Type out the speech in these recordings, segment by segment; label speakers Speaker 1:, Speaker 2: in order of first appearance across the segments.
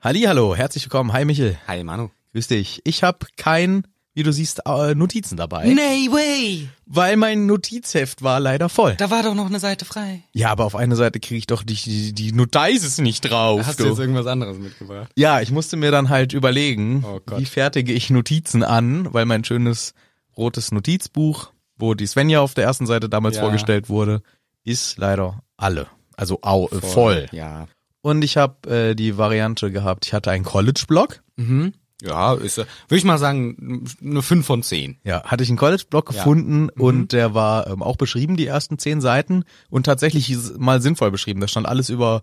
Speaker 1: Hallo, herzlich willkommen. Hi Michel.
Speaker 2: Hi Manu.
Speaker 1: Grüß dich. Ich habe kein, wie du siehst, äh, Notizen dabei,
Speaker 2: Nee way!
Speaker 1: weil mein Notizheft war leider voll.
Speaker 2: Da war doch noch eine Seite frei.
Speaker 1: Ja, aber auf eine Seite kriege ich doch die, die, die Notizes nicht drauf.
Speaker 2: Hast
Speaker 1: du.
Speaker 2: du jetzt irgendwas anderes mitgebracht?
Speaker 1: Ja, ich musste mir dann halt überlegen,
Speaker 2: Oh Gott.
Speaker 1: wie fertige ich Notizen an, weil mein schönes rotes Notizbuch, wo die Svenja auf der ersten Seite damals
Speaker 2: Ja.
Speaker 1: vorgestellt wurde, ist leider alle. Also au, voll. voll.
Speaker 2: Ja.
Speaker 1: Und ich habe äh, die Variante gehabt, ich hatte einen College-Blog.
Speaker 2: Mhm. Ja, ist, äh, würde ich mal sagen, eine 5 von 10.
Speaker 1: Ja, hatte ich einen College-Blog
Speaker 2: Ja. Mhm.
Speaker 1: gefunden und der war ähm, auch beschrieben, die ersten zehn Seiten und tatsächlich is- mal sinnvoll beschrieben. Da stand alles über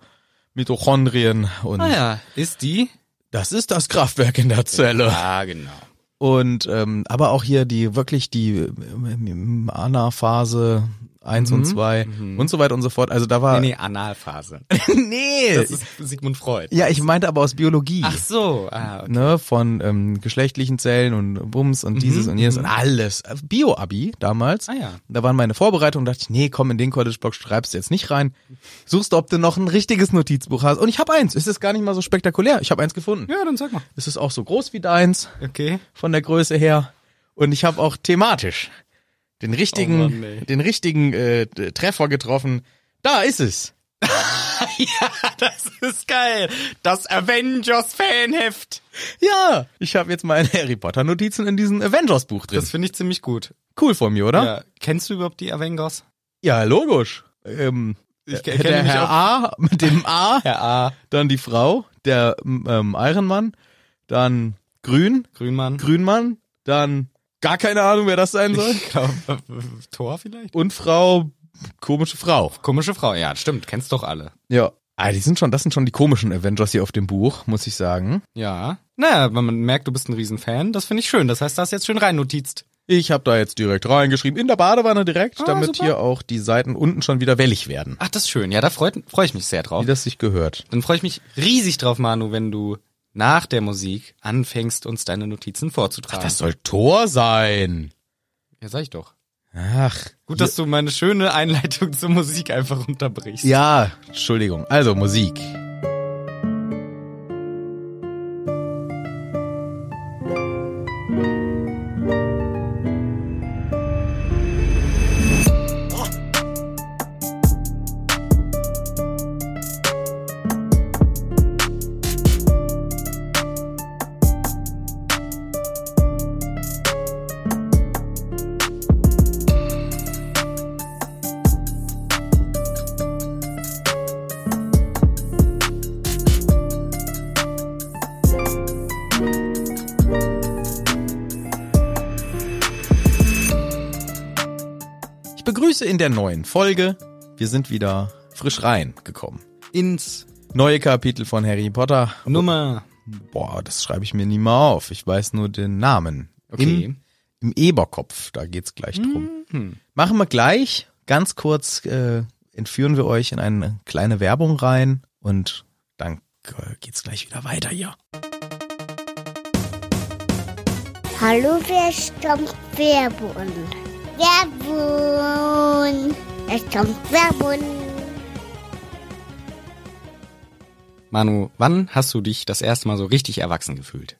Speaker 1: Mitochondrien und
Speaker 2: Ah ja. Ist die?
Speaker 1: das ist das Kraftwerk in der Zelle.
Speaker 2: Ja, genau.
Speaker 1: Und ähm, aber auch hier die wirklich die ähm, ähm, Anna-Phase eins und zwei und so weiter und so fort. Also da war.
Speaker 2: Mhm. Nee, nee, Analphase.
Speaker 1: nee.
Speaker 2: Das ist Sigmund Freud.
Speaker 1: ja, ich meinte aber aus Biologie.
Speaker 2: Ach so. Ah, okay. Mhm,
Speaker 1: Ne, von ähm, geschlechtlichen Zellen und Bums und dieses und jenes und alles. Also Bio-Abi damals.
Speaker 2: Ah ja.
Speaker 1: Da waren meine Vorbereitungen, dachte ich, nee, komm, in den College-Blog schreibst du jetzt nicht rein. Suchst, ob du noch ein richtiges Notizbuch hast. Und ich habe eins. Es ist gar nicht mal so spektakulär. Ich habe eins gefunden.
Speaker 2: Ja, dann sag mal.
Speaker 1: Es ist auch so groß wie deins.
Speaker 2: Okay.
Speaker 1: von der Größe her und ich habe auch thematisch den richtigen,
Speaker 2: Oh Mann, ey.
Speaker 1: den richtigen äh, d- Treffer getroffen. Da ist es.
Speaker 2: ja, das ist geil. Das Avengers-Fanheft.
Speaker 1: Ja, ich habe jetzt meine Harry Potter Notizen in diesem Avengers Buch drin.
Speaker 2: Das finde ich ziemlich gut.
Speaker 1: cool von mir, oder?
Speaker 2: Ja. Kennst du überhaupt die Avengers?
Speaker 1: Ja, logisch. Ähm,
Speaker 2: Ich
Speaker 1: äh, der Herr A mit dem A,
Speaker 2: Herr A.
Speaker 1: dann die Frau, der ähm, Iron Man, dann Grün,
Speaker 2: Grünmann.
Speaker 1: Grünmann, dann gar keine Ahnung, wer das sein soll
Speaker 2: Ich glaube, Tor vielleicht?
Speaker 1: und Frau komische Frau.
Speaker 2: Komische Frau, ja, stimmt, kennst doch alle.
Speaker 1: Ja. Ah, die sind schon, das sind schon die komischen Avengers hier auf dem Buch, muss ich sagen.
Speaker 2: Ja. Naja, wenn man merkt, du bist ein Riesenfan, das finde ich schön. Das heißt, da hast du jetzt schön rein notizt.
Speaker 1: Ich habe da jetzt direkt reingeschrieben, in der Badewanne direkt,
Speaker 2: Ah,
Speaker 1: damit
Speaker 2: super.
Speaker 1: hier auch die Seiten unten schon wieder wellig werden.
Speaker 2: Ach, das ist schön. Ja, da freue freu ich mich sehr
Speaker 1: Wie
Speaker 2: drauf.
Speaker 1: das sich gehört.
Speaker 2: Dann freue ich mich riesig drauf, Manu, wenn du nach der Musik anfängst, uns deine Notizen vorzutragen.
Speaker 1: Das soll Tor sein.
Speaker 2: ja, sag ich doch.
Speaker 1: Ach.
Speaker 2: Gut, dass du meine schöne Einleitung zur Musik einfach unterbrichst.
Speaker 1: Ja, Entschuldigung. Also Musik. Ich begrüße in der neuen Folge. Wir sind wieder frisch reingekommen.
Speaker 2: Ins
Speaker 1: Neue Kapitel von Harry Potter.
Speaker 2: Nummer.
Speaker 1: Boah, das schreibe ich mir nie mal auf. Ich weiß nur den Namen.
Speaker 2: Okay.
Speaker 1: Im, im Eberkopf, da geht's gleich drum. Machen wir gleich. Ganz kurz äh, entführen wir euch in eine kleine Werbung rein und dann äh, geht's gleich wieder weiter hier.
Speaker 3: Hallo, wer stammt Werbun? Werbun! Es kommt Werbun!
Speaker 2: Manu, wann hast du dich das erste Mal so richtig erwachsen gefühlt?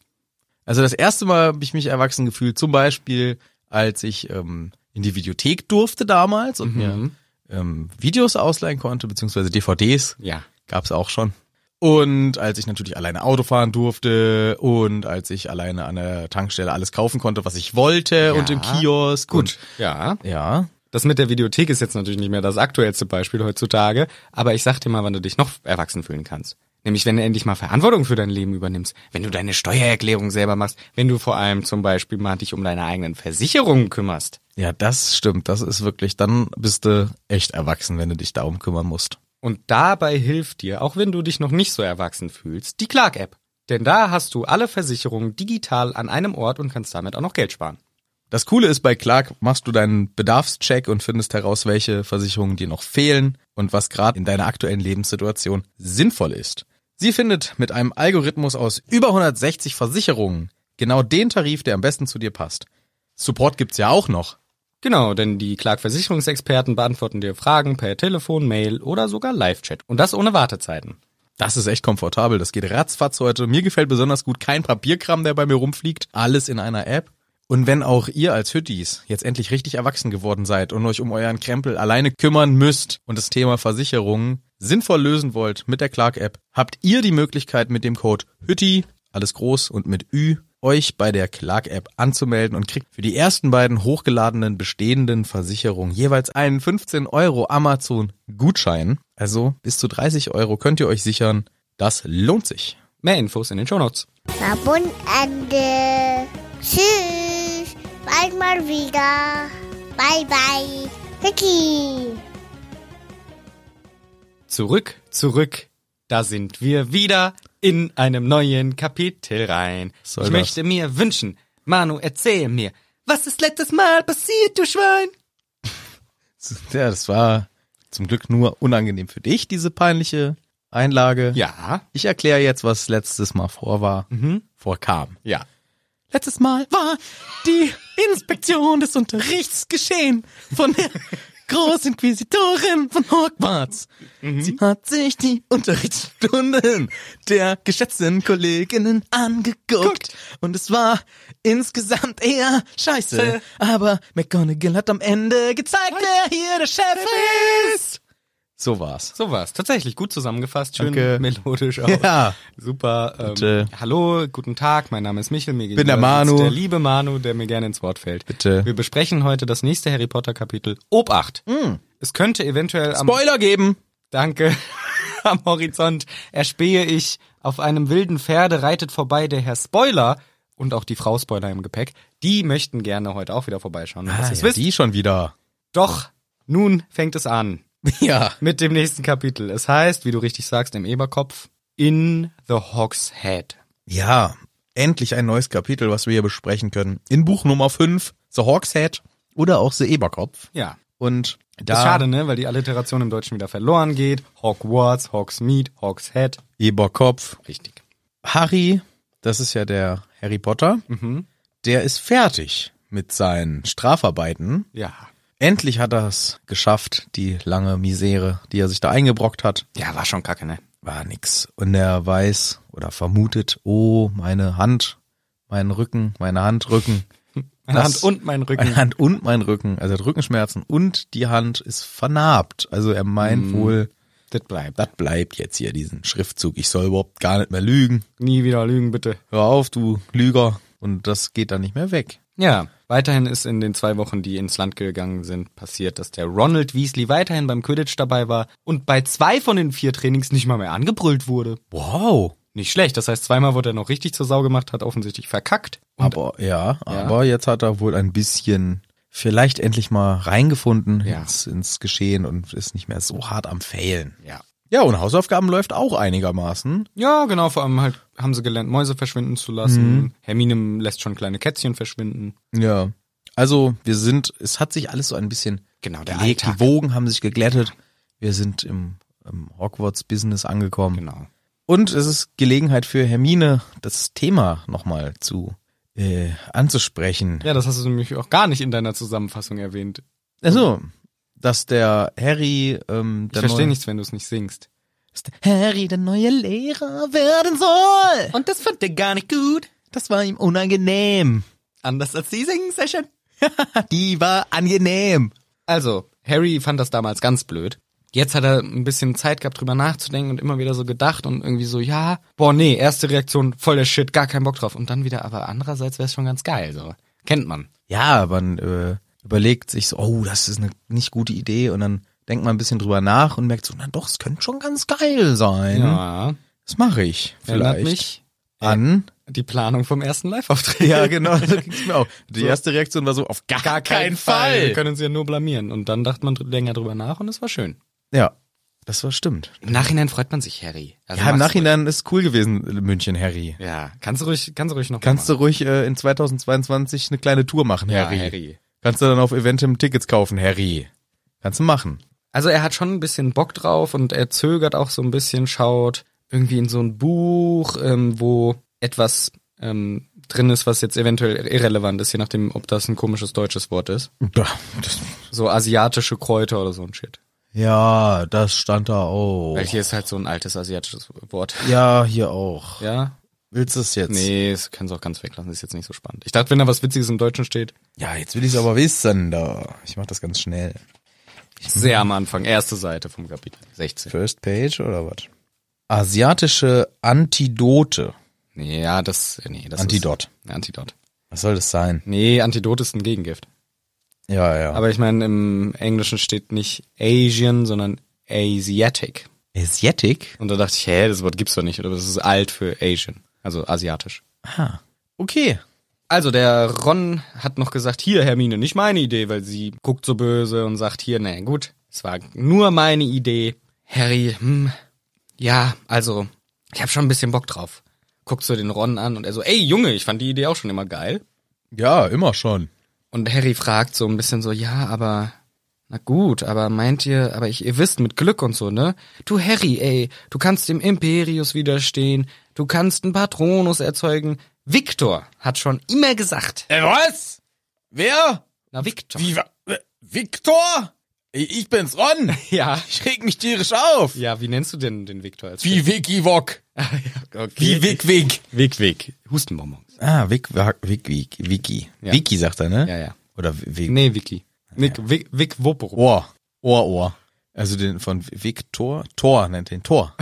Speaker 1: Also das erste Mal habe ich mich erwachsen gefühlt, zum Beispiel, als ich ähm, in die Videothek durfte damals und mir ähm, Videos ausleihen konnte, beziehungsweise DVDs
Speaker 2: Ja.
Speaker 1: gab's auch schon. Und als ich natürlich alleine Auto fahren durfte und als ich alleine an der Tankstelle alles kaufen konnte, was ich wollte und im Kiosk.
Speaker 2: Gut. Ja.
Speaker 1: Und, ja.
Speaker 2: Das mit der Videothek ist jetzt natürlich nicht mehr das aktuellste Beispiel heutzutage, aber ich sag dir mal, wann du dich noch erwachsen fühlen kannst. Nämlich, wenn du endlich mal Verantwortung für dein Leben übernimmst, wenn du deine Steuererklärung selber machst, wenn du vor allem zum Beispiel mal dich um deine eigenen Versicherungen kümmerst.
Speaker 1: Ja, das stimmt. Das ist wirklich, dann bist du echt erwachsen, wenn du dich darum kümmern musst.
Speaker 2: Und dabei hilft dir, auch wenn du dich noch nicht so erwachsen fühlst, die Clark-App. Denn da hast du alle Versicherungen digital an einem Ort und kannst damit auch noch Geld sparen.
Speaker 1: Das Coole ist, bei Clark machst du deinen Bedarfscheck und findest heraus, welche Versicherungen dir noch fehlen und was gerade in deiner aktuellen Lebenssituation sinnvoll ist. Sie findet mit einem Algorithmus aus über 160 Versicherungen genau den Tarif, der am besten zu dir passt. Support gibt's ja auch noch.
Speaker 2: Genau, denn die Clark-Versicherungsexperten beantworten dir Fragen per Telefon, Mail oder sogar Live-Chat. Und das ohne Wartezeiten.
Speaker 1: Das ist echt komfortabel. Das geht ratzfatz heute. Mir gefällt besonders gut kein Papierkram, der bei mir rumfliegt. Alles in einer App. Und wenn auch ihr als Hüttis jetzt endlich richtig erwachsen geworden seid und euch um euren Krempel alleine kümmern müsst und das Thema Versicherungen sinnvoll lösen wollt mit der Clark-App, habt ihr die Möglichkeit mit dem Code Hütti, alles groß und mit Ü, euch bei der Clark-App anzumelden und kriegt für die ersten beiden hochgeladenen bestehenden Versicherungen jeweils einen 15 Euro Amazon-Gutschein. Also bis zu 30 Euro könnt ihr euch sichern. Das lohnt sich.
Speaker 2: Mehr Infos in den Shownotes.
Speaker 3: Verbundende. Tschüss. Bald mal wieder. Bye bye. Vicky.
Speaker 2: Zurück, zurück. Da sind wir wieder in einem neuen Kapitel rein.
Speaker 1: Soll
Speaker 2: ich
Speaker 1: das.
Speaker 2: möchte mir wünschen, Manu, erzähl mir, was ist letztes Mal passiert, du Schwein?
Speaker 1: Ja, das war zum Glück nur unangenehm für dich, diese peinliche Einlage.
Speaker 2: Ja,
Speaker 1: Ich erkläre jetzt, was letztes Mal vor war, vorkam.
Speaker 2: ja.
Speaker 1: Letztes Mal war die Inspektion des Unterrichts geschehen von der Großinquisitorin von Hogwarts. Sie hat sich die Unterrichtsstunden der geschätzten Kolleginnen angeguckt und es war insgesamt eher scheiße. Aber McGonagall hat am Ende gezeigt, wer hier der Halt. Chef ist. So war's.
Speaker 2: So war's. Tatsächlich gut zusammengefasst, schön
Speaker 1: Danke.
Speaker 2: melodisch auch.
Speaker 1: Ja.
Speaker 2: Super. Ähm,
Speaker 1: Bitte.
Speaker 2: Hallo, guten Tag, mein Name ist Michel. Mir gegenüber
Speaker 1: der Manu.
Speaker 2: sitzt Der liebe Manu, der mir gerne ins Wort fällt.
Speaker 1: Bitte.
Speaker 2: Wir besprechen heute das nächste Harry Potter Kapitel. Obacht. Es könnte eventuell am
Speaker 1: Spoiler geben.
Speaker 2: Danke. Am Horizont erspähe ich, auf einem wilden Pferde reitet vorbei der Herr Spoiler und auch die Frau Spoiler im Gepäck. Die möchten gerne heute auch wieder vorbeischauen. dass ihr's wisst.
Speaker 1: Ah die schon wieder.
Speaker 2: Doch, nun fängt es an
Speaker 1: Ja.
Speaker 2: mit dem nächsten Kapitel. Es heißt, wie du richtig sagst, im Eberkopf, in the Hog's Head.
Speaker 1: Ja, endlich ein neues Kapitel, was wir hier besprechen können. In Buch Nummer 5, The Hawkshead oder auch The Eberkopf.
Speaker 2: Ja.
Speaker 1: Und da
Speaker 2: Ist schade, ne? Weil die Alliteration im Deutschen wieder verloren geht. Hogwarts, Hogsmeade, Hog's Head.
Speaker 1: Eberkopf.
Speaker 2: Richtig.
Speaker 1: Harry, das ist ja der Harry Potter,
Speaker 2: Mhm.
Speaker 1: der ist fertig mit seinen Strafarbeiten.
Speaker 2: Ja.
Speaker 1: Endlich hat er es geschafft, die lange Misere, die er sich da eingebrockt hat.
Speaker 2: Ja, war schon kacke, ne?
Speaker 1: war nix. Und er weiß oder vermutet, oh, meine Hand, meinen Rücken, meine Hand, Rücken.
Speaker 2: Meine
Speaker 1: Das-
Speaker 2: Hand und mein Rücken.
Speaker 1: Meine Hand und mein Rücken. Also er hat Rückenschmerzen und die Hand ist vernarbt. Also er meint wohl,
Speaker 2: Mhm. Das bleibt.
Speaker 1: das bleibt jetzt hier, diesen Schriftzug. Ich soll überhaupt gar nicht mehr lügen.
Speaker 2: Nie wieder lügen, bitte.
Speaker 1: Hör auf, du Lüger. Und das geht dann nicht mehr weg.
Speaker 2: Ja, weiterhin ist in den zwei Wochen, die ins Land gegangen sind, passiert, dass der Ronald Weasley weiterhin beim Quidditch dabei war und bei zwei von den vier Trainings nicht mal mehr angebrüllt wurde.
Speaker 1: Wow.
Speaker 2: Nicht schlecht, das heißt, zweimal wurde er noch richtig zur Sau gemacht, hat offensichtlich verkackt. Und
Speaker 1: Aber ja, aber jetzt hat er wohl ein bisschen vielleicht endlich mal reingefunden
Speaker 2: Ja.
Speaker 1: ins, ins Geschehen und ist nicht mehr so hart am Failen.
Speaker 2: ja.
Speaker 1: Ja, und Hausaufgaben läuft auch einigermaßen.
Speaker 2: Ja, genau, vor allem halt haben sie gelernt, Mäuse verschwinden zu lassen. Hermine lässt schon kleine Kätzchen verschwinden.
Speaker 1: Ja. Also, wir sind, es hat sich alles so ein bisschen
Speaker 2: Genau, der
Speaker 1: gelegt. Die
Speaker 2: Alltag.
Speaker 1: Wogen haben sich geglättet. Wir sind im, im Hogwarts-Business angekommen.
Speaker 2: Genau.
Speaker 1: Und es ist Gelegenheit für Hermine, das Thema nochmal zu äh, anzusprechen.
Speaker 2: Ja, das hast du nämlich auch gar nicht in deiner Zusammenfassung erwähnt.
Speaker 1: Also, dass der Harry, ähm,
Speaker 2: Ich
Speaker 1: der
Speaker 2: verstehe
Speaker 1: neue,
Speaker 2: nichts, wenn du es nicht singst.
Speaker 1: dass der Harry der neue Lehrer werden soll.
Speaker 2: Und das fand er gar nicht gut.
Speaker 1: Das war ihm unangenehm.
Speaker 2: Anders als die Singen-Session.
Speaker 1: Die war angenehm.
Speaker 2: Also, Harry fand das damals ganz blöd. Jetzt hat er ein bisschen Zeit gehabt, drüber nachzudenken und immer wieder so gedacht und irgendwie so, ja, boah, nee, erste Reaktion, voll der Shit, gar keinen Bock drauf. Und dann wieder, aber andererseits wäre es schon ganz geil, so. Kennt man.
Speaker 1: ja, man äh, überlegt sich so, oh, das ist eine nicht gute Idee und dann denkt man ein bisschen drüber nach und merkt so, na doch, es könnte schon ganz geil sein.
Speaker 2: Ja,
Speaker 1: Das mache ich
Speaker 2: Hm? erinnert
Speaker 1: vielleicht
Speaker 2: mich
Speaker 1: an.
Speaker 2: die Planung vom ersten Live-Auftritt.
Speaker 1: Ja, genau, so ging's mir auch. Die erste Reaktion war so, auf gar,
Speaker 2: Gar
Speaker 1: keinen
Speaker 2: kein
Speaker 1: Fall.
Speaker 2: Wir können uns ja nur blamieren. Und dann dachte man dr- länger drüber nach und es war schön.
Speaker 1: Ja, das war stimmt.
Speaker 2: Im Nachhinein freut man sich, Harry. Also
Speaker 1: Ja, im
Speaker 2: mach's
Speaker 1: Nachhinein ist cool gewesen, München, Harry.
Speaker 2: ruhig. Ja, kannst du ruhig, kannst du ruhig noch
Speaker 1: Kannst du ruhig äh, in 2022 eine kleine Tour machen,
Speaker 2: Ja,
Speaker 1: Harry.
Speaker 2: Harry.
Speaker 1: Kannst du dann auf Eventim Tickets kaufen, Harry. Kannst du machen.
Speaker 2: Also er hat schon ein bisschen Bock drauf und er zögert auch so ein bisschen, schaut irgendwie in so ein Buch, ähm, wo etwas ähm, drin ist, was jetzt eventuell irrelevant ist, je nachdem, ob das ein komisches deutsches Wort ist.
Speaker 1: Ja, das-
Speaker 2: So asiatische Kräuter oder so ein Shit.
Speaker 1: Ja, das stand da auch.
Speaker 2: Weil hier ist halt so ein altes asiatisches Wort.
Speaker 1: Ja, hier auch.
Speaker 2: Ja?
Speaker 1: Willst du es jetzt?
Speaker 2: Nee, das kannst du auch ganz weglassen, ist jetzt nicht so spannend. Ich dachte, wenn da was Witziges im Deutschen steht,
Speaker 1: Ja, jetzt will ich es aber wissen. Da. Ich mach das ganz schnell.
Speaker 2: sehr am Anfang, erste Seite vom Kapitel 16.
Speaker 1: First Page oder was? Asiatische Antidote.
Speaker 2: Nee, Ja, das, nee, das
Speaker 1: Antidot.
Speaker 2: ist... Ja, Antidot.
Speaker 1: Was soll das sein?
Speaker 2: Nee, Antidot ist ein Gegengift.
Speaker 1: Ja, ja.
Speaker 2: Aber ich meine, im Englischen steht nicht Asian, sondern Asiatic.
Speaker 1: Asiatic?
Speaker 2: Und da dachte ich, hä, das Wort gibt's doch nicht, oder das ist alt für Asian, also asiatisch.
Speaker 1: Ah. Okay.
Speaker 2: Also der Ron hat noch gesagt, hier Hermine, nicht meine Idee, weil sie guckt so böse und sagt, hier, na gut, es war nur meine Idee. Harry, hm, ja, also, ich habe schon ein bisschen Bock drauf. Guckt so den Ron an und er so, ey Junge, ich fand die Idee auch schon immer geil.
Speaker 1: Ja, immer schon.
Speaker 2: Und Harry fragt so ein bisschen so, ja, aber, na gut, aber meint ihr, aber ich, ihr wisst mit Glück und so, ne? Du Harry, ey, du kannst dem Imperius widerstehen, du kannst einen Patronus erzeugen. Victor hat schon immer gesagt.
Speaker 1: Äh, was? Wer?
Speaker 2: Na, Victor.
Speaker 1: Wie, wa- äh, Victor? Ich ich bin's Ron.
Speaker 2: Ja.
Speaker 1: Ich reg mich tierisch auf.
Speaker 2: Ja, wie nennst du denn den Victor als Ah,
Speaker 1: Wie Vicky Wok.
Speaker 2: okay.
Speaker 1: Wie Wick Wick.
Speaker 2: Wick, Wick. Hustenbonbons.
Speaker 1: Ah, Wick Wack- Wick Wick. Vicky.
Speaker 2: Ja.
Speaker 1: Vicky sagt er, ne?
Speaker 2: Ja, ja.
Speaker 1: Oder Wick.
Speaker 2: Nee, Vicky. Nick, Wick, Wick Woporo.
Speaker 1: Ohr. Ohr, Ohr. Also den von Victor. Tor nennt den Tor.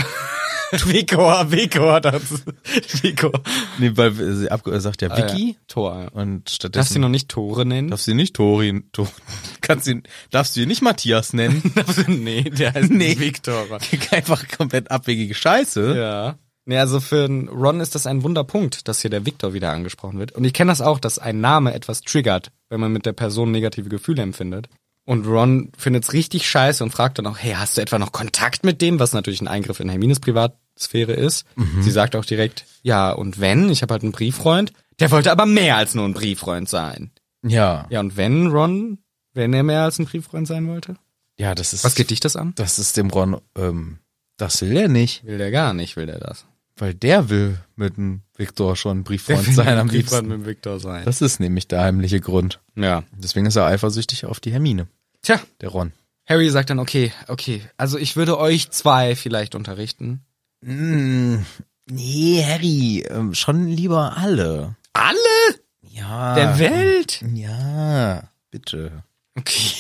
Speaker 2: Victor, Victor, das ist Victor.
Speaker 1: nee, weil sie abge- äh, sagt ja Vicky.
Speaker 2: Tor. ja.
Speaker 1: Und
Speaker 2: Darfst du
Speaker 1: stattdessen
Speaker 2: noch nicht Tore nennen?
Speaker 1: darfst du ihn nicht Tori. Tor, kannst ihn, darfst du ihn nicht Matthias nennen.
Speaker 2: nee, der heißt
Speaker 1: Nee.
Speaker 2: Victor.
Speaker 1: Einfach komplett abwegige Scheiße.
Speaker 2: Ja. Nee, also für einen Ron ist das ein Wunderpunkt, dass hier der Victor wieder angesprochen wird. Und ich kenne das auch, dass ein Name etwas triggert, wenn man mit der Person negative Gefühle empfindet. Und Ron findet's richtig scheiße und fragt dann auch, hey, hast du etwa noch Kontakt mit dem? Was natürlich ein Eingriff in Hermines Privatsphäre ist. Sie sagt auch direkt, ja, und wenn? Ich habe halt einen Brieffreund. Der wollte aber mehr als nur ein Brieffreund sein.
Speaker 1: Ja.
Speaker 2: Ja, und wenn Ron, wenn er mehr als ein Brieffreund sein wollte?
Speaker 1: Ja, das ist.
Speaker 2: Was geht dich das an?
Speaker 1: Das ist dem Ron, ähm, das will er nicht,
Speaker 2: Will der gar nicht, will der das.
Speaker 1: weil der will mit dem Viktor schon Brieffreund sein am liebsten.
Speaker 2: Brieffreund mit dem Victor sein.
Speaker 1: Das ist nämlich der heimliche Grund.
Speaker 2: ja.
Speaker 1: Deswegen ist er eifersüchtig auf die Hermine,
Speaker 2: Tja,
Speaker 1: der Ron.
Speaker 2: Harry sagt dann, okay, okay, also ich würde euch zwei vielleicht unterrichten.
Speaker 1: Mm, nee, Harry, ähm, schon lieber alle.
Speaker 2: Alle? Ah.
Speaker 1: Ja.
Speaker 2: Der Welt?
Speaker 1: Ja, bitte.
Speaker 2: Okay.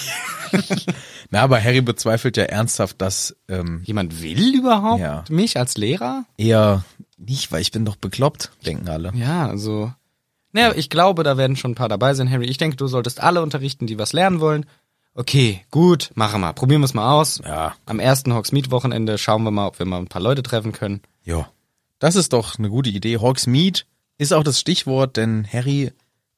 Speaker 1: Na, aber Harry bezweifelt ja ernsthaft, dass ähm,
Speaker 2: Jemand will überhaupt
Speaker 1: Ja.
Speaker 2: mich als Lehrer?
Speaker 1: eher nicht, weil ich bin doch bekloppt, denken alle.
Speaker 2: Ja, also. Naja, ich glaube, da werden schon ein paar dabei sein, Harry. Ich denke, du solltest alle unterrichten, die was lernen wollen. Okay, gut, machen wir. Probieren wir es mal aus.
Speaker 1: Ja.
Speaker 2: Am ersten Hogsmeade-Wochenende schauen wir mal, ob wir mal ein paar Leute treffen können.
Speaker 1: Ja. Das ist doch eine gute Idee. Hogsmeade ist auch das Stichwort, denn Harry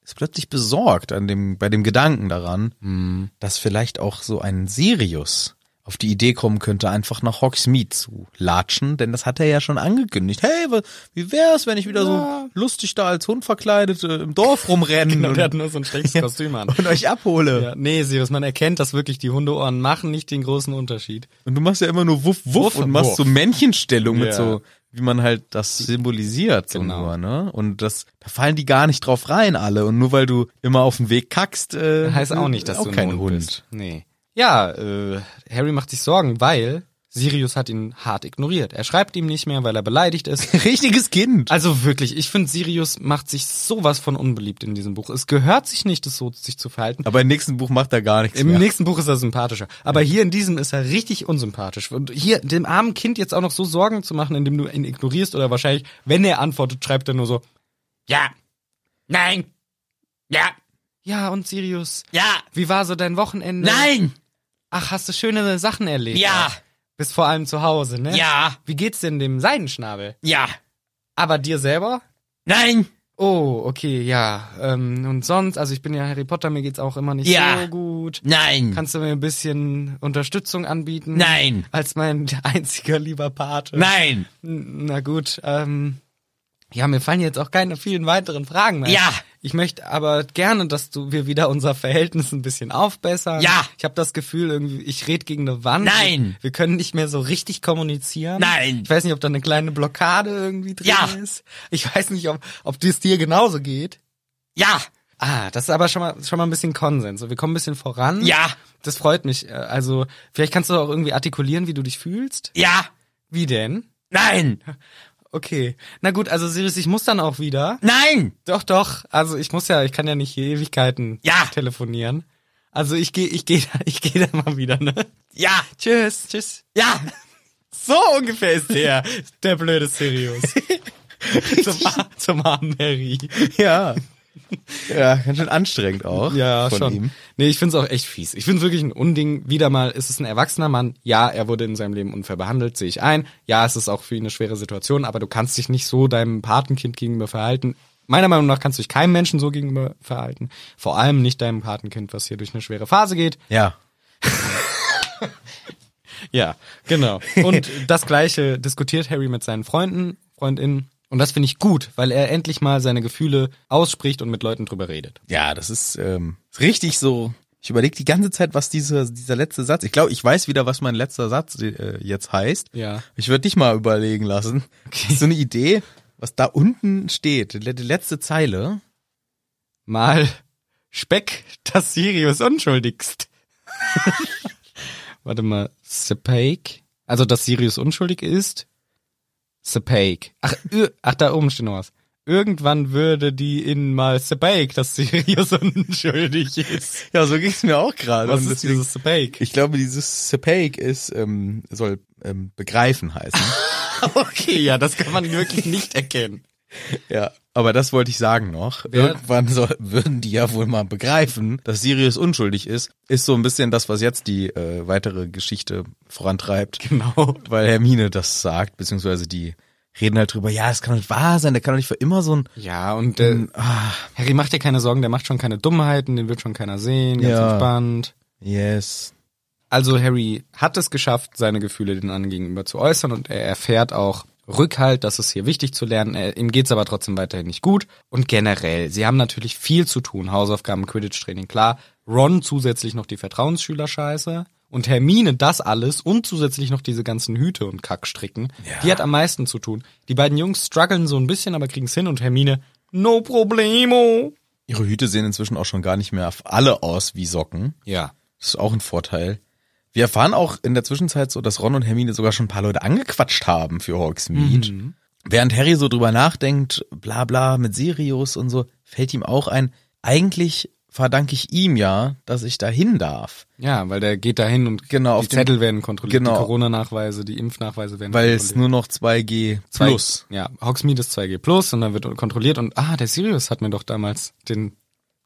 Speaker 1: ist plötzlich besorgt an dem, bei dem Gedanken daran,
Speaker 2: Mhm.
Speaker 1: dass vielleicht auch so ein Sirius auf die Idee kommen könnte, einfach nach Hogsmeade zu latschen, denn das hat er ja schon angekündigt. Hey, wa- wie wär's, wenn ich wieder so lustig da als Hund verkleidet äh, im Dorf rumrennen
Speaker 2: Und
Speaker 1: und,
Speaker 2: Genau, der hat nur so ein schlechtes Kostüm an.
Speaker 1: und euch abhole?
Speaker 2: Ja, nee, Sirius, man erkennt, dass wirklich die Hundeohren machen nicht den großen Unterschied.
Speaker 1: Und du machst ja immer nur Wuff, Wuff,
Speaker 2: Wuff,
Speaker 1: und machst
Speaker 2: Wuff.
Speaker 1: so Männchenstellung
Speaker 2: Ja.
Speaker 1: mit so, wie man halt das symbolisiert, so
Speaker 2: Genau.
Speaker 1: nur, ne? Und das, da fallen die gar nicht drauf rein, alle. Und nur weil du immer auf den Weg kackst, äh,
Speaker 2: Heißt auch nicht, dass
Speaker 1: auch
Speaker 2: du ein
Speaker 1: kein
Speaker 2: Hund,
Speaker 1: Hund.
Speaker 2: bist. Nee. Ja, äh, Harry macht sich Sorgen, weil Sirius hat ihn hart ignoriert. Er schreibt ihm nicht mehr, weil er beleidigt ist.
Speaker 1: Richtiges Kind.
Speaker 2: Also wirklich, ich finde, Sirius macht sich sowas von unbeliebt in diesem Buch. Es gehört sich nicht, das so sich zu verhalten.
Speaker 1: Aber im nächsten Buch macht er gar nichts
Speaker 2: Im
Speaker 1: mehr.
Speaker 2: nächsten Buch ist er sympathischer. Aber hier in diesem ist er richtig unsympathisch. Und hier dem armen Kind jetzt auch noch so Sorgen zu machen, indem du ihn ignorierst oder wahrscheinlich, wenn er antwortet, schreibt er nur so, ja, nein, ja, ja und Sirius,
Speaker 1: ja,
Speaker 2: wie war so dein Wochenende? Ach, hast du schöne Sachen erlebt?
Speaker 1: Ja.
Speaker 2: Bist vor allem zu Hause, ne?
Speaker 1: Ja.
Speaker 2: Wie geht's denn dem Seidenschnabel?
Speaker 1: ja,
Speaker 2: Aber dir selber?
Speaker 1: nein,
Speaker 2: Oh, okay, ja. Ähm, und sonst, also ich bin ja Harry Potter, mir geht's auch immer nicht
Speaker 1: Ja.
Speaker 2: so gut.
Speaker 1: nein,
Speaker 2: Kannst du mir ein bisschen Unterstützung anbieten?
Speaker 1: Nein.
Speaker 2: Als mein einziger lieber Pate.
Speaker 1: nein,
Speaker 2: N- Na gut, ähm. Ja, mir fallen jetzt auch keine vielen weiteren Fragen mehr.
Speaker 1: Ja.
Speaker 2: Ich möchte aber gerne, dass du wir wieder unser Verhältnis ein bisschen aufbessern.
Speaker 1: Ja.
Speaker 2: Ich habe das Gefühl, irgendwie, ich rede gegen eine Wand.
Speaker 1: Nein.
Speaker 2: Wir können nicht mehr so richtig kommunizieren.
Speaker 1: Nein.
Speaker 2: Ich weiß nicht, ob da eine kleine Blockade irgendwie drin
Speaker 1: Ja.
Speaker 2: ist. Ich weiß nicht, ob, ob das dir genauso geht.
Speaker 1: ja,
Speaker 2: Ah, das ist aber schon mal, schon mal ein bisschen Konsens. Wir kommen ein bisschen voran.
Speaker 1: Ja.
Speaker 2: Das freut mich. Äh, Also, vielleicht kannst du auch irgendwie artikulieren, wie du dich fühlst.
Speaker 1: Ja!
Speaker 2: Wie denn?
Speaker 1: Nein!
Speaker 2: Okay. Na gut, also Sirius, ich muss dann auch wieder.
Speaker 1: Nein!
Speaker 2: Doch, doch. Also ich muss ja, ich kann ja nicht hier Ewigkeiten
Speaker 1: Ja.
Speaker 2: telefonieren. Also ich gehe, ich gehe, ich gehe da mal wieder, ne?
Speaker 1: Ja!
Speaker 2: Tschüss, tschüss.
Speaker 1: Ja!
Speaker 2: So ungefähr ist der, der blöde Sirius. zum, Ar- zum armen Harry.
Speaker 1: Ja. Ja, ganz schön anstrengend auch.
Speaker 2: Ja,
Speaker 1: von
Speaker 2: schon.
Speaker 1: Ihm.
Speaker 2: Nee, ich find's auch echt fies. Ich find's wirklich ein Unding. Wieder mal ist es ein erwachsener Mann. Ja, er wurde in seinem Leben unfair behandelt, sehe ich ein. Ja, es ist auch für ihn eine schwere Situation, aber du kannst dich nicht so deinem Patenkind gegenüber verhalten. Meiner Meinung nach kannst du dich keinem Menschen so gegenüber verhalten. Vor allem nicht deinem Patenkind, was hier durch eine schwere Phase geht.
Speaker 1: Ja.
Speaker 2: Ja, genau. Und das Gleiche diskutiert Harry mit seinen Freunden, Freundinnen. Und das finde ich gut, weil er endlich mal seine Gefühle ausspricht und mit Leuten drüber redet.
Speaker 1: Ja, das ist ähm, richtig so. Ich überlege die ganze Zeit, was dieser, dieser letzte Satz. Ich glaube, ich weiß wieder, was mein letzter Satz äh, jetzt heißt.
Speaker 2: Ja.
Speaker 1: Ich würde dich mal überlegen lassen. Hast du eine Idee, was da unten steht? Die, le- die letzte Zeile.
Speaker 2: mal Speck, dass Sirius unschuldigst. Warte mal, Sepake? Also, dass Sirius unschuldig ist? Sepake. Ach, ir- ach, da oben steht noch was. Irgendwann würde die in mal Sepake, dass Sirius unschuldig ist.
Speaker 1: Ja, so ging's mir auch gerade.
Speaker 2: Was
Speaker 1: Und
Speaker 2: ist
Speaker 1: deswegen-
Speaker 2: dieses Sepake?
Speaker 1: Ich glaube, dieses Sepake ist, ähm, soll ähm, begreifen heißen.
Speaker 2: Okay, ja, das kann man wirklich nicht erkennen.
Speaker 1: Ja, aber das wollte ich sagen noch. Irgendwann soll, würden die ja wohl mal begreifen, dass Sirius unschuldig ist. Ist so ein bisschen das, was jetzt die äh, weitere Geschichte vorantreibt,
Speaker 2: Genau.
Speaker 1: weil Hermine das sagt, beziehungsweise die reden halt drüber, ja, es kann doch nicht wahr sein, der kann doch nicht für immer so ein...
Speaker 2: Ja, und äh,
Speaker 1: Ah,
Speaker 2: Harry macht dir keine Sorgen, der macht schon keine Dummheiten, den wird schon keiner sehen, ganz
Speaker 1: Ja.
Speaker 2: entspannt.
Speaker 1: yes.
Speaker 2: Also Harry hat es geschafft, seine Gefühle den anderen gegenüber zu äußern und er erfährt auch Rückhalt, das ist hier wichtig zu lernen. Er, ihm geht's aber trotzdem weiterhin nicht gut. Und generell, sie haben natürlich viel zu tun. Hausaufgaben, Quidditch-Training, klar. Ron zusätzlich noch die Vertrauensschüler-Scheiße. Und Hermine das alles und zusätzlich noch diese ganzen Hüte und Kackstricken. Die hat am meisten zu tun. Die beiden Jungs strugglen so ein bisschen, aber kriegen's hin. Und Hermine, no problemo.
Speaker 1: Ihre Hüte sehen inzwischen auch schon gar nicht mehr auf alle aus wie Socken.
Speaker 2: Ja.
Speaker 1: Das ist auch ein Vorteil. Wir erfahren auch in der Zwischenzeit so, dass Ron und Hermine sogar schon ein paar Leute angequatscht haben für Hogsmeade. Während Harry so drüber nachdenkt, bla bla mit Sirius und so, fällt ihm auch ein, eigentlich verdanke ich ihm ja, dass ich dahin darf.
Speaker 2: Ja, weil der geht dahin und
Speaker 1: Genau,
Speaker 2: die
Speaker 1: auf den-
Speaker 2: Zettel werden kontrolliert,
Speaker 1: Genau.
Speaker 2: die Corona-Nachweise, die Impfnachweise werden
Speaker 1: Weil es
Speaker 2: kontrolliert.
Speaker 1: nur noch 2G
Speaker 2: Zwei-
Speaker 1: plus.
Speaker 2: Ja, Hogsmeade ist 2G plus und dann wird kontrolliert und ah, der Sirius hat mir doch damals den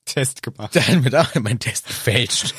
Speaker 2: Test gemacht.
Speaker 1: Da hat mir auch mein Test gefälscht.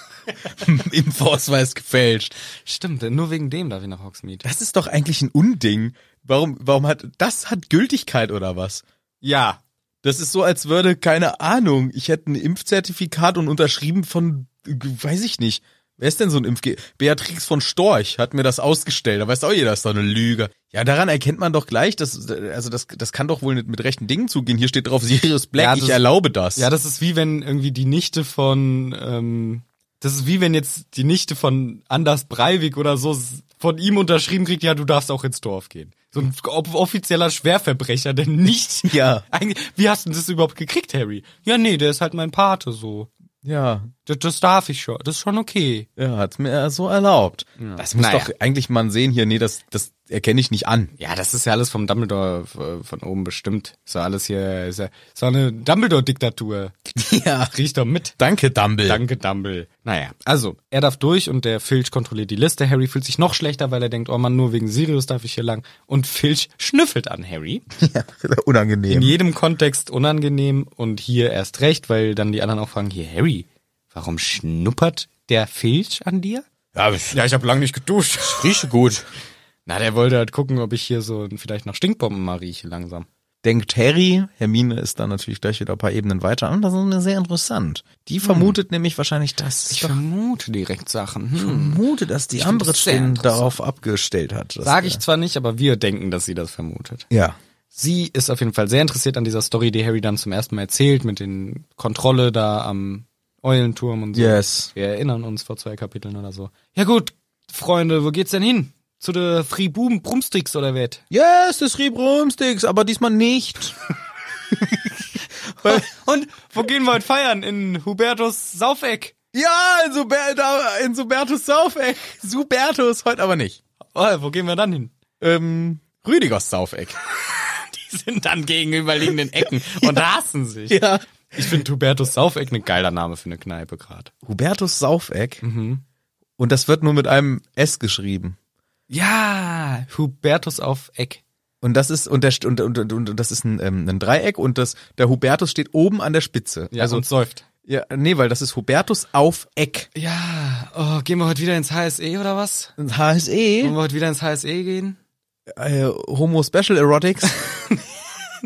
Speaker 1: Impfausweis gefälscht.
Speaker 2: Stimmt, denn nur wegen dem darf ich nach Hogsmeade.
Speaker 1: Das ist doch eigentlich ein Unding. Warum, warum hat, das hat Gültigkeit oder was?
Speaker 2: Ja.
Speaker 1: Das ist so, als würde, keine Ahnung, ich hätte ein Impfzertifikat und unterschrieben von, äh, weiß ich nicht. Wer ist denn so ein Impfge... Beatrix von Storch hat mir das ausgestellt. Da weiß auch jeder, das ist doch eine Lüge. Ja, daran erkennt man doch gleich, dass, also das, das kann doch wohl nicht mit rechten Dingen zugehen. Hier steht drauf, Sirius Black,
Speaker 2: Ja,
Speaker 1: ich
Speaker 2: das-
Speaker 1: erlaube das.
Speaker 2: Ja, das ist wie wenn irgendwie die Nichte von ähm, das ist wie wenn jetzt die Nichte von Anders Breivik oder so s- von ihm unterschrieben kriegt, ja, du darfst auch ins Dorf gehen. So ein ob- offizieller Schwerverbrecher, der nicht.
Speaker 1: Ja.
Speaker 2: Eigentlich, wie hast du das überhaupt gekriegt, Harry? Ja, nee, der ist halt mein Pate so.
Speaker 1: ja,
Speaker 2: Das, das darf ich schon. Das ist schon okay.
Speaker 1: ja hat's mir so erlaubt. Das muss
Speaker 2: Naja.
Speaker 1: doch eigentlich man sehen hier, nee, das, das erkenne ich nicht an.
Speaker 2: Ja, das ist ja alles vom Dumbledore äh, von oben bestimmt. Ist ja alles hier, ist ja, ist ja eine Dumbledore-Diktatur.
Speaker 1: Ja.
Speaker 2: Riech doch mit.
Speaker 1: Danke, Dumble.
Speaker 2: Danke, Dumble. Naja, also, er darf durch und der Filch kontrolliert die Liste. Harry fühlt sich noch schlechter, weil er denkt, oh Mann, nur wegen Sirius darf ich hier lang. Und Filch schnüffelt an Harry. In
Speaker 1: Unangenehm.
Speaker 2: jedem Kontext unangenehm und hier erst recht, weil dann die anderen auch fragen, hier, Harry, warum schnuppert der Filch an dir?
Speaker 1: Ja, ich
Speaker 2: Ja, ich habe lange nicht geduscht.
Speaker 1: rieche gut.
Speaker 2: Na, der wollte halt gucken, ob ich hier so vielleicht nach Stinkbomben mal rieche langsam.
Speaker 1: denkt Harry, Hermine ist dann natürlich gleich wieder ein paar Ebenen weiter, und das ist mir sehr interessant. Die vermutet nämlich wahrscheinlich das.
Speaker 2: Ich vermute direkt Sachen. Hm.
Speaker 1: vermute, dass die
Speaker 2: find das
Speaker 1: Ambridge
Speaker 2: sehr
Speaker 1: den
Speaker 2: interessant.
Speaker 1: darauf abgestellt hat. dass
Speaker 2: Sage
Speaker 1: der-
Speaker 2: ich zwar nicht, aber wir denken, dass sie das vermutet.
Speaker 1: Ja.
Speaker 2: Sie ist auf jeden Fall sehr interessiert an dieser Story, die Harry dann zum ersten Mal erzählt, mit den Kontrolle da am Eulenturm und so.
Speaker 1: Yes.
Speaker 2: Wir erinnern uns vor zwei Kapiteln oder so. Ja gut, Freunde, wo geht's denn hin? Zu der Free Boom Brumsticks oder wet?
Speaker 1: Yes, das rieb Rumsticks, aber diesmal nicht.
Speaker 2: Und wo gehen wir heute feiern? In Hubertus Saufeck.
Speaker 1: Ja, in, Suber da, in Subertus Saufeck. Subertus, heute aber nicht.
Speaker 2: Oh, wo gehen wir dann hin?
Speaker 1: Ähm, Rüdigers Saufeck.
Speaker 2: Die sind dann gegenüberliegenden Ecken und hassen sich.
Speaker 1: Ja.
Speaker 2: Ich finde Hubertus Saufeck ein geiler Name für eine Kneipe gerade.
Speaker 1: Hubertus Saufeck. Und das wird nur mit einem S geschrieben.
Speaker 2: Ja, Hubertus auf Eck.
Speaker 1: Und das ist, und, der, st- und, und, und, und das ist ein, ähm, ein Dreieck und das, der Hubertus steht oben an der Spitze.
Speaker 2: Ja, also, und säuft.
Speaker 1: ja, nee, weil das ist Hubertus auf Eck.
Speaker 2: Ja, oh, gehen wir heute wieder ins HSE oder was? Wollen
Speaker 1: HSE,
Speaker 2: wir heute wieder ins HSE gehen?
Speaker 1: E, äh, Homo Special Erotics.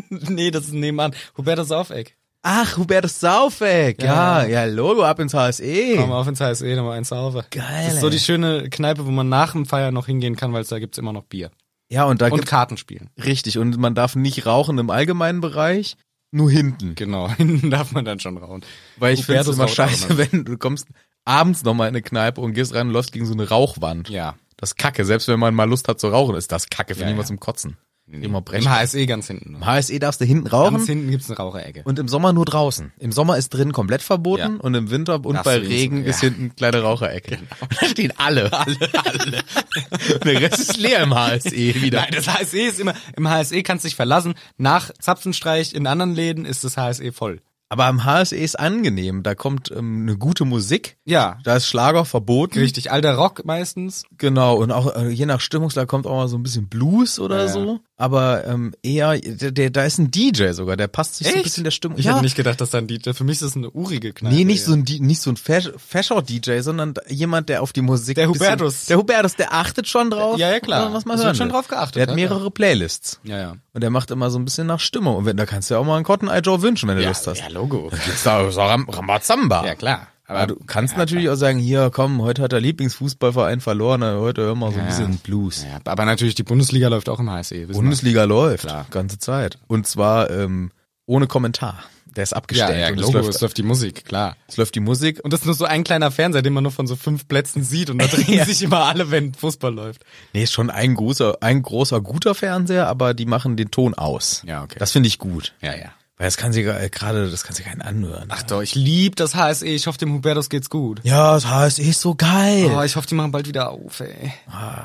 Speaker 2: nee, das ist nebenan. Hubertus auf Eck.
Speaker 1: Ach, Hubertus Saufeck. Ja, ja, Logo ab ins E. HSE.
Speaker 2: Komm auf ins HSE, nochmal eins auf.
Speaker 1: Geil,
Speaker 2: Das ist so
Speaker 1: ey.
Speaker 2: die schöne Kneipe, wo man nach dem Feiern noch hingehen kann, weil da gibt's immer noch Bier.
Speaker 1: Ja, und da
Speaker 2: Und
Speaker 1: gibt's,
Speaker 2: Kartenspielen.
Speaker 1: richtig, und man darf nicht rauchen im allgemeinen Bereich, nur hinten.
Speaker 2: Genau, hinten darf man dann schon rauchen.
Speaker 1: Weil ich finde es
Speaker 2: Hubertus ne?
Speaker 1: immer
Speaker 2: raucht auch
Speaker 1: scheiße, wenn du kommst abends nochmal in eine Kneipe und gehst rein und läufst gegen so eine Rauchwand.
Speaker 2: Ja.
Speaker 1: Das ist kacke. Selbst wenn man mal Lust hat zu rauchen, ist das kacke. Finde
Speaker 2: Ja,
Speaker 1: ich immer
Speaker 2: ja.
Speaker 1: zum Kotzen. Immer brechen.
Speaker 2: Im HSE ganz hinten.
Speaker 1: Im HSE E darfst du hinten
Speaker 2: Ganz
Speaker 1: rauchen
Speaker 2: hinten gibt's eine Raucherecke.
Speaker 1: und im Sommer nur draußen. Im Sommer ist drin komplett verboten
Speaker 2: Ja.
Speaker 1: und im Winter und
Speaker 2: Darfst
Speaker 1: bei
Speaker 2: du links-
Speaker 1: Regen ist
Speaker 2: ja. Genau.
Speaker 1: hinten kleine Raucherecke. Und da stehen alle. Alle, alle. der Rest ist leer im HSE wieder.
Speaker 2: Nein, das HSE ist immer, im HSE kannst du dich verlassen. Nach Zapfenstreich in anderen Läden ist das HSE voll.
Speaker 1: Aber am HSE ist angenehm. Da kommt ähm, eine gute Musik.
Speaker 2: Ja.
Speaker 1: Da ist Schlager verboten.
Speaker 2: Richtig, alter Rock meistens.
Speaker 1: Genau, und auch äh, je nach Stimmungslage kommt auch mal so ein bisschen Blues oder
Speaker 2: Ja.
Speaker 1: so. Aber ähm, eher, der, der, da ist ein DJ sogar, der passt sich so ein bisschen der Stimmung.
Speaker 2: Ich hätte nicht gedacht, dass dann die, für mich ist das eine urige Kneipe.
Speaker 1: nee, nicht so ein, Di- nicht so ein Fash- Fashion-DJ, sondern da- jemand, der auf die Musik.
Speaker 2: Der
Speaker 1: ein bisschen-
Speaker 2: Hubertus.
Speaker 1: Der Hubertus, der achtet schon drauf.
Speaker 2: Ja, ja, klar.
Speaker 1: Was man
Speaker 2: Es
Speaker 1: hören
Speaker 2: wird schon
Speaker 1: will.
Speaker 2: drauf geachtet,
Speaker 1: Der hat
Speaker 2: ja,
Speaker 1: mehrere Playlists.
Speaker 2: Ja, ja.
Speaker 1: Und der macht immer so ein bisschen nach Stimmung. Und wenn, da kannst du ja auch mal einen Cotton Eye Joe wünschen, wenn du
Speaker 2: Ja,
Speaker 1: Lust hast.
Speaker 2: ja, Logo.
Speaker 1: Gibt's da so Ram Ramazamba.
Speaker 2: Ja, klar.
Speaker 1: Aber Ah, du kannst natürlich auch sagen, hier, komm, heute hat der Lieblingsfußballverein verloren, äh, heute hören wir so ein
Speaker 2: Ja, ja.
Speaker 1: bisschen Blues.
Speaker 2: Ja, aber natürlich, die Bundesliga läuft auch im HSE. wissen wir.
Speaker 1: Bundesliga läuft,
Speaker 2: Klar.
Speaker 1: ganze Zeit. Und zwar ähm, ohne Kommentar. Der ist
Speaker 2: Ja,
Speaker 1: abgestellt.
Speaker 2: ja,
Speaker 1: und
Speaker 2: Logo,
Speaker 1: es,
Speaker 2: es
Speaker 1: läuft,
Speaker 2: läuft die Musik, klar.
Speaker 1: es läuft die Musik.
Speaker 2: Und das ist nur so ein kleiner Fernseher, den man nur von so fünf Plätzen sieht und da drehen sich immer alle, wenn Fußball läuft.
Speaker 1: Nee, ist schon ein großer, ein großer guter Fernseher, aber die machen den Ton aus.
Speaker 2: Ja, okay.
Speaker 1: Das finde ich gut.
Speaker 2: Ja, ja.
Speaker 1: Weil das kann sie äh, gerade, das kann sie keinen anhören.
Speaker 2: Ach doch, ich lieb das HSE. Ich hoffe, dem Hubertus geht's gut.
Speaker 1: Ja, das HSE ist so geil.
Speaker 2: Oh, ich hoffe, die machen bald wieder auf, ey.
Speaker 1: Ah.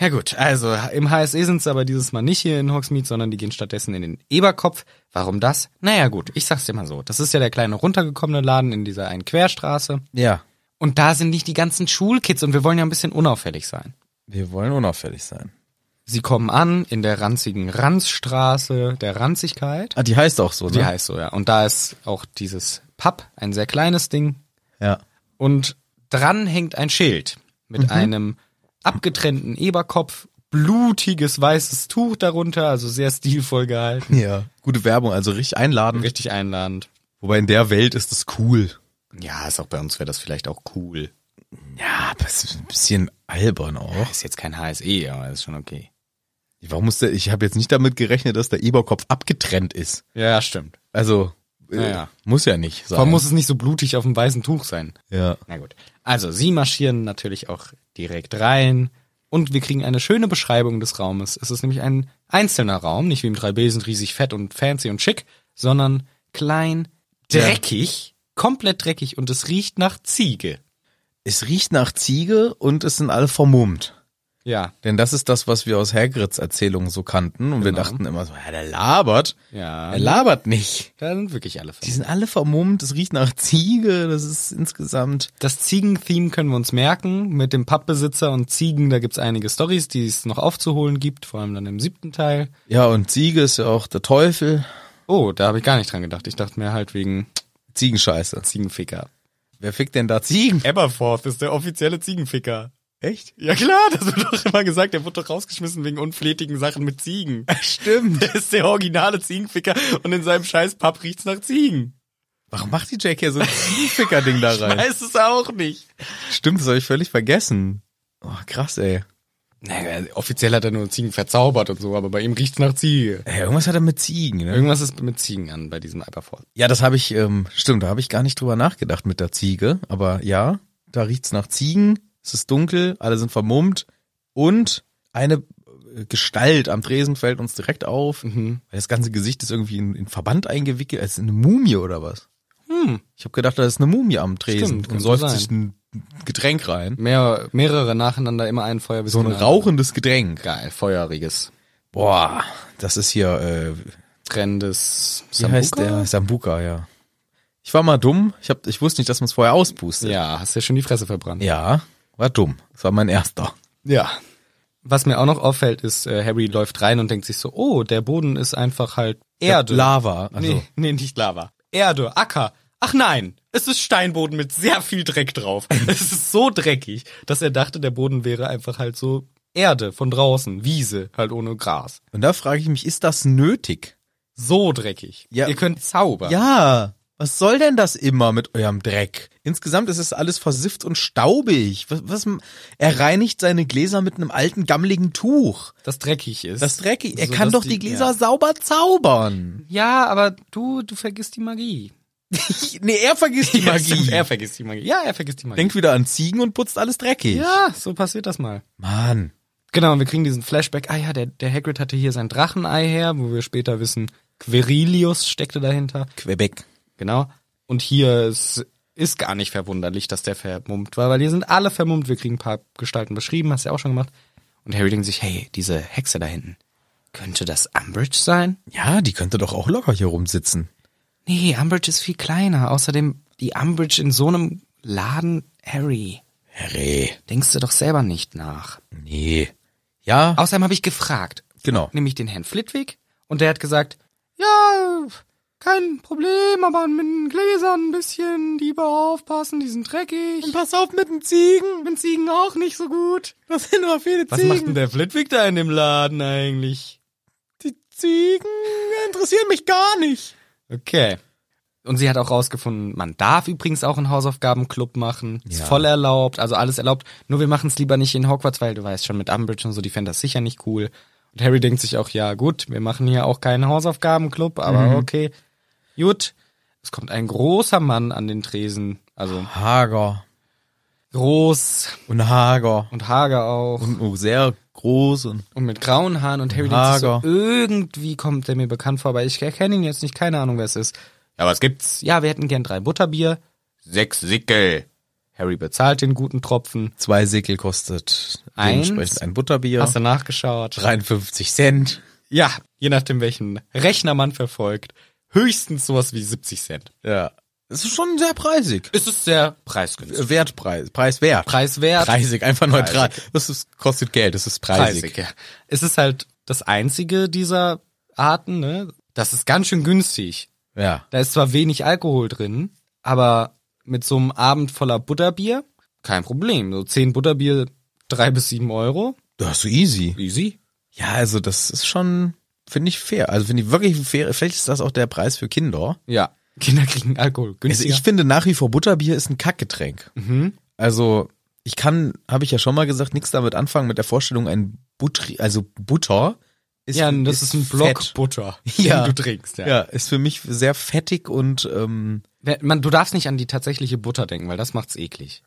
Speaker 2: Ja gut, also im HSE sind's aber dieses Mal nicht hier in Hogsmeade, sondern die gehen stattdessen in den Eberkopf. Warum das? Naja gut, ich sag's dir mal so. Das ist ja der kleine runtergekommene Laden in dieser einen Querstraße.
Speaker 1: ja.
Speaker 2: Und da sind nicht die ganzen Schulkids und wir wollen ja ein bisschen unauffällig sein.
Speaker 1: Wir wollen unauffällig sein.
Speaker 2: Sie kommen an in der ranzigen Ranzstraße der Ranzigkeit.
Speaker 1: Ah, die heißt auch so, ne?
Speaker 2: Die heißt so, ja. Und da ist auch dieses Pub, ein sehr kleines Ding.
Speaker 1: Ja.
Speaker 2: Und dran hängt ein Schild mit einem abgetrennten Eberkopf, blutiges weißes Tuch darunter, also sehr stilvoll gehalten.
Speaker 1: Ja. Gute Werbung, also richtig einladen.
Speaker 2: Richtig einladend.
Speaker 1: Wobei in der Welt ist es cool.
Speaker 2: Ja, ist auch bei uns wäre das vielleicht auch cool.
Speaker 1: Ja, aber es ist ein bisschen albern auch.
Speaker 2: Ist jetzt kein HSE, aber ist schon okay.
Speaker 1: Warum muss der, ich habe jetzt nicht damit gerechnet, dass der Eberkopf abgetrennt ist.
Speaker 2: Ja, stimmt.
Speaker 1: Also, äh,
Speaker 2: Naja.
Speaker 1: muss ja nicht sein.
Speaker 2: Warum muss es nicht so blutig auf dem weißen Tuch sein?
Speaker 1: ja.
Speaker 2: Na gut. Also, sie marschieren natürlich auch direkt rein und wir kriegen eine schöne Beschreibung des Raumes. Es ist nämlich ein einzelner Raum, nicht wie im Dreibesen riesig fett und fancy und schick, sondern klein, dreckig, komplett dreckig und es riecht nach Ziege.
Speaker 1: Es riecht nach Ziege und es sind alle vermummt.
Speaker 2: Ja,
Speaker 1: Denn das ist das, was wir aus Hagrids Erzählungen so kannten. Und wir dachten immer so, ja, der labert.
Speaker 2: Ja.
Speaker 1: Er labert nicht.
Speaker 2: da sind wirklich alle
Speaker 1: Die
Speaker 2: verrückt.
Speaker 1: sind alle vermummt, es riecht nach Ziege. Das ist insgesamt...
Speaker 2: Das Ziegen-Theme können wir uns merken. Mit dem Pappbesitzer und Ziegen, da gibt's einige Stories, die es noch aufzuholen gibt, vor allem dann im siebten Teil.
Speaker 1: Ja, und Ziege ist ja auch der Teufel.
Speaker 2: Oh, da habe ich gar nicht dran gedacht. Ich dachte mir halt wegen
Speaker 1: Ziegenscheiße.
Speaker 2: Ziegenficker.
Speaker 1: Wer fickt denn da Ziegen?
Speaker 2: Aberforth ist der offizielle Ziegenficker.
Speaker 1: Echt?
Speaker 2: Ja klar, das wird doch immer gesagt, der wurde doch rausgeschmissen wegen unflätigen Sachen mit Ziegen.
Speaker 1: Stimmt.
Speaker 2: Der ist der originale Ziegenficker und in seinem scheiß Pub riecht's nach Ziegen.
Speaker 1: Warum macht die Jack hier so ein Ziegenficker-Ding da rein?
Speaker 2: Weiß es auch nicht.
Speaker 1: Stimmt, das habe ich völlig vergessen. Oh, krass, ey.
Speaker 2: Naja, offiziell hat er nur Ziegen verzaubert und so, aber bei ihm riecht's nach Ziege.
Speaker 1: Ey, Irgendwas hat er mit Ziegen, ne?
Speaker 2: Irgendwas ist mit Ziegen an bei diesem Aberforth.
Speaker 1: Ja, das habe ich, ähm, stimmt, da habe ich gar nicht drüber nachgedacht mit der Ziege. Aber ja, da riecht's nach Ziegen, es ist dunkel, alle sind vermummt und eine äh, Gestalt am Tresen fällt uns direkt auf.
Speaker 2: Mhm.
Speaker 1: Weil das ganze Gesicht ist irgendwie in, in Verband eingewickelt. als eine Mumie oder was?
Speaker 2: Hm.
Speaker 1: Ich habe gedacht, da ist eine Mumie am Tresen
Speaker 2: Stimmt,
Speaker 1: und
Speaker 2: könnte
Speaker 1: säuft
Speaker 2: sein.
Speaker 1: sich ein Getränk rein.
Speaker 2: Mehr, mehrere nacheinander immer ein Feuer bis
Speaker 1: So ein
Speaker 2: hinten an.
Speaker 1: rauchendes Getränk.
Speaker 2: Geil, feueriges.
Speaker 1: Boah, das ist hier, äh,
Speaker 2: Trennendes
Speaker 1: wie heißt der? Sambuka, ja. Ich war mal dumm. Ich, hab, ich wusste nicht, dass man es vorher auspustet.
Speaker 2: Ja, hast ja schon die Fresse verbrannt.
Speaker 1: Ja, war dumm. Das war mein erster.
Speaker 2: Ja. Was mir auch noch auffällt, ist, äh, Harry läuft rein und denkt sich so, oh, der Boden ist einfach halt Erde.
Speaker 1: Lava. Also,
Speaker 2: Nee, nee, nicht Lava. Erde, Acker. Ach nein, es ist Steinboden mit sehr viel Dreck drauf. es ist so dreckig, dass er dachte, der Boden wäre einfach halt so Erde von draußen, Wiese, halt ohne Gras.
Speaker 1: Und da frage ich mich, ist das nötig?
Speaker 2: So dreckig.
Speaker 1: Ja.
Speaker 2: Ihr könnt zaubern.
Speaker 1: Ja, was soll denn das immer mit eurem Dreck? Insgesamt ist es alles versifft und staubig. Was, was, er reinigt seine Gläser mit einem alten, gammeligen Tuch.
Speaker 2: Das dreckig ist.
Speaker 1: Das dreckig. Er
Speaker 2: So,
Speaker 1: kann
Speaker 2: dass
Speaker 1: doch die, Gläser
Speaker 2: Ja.
Speaker 1: sauber zaubern.
Speaker 2: Ja, aber du, du vergisst die Magie.
Speaker 1: nee, er vergisst die
Speaker 2: Ja, stimmt,
Speaker 1: Magie.
Speaker 2: er vergisst die Magie. Ja, er vergisst die Magie.
Speaker 1: Denkt wieder an Ziegen und putzt alles dreckig.
Speaker 2: ja, so passiert das mal.
Speaker 1: Mann.
Speaker 2: Genau, und wir kriegen diesen Flashback. Ah ja, der, der Hagrid hatte hier sein Drachenei her, wo wir später wissen, Quirilius steckte dahinter.
Speaker 1: Quebec.
Speaker 2: Genau. Und hier ist, ist gar nicht verwunderlich, dass der vermummt war, weil hier sind alle vermummt. Wir kriegen ein paar Gestalten beschrieben, hast du ja auch schon gemacht. Und Harry denkt sich, hey, diese Hexe da hinten, könnte das Umbridge sein?
Speaker 1: Ja, die könnte doch auch locker hier rumsitzen.
Speaker 2: Nee, Umbridge ist viel kleiner. Außerdem, die Umbridge in so einem Laden, Harry,
Speaker 1: Herre.
Speaker 2: denkst du doch selber nicht nach.
Speaker 1: Nee. Ja,
Speaker 2: Außerdem habe ich gefragt,
Speaker 1: genau.
Speaker 2: nämlich den Herrn Flitwick, und der hat gesagt, ja, kein Problem, aber mit den Gläsern ein bisschen lieber aufpassen, die sind dreckig.
Speaker 1: Pass auf mit den Ziegen.
Speaker 2: Mit Ziegen auch nicht so gut.
Speaker 1: Das sind aber viele
Speaker 2: Was macht denn der Flitwick da in dem Laden eigentlich?
Speaker 1: Die Ziegen interessieren mich gar nicht.
Speaker 2: Okay. Und sie hat auch rausgefunden, man darf übrigens auch einen Hausaufgabenclub machen. Ist
Speaker 1: Ja.
Speaker 2: voll erlaubt, also alles erlaubt. Nur wir machen es lieber nicht in Hogwarts, weil du weißt schon, mit Umbridge und so, die fänden das sicher nicht cool. Und Harry denkt sich auch, ja gut, wir machen hier auch keinen Hausaufgabenclub, aber
Speaker 1: Mhm.
Speaker 2: okay. Gut. Es kommt ein großer Mann an den Tresen. Also
Speaker 1: Hager
Speaker 2: groß
Speaker 1: und Hager
Speaker 2: und hager auch.
Speaker 1: und oh, sehr groß und
Speaker 2: Und mit grauen Haaren und Harry denkt sich so,
Speaker 1: Hager.
Speaker 2: irgendwie kommt der mir bekannt vor, aber ich erkenne ihn jetzt nicht, keine Ahnung, wer es ist. Ja, was gibt's? Ja, wir hätten gern drei Butterbier. Sechs Sickel. Harry bezahlt den guten Tropfen.
Speaker 1: zwei Sickel kostet
Speaker 2: Eins.
Speaker 1: dementsprechend ein Butterbier.
Speaker 2: Hast du nachgeschaut?
Speaker 1: 53 Cent.
Speaker 2: Ja, je nachdem, welchen Rechner man verfolgt. Höchstens sowas wie 70 Cent.
Speaker 1: Ja. Es ist schon sehr preisig. Äh,
Speaker 2: Es ist sehr preisgünstig.
Speaker 1: Wertpreis, preiswert.
Speaker 2: Äh, Preiswert.
Speaker 1: Preisig, einfach neutral. Das ist, kostet Geld, das ist preisig.
Speaker 2: Preisig, ja. Es ist halt das einzige dieser Arten, ne? Das ist ganz schön günstig.
Speaker 1: Ja.
Speaker 2: Da ist zwar wenig Alkohol drin, aber mit so einem Abend voller Butterbier, kein Problem. So zehn Butterbier, drei bis sieben Euro.
Speaker 1: Das ist so easy.
Speaker 2: Easy.
Speaker 1: Ja, also das ist schon, finde ich fair. Also finde ich wirklich fair. Vielleicht ist das auch der Preis für Kinder.
Speaker 2: Ja. Kinder kriegen Alkohol.
Speaker 1: Also
Speaker 2: Günstiger.
Speaker 1: ich finde nach wie vor Butterbier ist ein Kackgetränk.
Speaker 2: Mhm.
Speaker 1: Also ich kann, habe ich ja schon mal gesagt, nichts damit anfangen mit der Vorstellung, ein Butter, also Butter ist
Speaker 2: ja, das ist, ein Block
Speaker 1: fett.
Speaker 2: Butter,
Speaker 1: Ja.
Speaker 2: den du trinkst. Ja.
Speaker 1: Ja. ist für mich sehr fettig und ähm,
Speaker 2: Wer- Man, du darfst nicht an die tatsächliche Butter denken, weil das macht's eklig.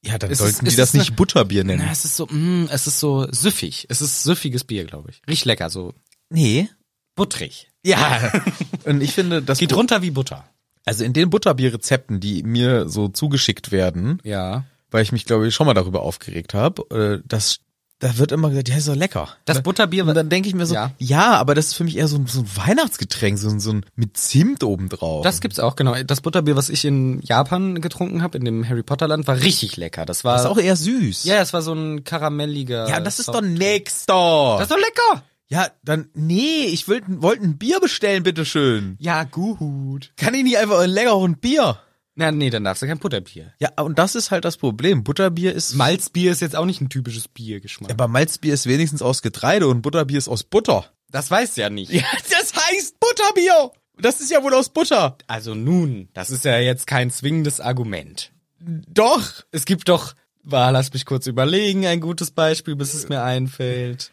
Speaker 1: ja, dann
Speaker 2: Es ist-
Speaker 1: sollten die
Speaker 2: es
Speaker 1: das
Speaker 2: ist eine-
Speaker 1: nicht Butterbier nennen.
Speaker 2: Na, es ist so, mm, es ist so süffig. Es ist süffiges Bier, glaube ich. Riecht lecker, so
Speaker 1: nee.
Speaker 2: butterig.
Speaker 1: Ja. und ich finde, das
Speaker 2: Geht runter wie Butter.
Speaker 1: also in den Butterbierrezepten, die mir so zugeschickt werden,
Speaker 2: Ja.
Speaker 1: weil ich mich glaube ich schon mal darüber aufgeregt habe, äh, das da wird immer gesagt, ja, ist doch lecker.
Speaker 2: Das Butterbier,
Speaker 1: Und dann denke ich mir so, ja.
Speaker 2: Ja.
Speaker 1: aber das ist für mich eher so ein, so ein Weihnachtsgetränk, so ein, so ein mit Zimt obendrauf.
Speaker 2: Das gibt's auch, genau. Das Butterbier, was ich in Japan getrunken habe, in dem Harry Potter Land, war richtig lecker. Das war.
Speaker 1: das ist auch eher süß.
Speaker 2: ja, es war so ein karamelliger.
Speaker 1: ja das ist
Speaker 2: Soft-
Speaker 1: doch nix doch.
Speaker 2: Das ist doch lecker!
Speaker 1: ja, dann, nee, ich wollte wollt ein Bier bestellen, bitteschön.
Speaker 2: Ja, gut.
Speaker 1: Kann ich nicht einfach ein leckeres Bier?
Speaker 2: Na, nee, dann darfst du kein Butterbier.
Speaker 1: Ja, und das ist halt das Problem. Butterbier ist...
Speaker 2: Malzbier ist jetzt auch nicht ein typisches Biergeschmack.
Speaker 1: aber Malzbier ist wenigstens aus Getreide und Butterbier ist aus Butter.
Speaker 2: Das weißt du ja nicht.
Speaker 1: Ja, das heißt Butterbier. Das ist ja wohl aus Butter.
Speaker 2: Also nun, das ist ja jetzt kein zwingendes Argument.
Speaker 1: Doch.
Speaker 2: Es gibt doch, war, lass mich kurz überlegen, ein gutes Beispiel, bis
Speaker 1: Äh.
Speaker 2: es mir einfällt.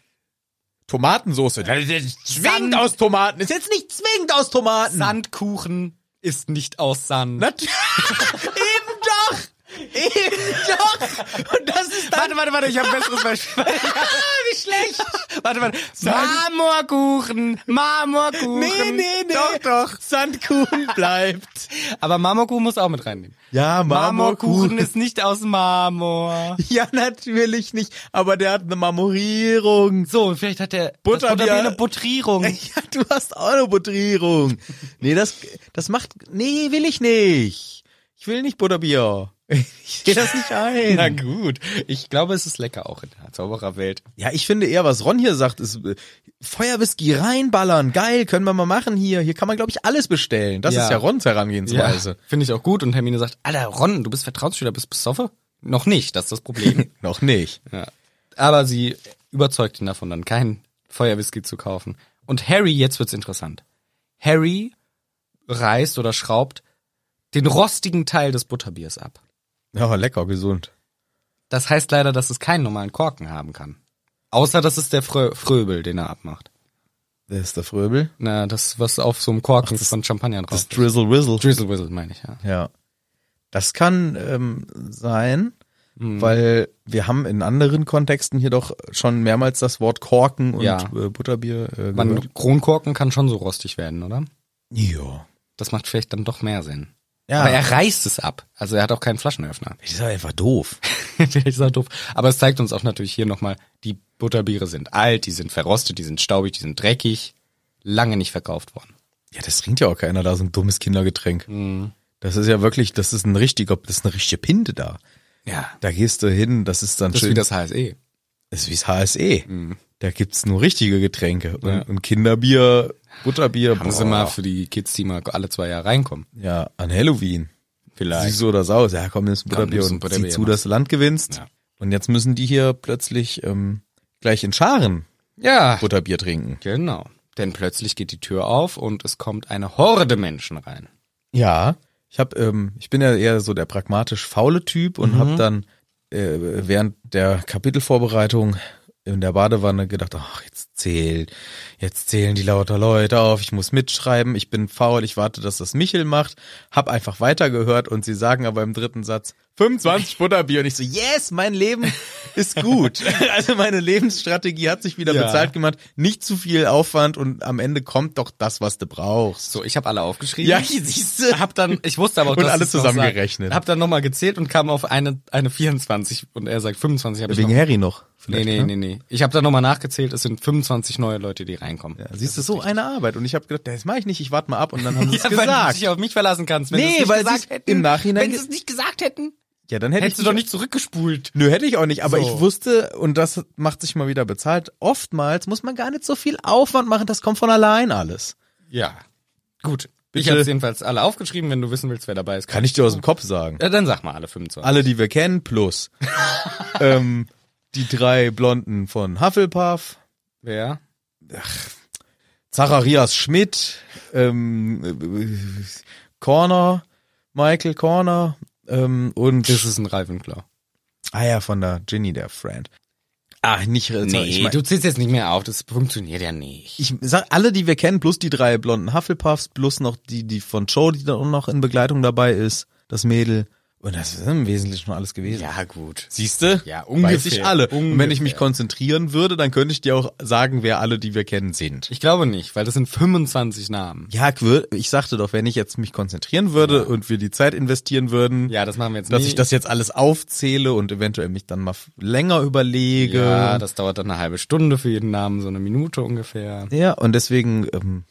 Speaker 1: Tomatensoße. Das ist zwingend aus Tomaten. Ist jetzt nicht zwingend aus Tomaten.
Speaker 2: Sandkuchen ist nicht aus Sand.
Speaker 1: Nat Eben doch! Eben doch! Und das ist
Speaker 2: Warte, warte, warte, ich habe ein besseres Beispiel.
Speaker 1: wie schlecht!
Speaker 2: Warte, warte. Marmorkuchen, Marmorkuchen.
Speaker 1: Nee, nee, nee.
Speaker 2: Doch, doch.
Speaker 1: Sandkuchen bleibt.
Speaker 2: Aber Marmorkuchen muss auch mit reinnehmen.
Speaker 1: Ja,
Speaker 2: Marmorkuchen ist nicht aus Marmor.
Speaker 1: Ja, natürlich nicht. Aber der hat eine Marmorierung.
Speaker 2: So, und vielleicht hat der
Speaker 1: Butter-
Speaker 2: das Butterbier
Speaker 1: Bier-
Speaker 2: eine Butrierung.
Speaker 1: Ja, du hast auch eine Butrierung. Nee, das, das macht, nee, will ich nicht. Ich will nicht Butterbier. Ich sehe das nicht ein.
Speaker 2: Na gut, ich glaube, es ist lecker auch in der Zaubererwelt.
Speaker 1: Ja, ich finde eher, was Ron hier sagt, ist äh, Feuerwhisky reinballern. Geil, können wir mal machen hier. Hier kann man, glaube ich, alles bestellen. Das
Speaker 2: Ja.
Speaker 1: ist ja Rons Herangehensweise.
Speaker 2: finde ich auch gut. Und Hermine sagt, Alter, Ron, du bist Vertrauensschüler, bist besoffen? Noch nicht, das ist das Problem.
Speaker 1: Noch nicht.
Speaker 2: ja. Aber sie überzeugt ihn davon, dann keinen Feuerwhisky zu kaufen. Und Harry, jetzt wird's interessant. Harry reißt oder schraubt den rostigen Teil des Butterbiers ab.
Speaker 1: Ja, lecker, gesund.
Speaker 2: Das heißt leider, dass es keinen normalen Korken haben kann. Außer, dass es der Frö Fröbel, den er abmacht.
Speaker 1: Das ist der Fröbel.
Speaker 2: Na, das, was auf so einem Korken von Champagner drauf
Speaker 1: Das
Speaker 2: ist.
Speaker 1: Drizzle Rizzle.
Speaker 2: Drizzle Whistle, meine ich, ja.
Speaker 1: Ja. Das kann ähm, sein,
Speaker 2: Mhm.
Speaker 1: weil wir haben in anderen Kontexten hier doch schon mehrmals das Wort Korken und
Speaker 2: Ja.
Speaker 1: äh, Butterbier äh,
Speaker 2: Man,
Speaker 1: gehört.
Speaker 2: Kronkorken kann schon so rostig werden, oder?
Speaker 1: Ja.
Speaker 2: Das macht vielleicht dann doch mehr Sinn.
Speaker 1: Ja.
Speaker 2: Aber er reißt es ab. Also er hat auch keinen Flaschenöffner.
Speaker 1: Das ist halt einfach doof.
Speaker 2: Der ist auch doof. Aber es zeigt uns auch natürlich hier nochmal, die Butterbiere sind alt, die sind verrostet, die sind staubig, die sind dreckig. Lange nicht verkauft worden.
Speaker 1: Ja, das trinkt ja auch keiner da, so ein dummes Kindergetränk.
Speaker 2: Mhm.
Speaker 1: Das ist ja wirklich, das ist ein richtiger, das ist eine richtige Pinte da.
Speaker 2: Ja.
Speaker 1: Da gehst du hin, das ist dann
Speaker 2: Das ist
Speaker 1: schön.
Speaker 2: wie das E. Mhm. HSE.
Speaker 1: das ist wie's HSE. Da gibt's nur richtige Getränke. Und, und Kinderbier, Butterbier,
Speaker 2: Haben sie
Speaker 1: boah.
Speaker 2: mal für die Kids, die mal alle zwei Jahre reinkommen.
Speaker 1: ja, an Halloween.
Speaker 2: Vielleicht.
Speaker 1: Sieh so oder saus. Ja, komm, nimmst ein
Speaker 2: Komm,
Speaker 1: Butterbier
Speaker 2: nimmst ein
Speaker 1: und
Speaker 2: Butterbier,
Speaker 1: sieh zu, dass du Land gewinnst.
Speaker 2: Ja.
Speaker 1: Und jetzt müssen die hier plötzlich ähm, gleich in Scharen
Speaker 2: Ja.
Speaker 1: Butterbier trinken.
Speaker 2: Genau. Denn plötzlich geht die Tür auf und es kommt eine Horde Menschen rein.
Speaker 1: Ja. Ich hab, ähm, ich bin ja eher so der pragmatisch faule Typ und hab dann äh, während der Kapitelvorbereitung in der Badewanne gedacht, ach, jetzt zählt, jetzt zählen die lauter Leute auf, ich muss mitschreiben, ich bin faul, ich warte, dass das Michel macht, hab einfach weitergehört und sie sagen aber im dritten Satz 25 Butterbier und ich so, yes, mein Leben ist gut. also meine Lebensstrategie hat sich wieder
Speaker 2: Ja.
Speaker 1: bezahlt gemacht, nicht zu viel Aufwand und am Ende kommt doch das, was du brauchst.
Speaker 2: So, ich habe alle aufgeschrieben.
Speaker 1: Ja, siehst du.
Speaker 2: Hab dann, ich wusste aber auch,
Speaker 1: Und
Speaker 2: dass
Speaker 1: alle
Speaker 2: es noch
Speaker 1: zusammengerechnet.
Speaker 2: Sagt. Hab dann nochmal gezählt und kam auf eine, eine 24 und er sagt 25. Hab ich
Speaker 1: Wegen
Speaker 2: noch,
Speaker 1: Harry noch.
Speaker 2: nee,
Speaker 1: Vielleicht,
Speaker 2: nee,
Speaker 1: ne?
Speaker 2: nee, nee. Ich habe dann nochmal nachgezählt, es sind 25 neue Leute, die reinkommen.
Speaker 1: Ja, siehst du, so eine Arbeit. Und ich habe gedacht, das mache ich nicht, ich warte mal ab. Und dann haben sie es
Speaker 2: Ja, weil du
Speaker 1: gesagt.
Speaker 2: dich auf mich verlassen kannst. Wenn
Speaker 1: Nee,
Speaker 2: sie es nicht
Speaker 1: weil sie
Speaker 2: gesagt
Speaker 1: es
Speaker 2: hätten,
Speaker 1: im Nachhinein
Speaker 2: Wenn
Speaker 1: ge-
Speaker 2: sie es nicht gesagt hätten,
Speaker 1: Ja, dann hätte
Speaker 2: hättest du
Speaker 1: ich
Speaker 2: doch nicht zurückgespult.
Speaker 1: Nö, hätte ich auch nicht, aber
Speaker 2: So.
Speaker 1: ich wusste, und das macht sich mal wieder bezahlt, oftmals muss man gar nicht so viel Aufwand machen, das kommt von allein alles.
Speaker 2: Ja. Gut. Ich
Speaker 1: Bitte.
Speaker 2: habe jedenfalls alle aufgeschrieben, wenn du wissen willst, wer dabei ist.
Speaker 1: Kann ich dir aus dem Kopf sagen.
Speaker 2: Ja, dann sag mal alle 25.
Speaker 1: Alle, die wir kennen, plus ähm, die drei Blonden von Hufflepuff,
Speaker 2: Wer?
Speaker 1: Zacharias Schmidt, ähm, äh, Corner, Michael Corner ähm, und
Speaker 2: Das ist ein Ravenclaw.
Speaker 1: Ah ja, von der Ginny, der Friend. Ah, nicht sorry,
Speaker 2: Nee,
Speaker 1: ich, mein,
Speaker 2: du zählst jetzt nicht mehr auf, das funktioniert ja nicht.
Speaker 1: ich sag alle, die wir kennen, plus die drei blonden Hufflepuffs, plus noch die, die von Joe, die da auch noch in Begleitung dabei ist, das Mädel. Und das ist im Wesentlichen schon alles gewesen.
Speaker 2: Ja, gut.
Speaker 1: Siehste?
Speaker 2: Ja, ungefähr,
Speaker 1: Weiß ich alle. Und wenn ich mich
Speaker 2: ungefähr.
Speaker 1: konzentrieren würde, dann könnte ich dir auch sagen, wer alle, die wir kennen, sind.
Speaker 2: Ich glaube nicht, weil das sind 25 Namen.
Speaker 1: Ja, Quir- ich sagte doch, wenn ich jetzt mich konzentrieren würde und wir die Zeit investieren würden,
Speaker 2: Ja, das machen wir jetzt
Speaker 1: dass
Speaker 2: nie.
Speaker 1: ich das jetzt alles aufzähle und eventuell mich dann mal f- länger überlege.
Speaker 2: Ja, das dauert dann eine halbe Stunde für jeden Namen, so eine Minute ungefähr.
Speaker 1: Ja, und deswegen ähm,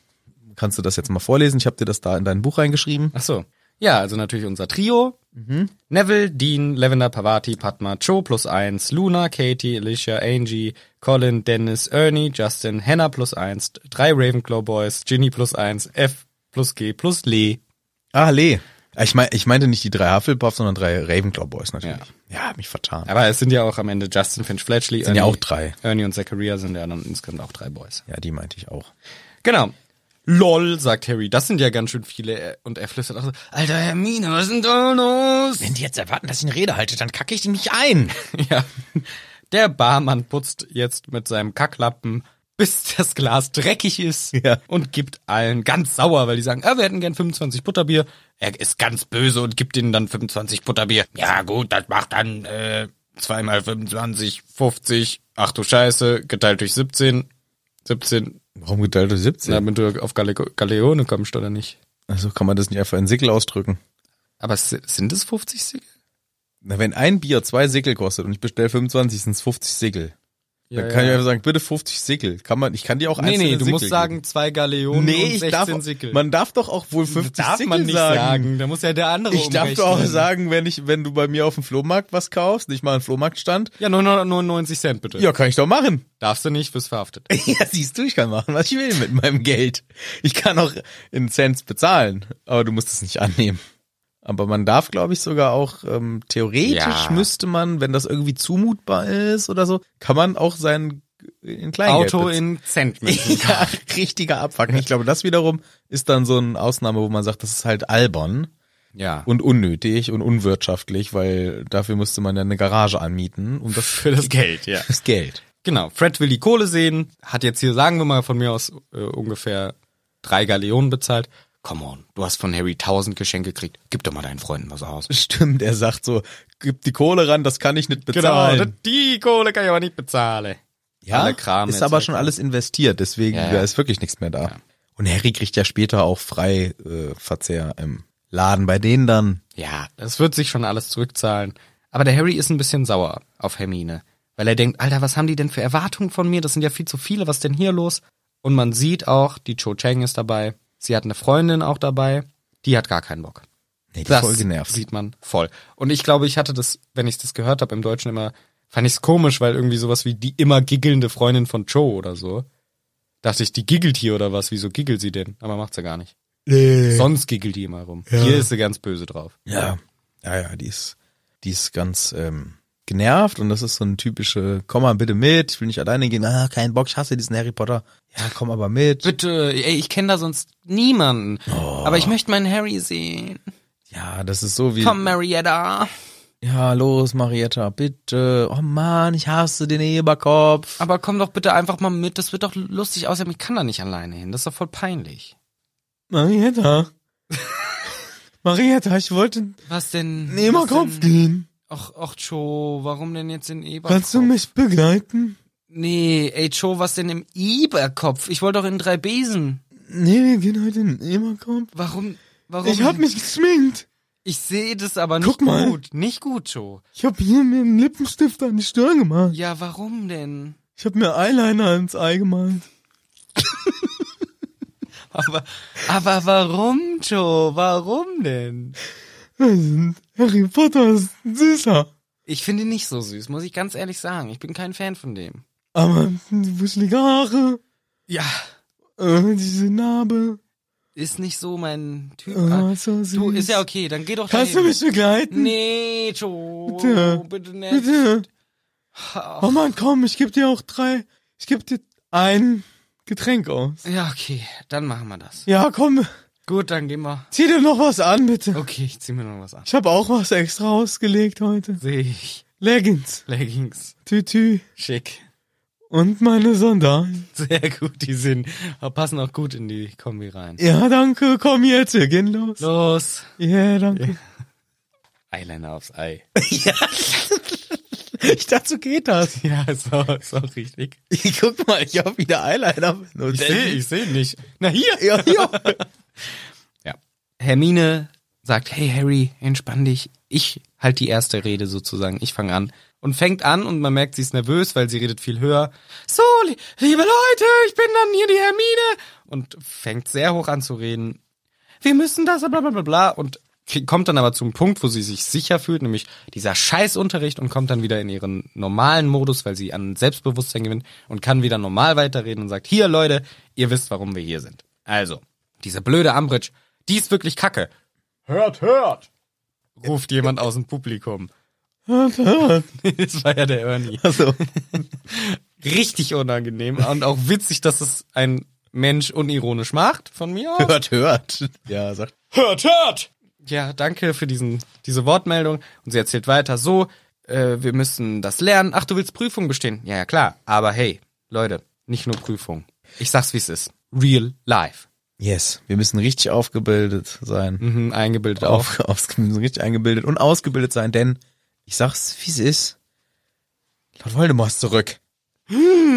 Speaker 1: kannst du das jetzt mal vorlesen. Ich habe dir das da in dein Buch reingeschrieben.
Speaker 2: Ach so. Ja, also natürlich unser Trio.
Speaker 1: Mhm.
Speaker 2: Neville, Dean, Lavender, Pavati, Padma, Joe plus eins, Luna, Katie, Alicia, Angie, Colin, Dennis, Ernie, Justin, Hannah plus eins, drei Ravenclaw Boys, Ginny plus eins, F plus G plus Lee.
Speaker 1: Ah, Lee. Ich, mein, ich meinte nicht die drei Hufflepuffs, sondern drei Ravenclaw Boys natürlich. Ja, hab mich vertan.
Speaker 2: Aber es sind ja auch am Ende Justin, Finch, Fletchley.
Speaker 1: Sind ja auch drei.
Speaker 2: Ernie und Zachariah sind ja dann insgesamt auch drei Boys.
Speaker 1: Ja, die meinte ich auch.
Speaker 2: Genau. LOL, sagt Harry, das sind ja ganz schön viele. äh, Und er flüstert auch so, Alter Hermine, was ist denn da los?
Speaker 1: Wenn die jetzt erwarten, dass ich eine Rede halte, dann kacke ich die nicht ein.
Speaker 2: Ja. Der Barmann putzt jetzt mit seinem Kacklappen, bis das Glas dreckig ist
Speaker 1: Ja.
Speaker 2: und gibt allen ganz sauer, weil die sagen, ah, wir hätten gern 25 Butterbier. Er ist ganz böse und gibt ihnen dann 25 Butterbier. Ja gut, das macht dann äh, 2 mal 25, 50. Ach du Scheiße, geteilt durch 17. 17,
Speaker 1: Warum geteilt durch 17?
Speaker 2: damit du auf Gale- Galeone kommst, oder nicht?
Speaker 1: Also kann man das nicht einfach in Sickel ausdrücken.
Speaker 2: Aber s- sind es 50 Siegel?
Speaker 1: Na, wenn ein Bier zwei Sickel kostet und ich bestelle 25, sind es 50 Sickel. dann kann ich einfach sagen, bitte 50 Sickel. Kann man, ich kann dir auch
Speaker 2: also Nee,
Speaker 1: einzelne
Speaker 2: nee, du
Speaker 1: Sickel
Speaker 2: musst sagen,
Speaker 1: geben.
Speaker 2: zwei Galeonen
Speaker 1: nee,
Speaker 2: und
Speaker 1: ich
Speaker 2: 16
Speaker 1: darf,
Speaker 2: Sickel.
Speaker 1: man darf doch auch wohl 50
Speaker 2: darf
Speaker 1: Sickel
Speaker 2: man nicht sagen. Da muss ja der andere
Speaker 1: Ich darf doch auch
Speaker 2: umrechnen.
Speaker 1: sagen, wenn ich, wenn du bei mir auf dem Flohmarkt was kaufst, nicht mal einen Flohmarktstand,
Speaker 2: Ja, 999 Cent bitte.
Speaker 1: ja, kann ich doch machen.
Speaker 2: Darfst du nicht, bist verhaftet.
Speaker 1: Ja, siehst du, ich kann machen, was ich will mit meinem Geld. Ich kann auch in Cents bezahlen, aber du musst es nicht annehmen. Aber man darf, glaube ich, sogar auch ähm, theoretisch
Speaker 2: Ja.
Speaker 1: müsste man, wenn das irgendwie zumutbar ist oder so, kann man auch sein in Kleingeld
Speaker 2: Auto
Speaker 1: bezahlen.
Speaker 2: in Cent.
Speaker 1: ja, richtiger Abfucken. Ich glaube, das wiederum ist dann so eine Ausnahme, wo man sagt, das ist halt albern
Speaker 2: ja.
Speaker 1: und unnötig und unwirtschaftlich, weil dafür müsste man ja eine Garage anmieten und das
Speaker 2: für das Geld, ja.
Speaker 1: das Geld.
Speaker 2: Genau. Fred will die Kohle sehen, hat jetzt hier, sagen wir mal, von mir aus äh, ungefähr drei Galeonen bezahlt. Come on, du hast von Harry 1000 Geschenke gekriegt. Gib doch mal deinen Freunden was aus.
Speaker 1: Stimmt, er sagt so, gib die Kohle ran, das kann ich nicht bezahlen.
Speaker 2: Genau, die Kohle kann ich aber nicht bezahlen. alle Kram
Speaker 1: ist
Speaker 2: jetzt
Speaker 1: aber
Speaker 2: weg.
Speaker 1: schon alles investiert, deswegen
Speaker 2: Ja, ja.
Speaker 1: da ist wirklich nichts mehr da. Und Harry kriegt ja später auch frei äh, Verzehr im Laden bei denen dann.
Speaker 2: Ja, das wird sich schon alles zurückzahlen. Aber der Harry ist ein bisschen sauer auf Hermine, weil er denkt, Alter, was haben die denn für Erwartungen von mir? Das sind ja viel zu viele, was ist denn hier los? Und man sieht auch, die Cho Chang ist dabei. Sie hat eine Freundin auch dabei. Die hat gar keinen Bock.
Speaker 1: Nee, die
Speaker 2: Das
Speaker 1: ist voll genervt.
Speaker 2: sieht man voll. Und ich glaube, ich hatte das, wenn ich das gehört habe im Deutschen immer, fand ich es komisch, weil irgendwie sowas wie die immer giggelnde Freundin von Joe oder so. Dachte ich, die giggelt hier oder was? Wieso giggelt sie denn? Aber macht sie gar nicht. Sonst giggelt die immer rum. Hier ist sie ganz böse drauf.
Speaker 1: Ja, ja, ja, die ist, die ist ganz ähm, genervt und das ist so ein typische, komm mal bitte mit, ich will nicht alleine gehen, ah, kein Bock, ich hasse diesen Harry Potter. Ja, komm aber mit.
Speaker 2: Bitte, ey, ich kenne da sonst niemanden.
Speaker 1: Oh.
Speaker 2: Aber ich möchte meinen Harry sehen.
Speaker 1: Ja, das ist so wie,
Speaker 2: Komm, Marietta.
Speaker 1: ja, los, Marietta, bitte. Oh Mann, ich hasse den Eberkopf.
Speaker 2: Aber komm doch bitte einfach mal mit. Das wird doch lustig aussehen. Ich kann da nicht alleine hin. Das ist doch voll peinlich.
Speaker 1: Marietta. Marietta, ich wollte in
Speaker 2: Was denn? was denn?
Speaker 1: gehen.
Speaker 2: Och, och, Joe, warum denn jetzt in Eberkopf?
Speaker 1: begleiten?
Speaker 2: Nee, ey, Joe, was denn im Eberkopf? Ich wollte doch in drei Besen.
Speaker 1: Nee, wir gehen heute in den Eberkopf.
Speaker 2: Warum? Warum?
Speaker 1: mich geschminkt.
Speaker 2: Ich sehe das aber nicht
Speaker 1: Guck mal.
Speaker 2: gut. Nicht gut, Joe.
Speaker 1: Ich hab hier mir einen Lippenstift an die Stirn gemacht.
Speaker 2: Ja, warum denn?
Speaker 1: Ich hab mir Eyeliner ins Ei gemalt.
Speaker 2: Aber, aber warum, Joe? Warum denn?
Speaker 1: Harry Potter ist süßer.
Speaker 2: Ich finde ihn nicht so süß, muss ich ganz ehrlich sagen. Ich bin kein Fan von dem.
Speaker 1: Aber die wuschelige Haare,
Speaker 2: Ja.
Speaker 1: äh, diese Narbe.
Speaker 2: Ist nicht so mein Typ.
Speaker 1: Oh, so süß.
Speaker 2: Ah, du, ist ja okay, dann geh doch
Speaker 1: Kannst du
Speaker 2: dahin.
Speaker 1: mich begleiten?
Speaker 2: Nee, Joe.
Speaker 1: Bitte.
Speaker 2: Bitte nicht.
Speaker 1: Bitte.
Speaker 2: Ach.
Speaker 1: Oh Mann, komm, ich geb dir auch drei. Ich geb dir ein Getränk aus.
Speaker 2: Ja, okay, dann machen wir das.
Speaker 1: Ja, komm,
Speaker 2: Gut, dann gehen wir.
Speaker 1: zieh dir noch was an, bitte.
Speaker 2: Okay, ich zieh mir noch was an.
Speaker 1: Ich hab auch was extra ausgelegt heute.
Speaker 2: Sehe ich.
Speaker 1: Leggings,
Speaker 2: Leggings.
Speaker 1: Tütü
Speaker 2: Schick.
Speaker 1: und meine Sandalen.
Speaker 2: Sehr gut, die sind. aber Passen auch gut in die Kombi rein.
Speaker 1: Ja, danke, komm jetzt, wir gehen los. Ja,
Speaker 2: Los.
Speaker 1: yeah, danke.
Speaker 2: Eyeliner aufs Ei.
Speaker 1: Ich dachte, so geht das.
Speaker 2: Ja, ist auch, ist auch richtig.
Speaker 1: Guck mal, ich hab wieder Eyeliner benutzt.
Speaker 2: Ich sehe ich seh nicht. Na hier.
Speaker 1: Ja, ja.
Speaker 2: Ja. Hermine sagt, hey Harry, entspann dich. Ich halt die erste Rede sozusagen. Ich fange an. Und fängt an und man merkt, sie ist nervös, weil sie redet viel höher. So, li liebe Leute, ich bin dann hier die Hermine. Und fängt sehr hoch an zu reden. Wir müssen das, bla bla bla bla. Und k- kommt dann aber zum Punkt, wo sie sich sicher fühlt, nämlich dieser Scheißunterricht und kommt dann wieder in ihren normalen Modus, weil sie an Selbstbewusstsein gewinnt und kann wieder normal weiterreden und sagt, hier Leute, ihr wisst, warum wir hier sind. Also, diese blöde Ambridge, die ist wirklich kacke. Hört, hört! Ruft jemand aus dem Publikum. Das war ja der Ernie.
Speaker 1: Also,
Speaker 2: Richtig unangenehm und auch witzig, dass es ein Mensch unironisch macht von mir aus.
Speaker 1: hört, hört. Ja, sagt.
Speaker 2: Hört, hört! Ja, danke für diesen, diese Wortmeldung. Und sie erzählt weiter so, äh, wir müssen das lernen. Ach, du willst Prüfung bestehen? Ja, ja, klar. Aber hey, Leute, nicht nur Prüfung. Ich sag's, wie's ist. Real life.
Speaker 1: Yes. Wir müssen richtig aufgebildet sein.
Speaker 2: Mhm, eingebildet auch.
Speaker 1: Auf, aufs, wir müssen richtig eingebildet und ausgebildet sein, denn ich sag's, wie es ist. Lord Voldemort ist zurück.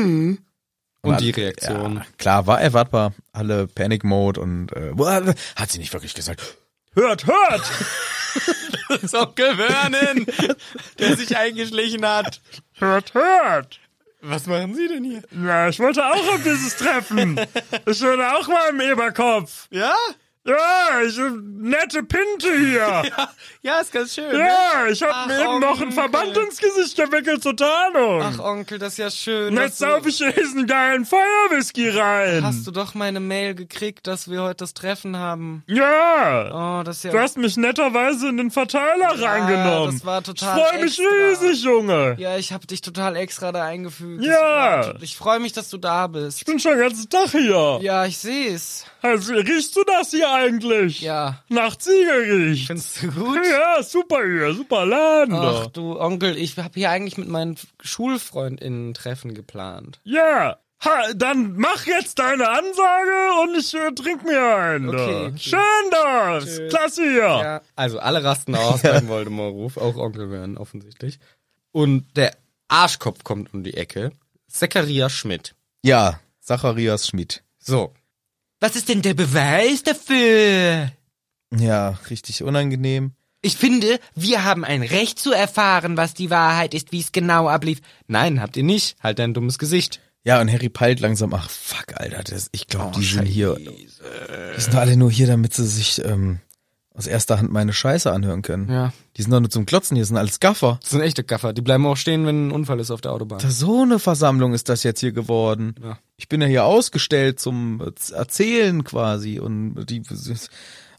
Speaker 2: Und die
Speaker 1: Alle-
Speaker 2: Reaktion.
Speaker 1: Ja, klar, war erwartbar. Alle Panic Mode und äh, hat sie nicht wirklich gesagt. Hört, hört!
Speaker 2: So gewöhnen, der sich eingeschlichen hat.
Speaker 4: Hört, hört!
Speaker 2: Was machen Sie denn hier?
Speaker 4: Na, ich wollte auch auf dieses Treffen. Ich würde auch mal im Eberkopf.
Speaker 2: Ja?
Speaker 4: Ja, ich nette Pinte hier.
Speaker 2: Ja, ist ganz schön. Ne?
Speaker 4: Ja, ich
Speaker 2: Ach,
Speaker 4: hab mir eben noch ein
Speaker 2: Onkel.
Speaker 4: Verband ins Gesicht gewickelt zur Tarnung.
Speaker 2: Ach, Onkel, das ist ja schön.
Speaker 4: Und
Speaker 2: dass
Speaker 4: jetzt
Speaker 2: du-
Speaker 4: sauf ich diesen geilen Feuerwhisky rein.
Speaker 2: Hast du doch meine Mail gekriegt, dass wir heute das Treffen haben?
Speaker 4: Ja.
Speaker 2: Oh, das ist ja.
Speaker 4: Du hast mich netterweise in den Verteiler reingenommen.
Speaker 2: das war total
Speaker 4: Ich freue mich
Speaker 2: extra.
Speaker 4: riesig, Junge.
Speaker 2: Ja, ich habe dich total extra da eingefügt.
Speaker 4: Ja.
Speaker 2: Das war- Ich freue mich, dass du da bist.
Speaker 4: Ich bin schon den ganzen Tag hier.
Speaker 2: Ja, ich seh's.
Speaker 4: Also, riechst du das hier eigentlich?
Speaker 2: Ja.
Speaker 4: Nach Ziegelriech.
Speaker 2: Findest du gut?
Speaker 4: Ja, super hier, super Laden
Speaker 2: Ach
Speaker 4: doch.
Speaker 2: du Onkel, ich habe hier eigentlich mit meinen SchulfreundInnen ein Treffen geplant.
Speaker 4: Ja. Ha, dann mach jetzt deine Ansage und ich äh, trink mir einen.
Speaker 2: Okay,
Speaker 4: da.
Speaker 2: okay.
Speaker 4: Schön das. Klasse hier.
Speaker 2: Ja. Also alle rasten aus beim Voldemort-Ruf, auch Onkel werden offensichtlich. Und der Arschkopf kommt um die Ecke. Zacharias Schmidt.
Speaker 1: Ja, Zacharias Schmid.
Speaker 2: So. Was ist denn der Beweis dafür?
Speaker 1: Ja, richtig unangenehm.
Speaker 2: Ich finde, wir haben ein Recht zu erfahren, was die Wahrheit ist, wie es genau ablief. Nein, habt ihr nicht. Halt dein dummes Gesicht.
Speaker 1: Ja, und Harry peilt langsam, ach fuck, Alter, das, ich glaube,
Speaker 2: Oh,
Speaker 1: die sind hier. Die sind alle nur hier, damit sie sich ähm, aus erster Hand meine Scheiße anhören können.
Speaker 2: Ja.
Speaker 1: Die sind doch nur zum Klotzen, hier sind alles Gaffer.
Speaker 2: Das sind echte Gaffer. Die bleiben auch stehen, wenn ein Unfall ist auf der Autobahn.
Speaker 1: Da so eine Versammlung ist das jetzt hier geworden.
Speaker 2: Ja.
Speaker 1: Ich bin ja hier ausgestellt zum äh, Z- Erzählen quasi und die.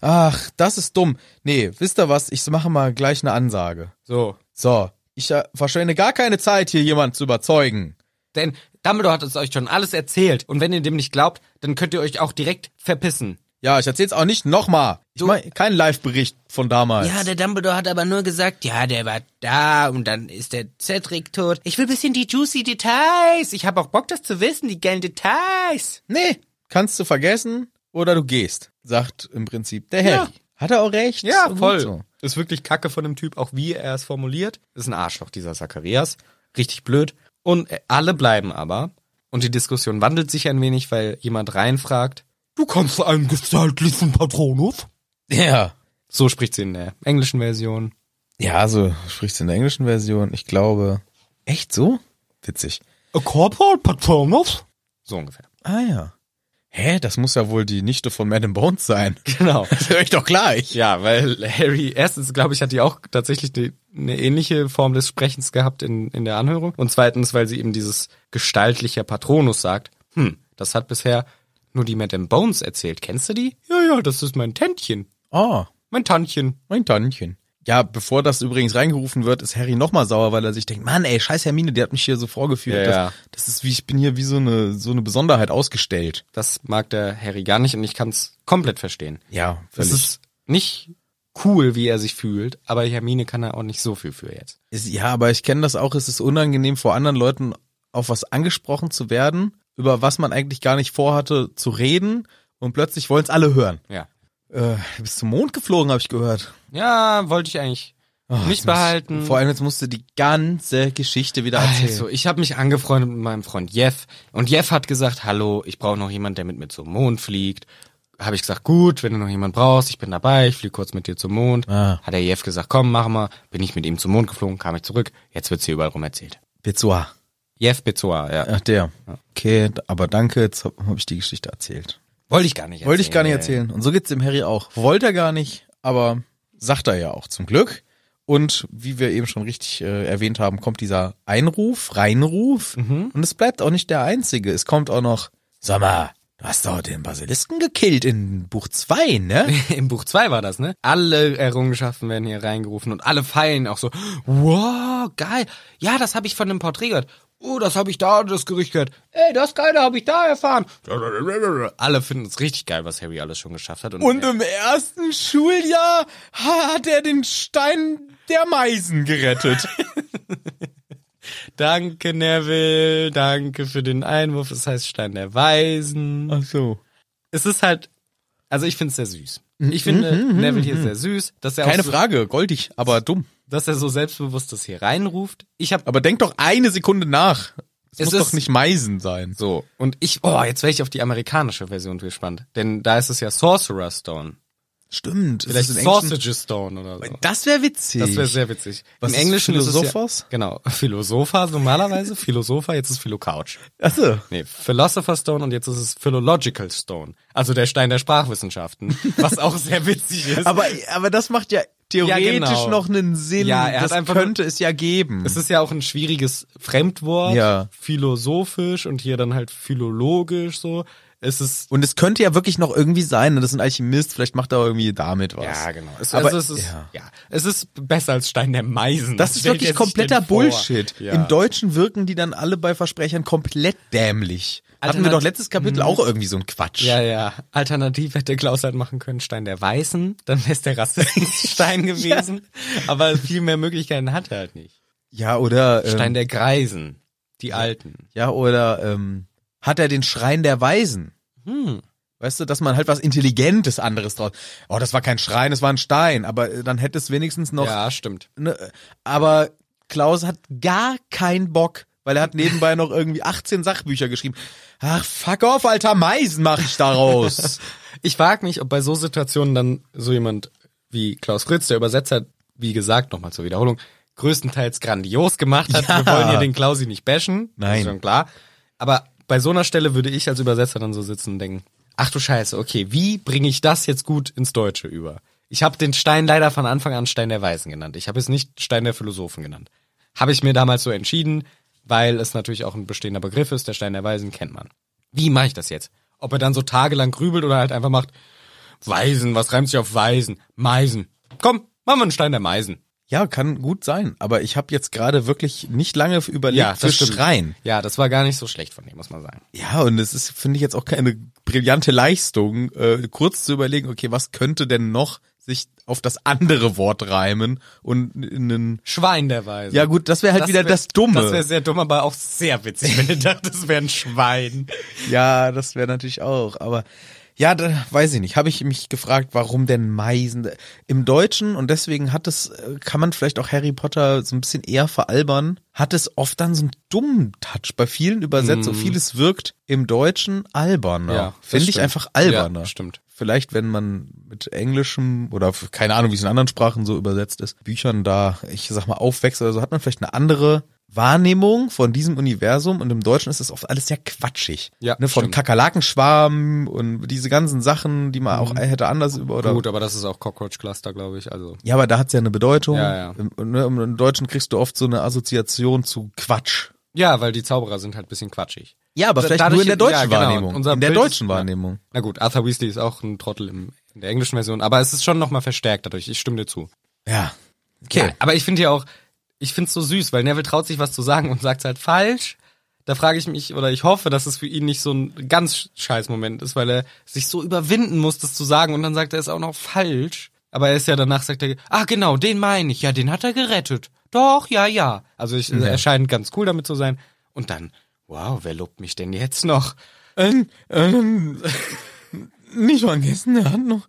Speaker 1: Ach, das ist dumm. Nee, wisst ihr was? Ich mache mal gleich eine Ansage.
Speaker 2: So.
Speaker 1: So, ich äh, verschwende gar keine Zeit, hier jemanden zu überzeugen.
Speaker 2: Denn Dumbledore hat es euch schon alles erzählt. Und wenn ihr dem nicht glaubt, dann könnt ihr euch auch direkt verpissen.
Speaker 1: Ja, ich erzähl's auch nicht nochmal. Ich mein, kein Live-Bericht von damals.
Speaker 5: Ja, der Dumbledore hat aber nur gesagt, ja, der war da und dann ist der Cedric tot.
Speaker 2: Ich will bisschen die juicy Details. Ich habe auch Bock, das zu wissen, die geilen Details.
Speaker 1: Nee, kannst du vergessen oder du gehst, sagt im Prinzip der Harry. Hat er auch recht?
Speaker 2: Ja,
Speaker 1: So gut
Speaker 2: voll.
Speaker 1: so.
Speaker 2: Ist wirklich Kacke von dem Typ, auch wie er es formuliert. Ist ein Arschloch, dieser Zacharias. Richtig blöd. Und äh, alle bleiben aber. Und die Diskussion wandelt sich ein wenig, weil jemand reinfragt. Du kannst einen gestaltlichen Patronus?
Speaker 1: Ja.
Speaker 2: So spricht sie in der englischen Version.
Speaker 1: Ja, so sprichst du in der englischen Version. Ich glaube. Echt so? Witzig.
Speaker 2: A corporal patronus? So ungefähr.
Speaker 1: Ah ja. Hä, das muss ja wohl die Nichte von Madame Bones sein.
Speaker 2: Genau.
Speaker 1: Das höre ich doch gleich.
Speaker 2: Ja, weil Harry, erstens, glaube ich, hat die auch tatsächlich die, eine ähnliche Form des Sprechens gehabt in, in der Anhörung. Und zweitens, weil sie eben dieses gestaltlicher Patronus sagt. Hm, das hat bisher nur die Madame Bones erzählt. Kennst du die? Ja, ja, das ist mein Täntchen.
Speaker 1: Oh,
Speaker 2: Mein Tantchen.
Speaker 1: mein Tantchen. Ja, bevor das übrigens reingerufen wird, ist Harry nochmal sauer, weil er sich denkt, Mann, ey, scheiß Hermine, die hat mich hier so vorgeführt.
Speaker 2: Ja,
Speaker 1: das,
Speaker 2: ja.
Speaker 1: das ist wie, ich bin hier wie so eine, so eine Besonderheit ausgestellt.
Speaker 2: Das mag der Harry gar nicht und ich kann es komplett verstehen.
Speaker 1: Ja,
Speaker 2: Das ist nicht cool, wie er sich fühlt, aber Hermine kann er auch nicht so viel für jetzt.
Speaker 1: Ist- Ja, aber ich kenne das auch. Es ist unangenehm, vor anderen Leuten auf was angesprochen zu werden, über was man eigentlich gar nicht vorhatte zu reden. Und plötzlich wollen es alle hören.
Speaker 2: Ja.
Speaker 1: Äh, du bist zum Mond geflogen, habe ich gehört.
Speaker 2: Ja, wollte ich eigentlich nicht behalten.
Speaker 1: Vor allem jetzt musst du die ganze Geschichte wieder erzählen.
Speaker 2: Also, ich habe mich angefreundet mit meinem Freund Jeff und Jeff hat gesagt, hallo, ich brauche noch jemand, der mit mir zum Mond fliegt. Habe ich gesagt, gut, wenn du noch jemand brauchst, ich bin dabei, ich fliege kurz mit dir zum Mond.
Speaker 1: Ah.
Speaker 2: Hat der Jeff gesagt, komm, mach mal. Bin ich mit ihm zum Mond geflogen, kam ich zurück. Jetzt wird's hier überall rum erzählt.
Speaker 1: Bezua.
Speaker 2: Jeff Bezoa, ja.
Speaker 1: Ach, der. Okay, aber danke, jetzt habe hab ich die Geschichte erzählt.
Speaker 2: Wollte ich gar nicht erzählen.
Speaker 1: Wollte ich gar nicht erzählen. Und so geht's dem Harry auch. Wollte er gar nicht, aber sagt er ja auch zum Glück. Und wie wir eben schon richtig äh, erwähnt haben, kommt dieser Einruf, Reinruf.
Speaker 2: Mhm.
Speaker 1: Und es bleibt auch nicht der einzige. Es kommt auch noch, sag mal, du hast doch den Basilisken gekillt in Buch 2, ne?
Speaker 2: Im Buch 2 war das, ne? Alle Errungenschaften werden hier reingerufen und alle feilen auch so, wow, geil. Ja, das habe ich von dem Porträt gehört. Oh, das habe ich da das Gerücht gehört. Ey, das Geile habe ich da erfahren. Alle finden es richtig geil, was Harry alles schon geschafft hat. Und,
Speaker 1: im ersten Schuljahr hat er den Stein der Meisen gerettet.
Speaker 2: danke, Neville. Danke für den Einwurf. Es heißt Stein der Weisen.
Speaker 1: Ach so.
Speaker 2: Es ist halt Also ich finde es sehr süß. Ich finde Neville hier sehr süß, dass er
Speaker 1: Keine
Speaker 2: auch so,
Speaker 1: Frage, goldig, aber dumm.
Speaker 2: dass er so selbstbewusst das hier reinruft. Ich habe
Speaker 1: Aber denk doch eine Sekunde nach. Es,
Speaker 2: Es
Speaker 1: muss
Speaker 2: ist-
Speaker 1: doch nicht Meisen sein.
Speaker 2: so und ich oh, jetzt wäre ich auf die amerikanische Version gespannt, denn da ist es ja Sorcerer Stone.
Speaker 1: Stimmt.
Speaker 2: Vielleicht
Speaker 1: es ist in Englischen-
Speaker 2: Sausage Stone oder so.
Speaker 1: Das wäre witzig.
Speaker 2: Das wäre sehr witzig.
Speaker 1: Was
Speaker 2: Im
Speaker 1: ist
Speaker 2: Englischen Ist es
Speaker 1: Philosophos?
Speaker 2: ja, genau. Philosopher normalerweise, Philosopher, jetzt ist Philo Couch.
Speaker 1: Achso.
Speaker 2: Nee, Philosopher Stone und jetzt ist es Philological Stone. Also der Stein der Sprachwissenschaften. was auch sehr witzig ist.
Speaker 1: Aber, aber das macht ja theoretisch
Speaker 2: Ja, genau.
Speaker 1: noch einen Sinn.
Speaker 2: Ja, er hat
Speaker 1: das
Speaker 2: einfach
Speaker 1: könnte es ja geben.
Speaker 2: es ist ja auch ein schwieriges Fremdwort.
Speaker 1: Ja.
Speaker 2: Philosophisch und hier dann halt philologisch so. Es ist.
Speaker 1: Und es könnte ja wirklich noch irgendwie sein, ne, das ist ein Alchemist, vielleicht macht er irgendwie damit was.
Speaker 2: genau. Es,
Speaker 1: Aber-
Speaker 2: es, ist,
Speaker 1: ja.
Speaker 2: ja. es ist besser als Stein der Meisen.
Speaker 1: Das ist
Speaker 2: Stellt
Speaker 1: wirklich
Speaker 2: er sich
Speaker 1: kompletter
Speaker 2: denn vor?
Speaker 1: Bullshit.
Speaker 2: Ja.
Speaker 1: Im Deutschen wirken die dann alle bei Versprechern komplett dämlich. Hatten wir
Speaker 2: Alternat-
Speaker 1: doch letztes Kapitel auch irgendwie so einen Quatsch.
Speaker 2: Also Mhm. Ja, ja. Alternativ hätte Klaus halt machen können, Stein der Weißen, dann wär's der Rassistenstein gewesen. Aber viel mehr Möglichkeiten hat er halt nicht.
Speaker 1: Ja, oder ähm,
Speaker 2: Stein der Greisen, die Alten.
Speaker 1: Ja, oder ähm, hat er den Schrein der Weisen?
Speaker 2: Hm.
Speaker 1: Weißt du, dass man halt was Intelligentes anderes draus. Oh, das war kein Schrein, das war ein Stein. Aber äh, dann hätte es wenigstens noch.
Speaker 2: Ja, stimmt.
Speaker 1: Ne, aber Klaus hat gar keinen Bock, weil er hat nebenbei noch irgendwie 18 Sachbücher geschrieben. Ach, fuck off, alter Meisen mache ich daraus.
Speaker 2: Ich frag mich, ob bei so Situationen dann so jemand wie Klaus Fritz, der Übersetzer, wie gesagt, nochmal zur Wiederholung, größtenteils grandios gemacht hat.
Speaker 1: Ja.
Speaker 2: Wir wollen hier den Klausi nicht bashen. Das
Speaker 1: Nein.
Speaker 2: ist schon klar. Aber bei so einer Stelle würde ich als Übersetzer dann so sitzen und denken, ach du Scheiße, okay, wie bringe ich das jetzt gut ins Deutsche über? Ich habe den Stein leider von Anfang an Stein der Weisen genannt. Ich habe es nicht Stein der Philosophen genannt. Habe ich mir damals so entschieden, weil es natürlich auch ein bestehender Begriff ist. Der Stein der Weisen kennt man. Wie mache ich das jetzt? Ob er dann so tagelang grübelt oder halt einfach macht, Weisen, was reimt sich auf Weisen? Meisen. Komm, machen wir einen Stein der Meisen.
Speaker 1: ja, kann gut sein. Aber ich habe jetzt gerade wirklich nicht lange überlegt für
Speaker 2: stimmt.
Speaker 1: Schrein.
Speaker 2: Ja, das war gar nicht so schlecht von dem, muss man sagen.
Speaker 1: Ja, und es ist, finde ich, jetzt auch keine brillante Leistung, äh, kurz zu überlegen, okay, was könnte denn noch sich auf das andere Wort reimen und einen.
Speaker 2: Schwein der Weisen.
Speaker 1: Ja gut, das wäre halt wieder
Speaker 2: wär-
Speaker 1: das Dumme.
Speaker 2: Das wäre sehr dumm, aber auch sehr witzig, wenn du dachtest, es wäre ein Schwein.
Speaker 1: ja, das wäre natürlich auch. Aber ja, da weiß ich nicht. Habe ich mich gefragt, warum denn Meisen im Deutschen und deswegen hat es, äh, kann man vielleicht auch Harry Potter so ein bisschen eher veralbern, hat es oft dann so einen dummen Touch bei vielen Übersetzungen. Vieles wirkt im Deutschen alberner.
Speaker 2: Mhm. Ja, das
Speaker 1: Finde ich
Speaker 2: stimmt.
Speaker 1: einfach alberner.
Speaker 2: Ja, stimmt.
Speaker 1: Vielleicht, wenn man mit Englischem oder f- keine Ahnung, wie es in anderen Sprachen so übersetzt ist, Büchern da, ich sag mal, aufwächst oder so, hat man vielleicht eine andere Wahrnehmung von diesem Universum und im Deutschen ist das oft alles sehr quatschig.
Speaker 2: Ja,
Speaker 1: ne, von
Speaker 2: stimmt.
Speaker 1: Kakerlakenschwarm und diese ganzen Sachen, die man auch hätte anders über oder.
Speaker 2: Gut, aber das ist auch Cockroach Cluster, glaube ich. Also
Speaker 1: Ja, aber da hat's ja eine Bedeutung.
Speaker 2: Ja, ja.
Speaker 1: Im, ne, Im Deutschen kriegst du oft so eine Assoziation zu Quatsch.
Speaker 2: ja, weil die Zauberer sind halt ein bisschen quatschig.
Speaker 1: Ja, aber
Speaker 2: Da-
Speaker 1: vielleicht
Speaker 2: dadurch-
Speaker 1: nur in der deutschen
Speaker 2: ja, genau.
Speaker 1: Wahrnehmung.
Speaker 2: Unser
Speaker 1: in der
Speaker 2: Bild
Speaker 1: deutschen
Speaker 2: ist-
Speaker 1: Wahrnehmung.
Speaker 2: Na gut, Arthur Weasley ist auch ein Trottel im, in der englischen Version, aber es ist schon nochmal verstärkt dadurch. Ich stimme dir zu.
Speaker 1: Ja. Okay.
Speaker 2: Ja, aber ich finde ja auch, ich finde es so süß, weil Neville traut sich was zu sagen und sagt halt falsch. Da frage ich mich oder ich hoffe, dass es für ihn nicht so ein ganz scheiß Moment ist, weil er sich so überwinden muss, das zu sagen und dann sagt er es auch noch falsch. Aber er ist ja danach, sagt er, ah genau, den meine ich, ja, den hat er gerettet. Doch, ja, ja. Also ich, er scheint ganz cool damit zu sein. Und dann, wow, wer lobt mich denn jetzt noch?
Speaker 1: Ähm, ähm, nicht vergessen, er hat noch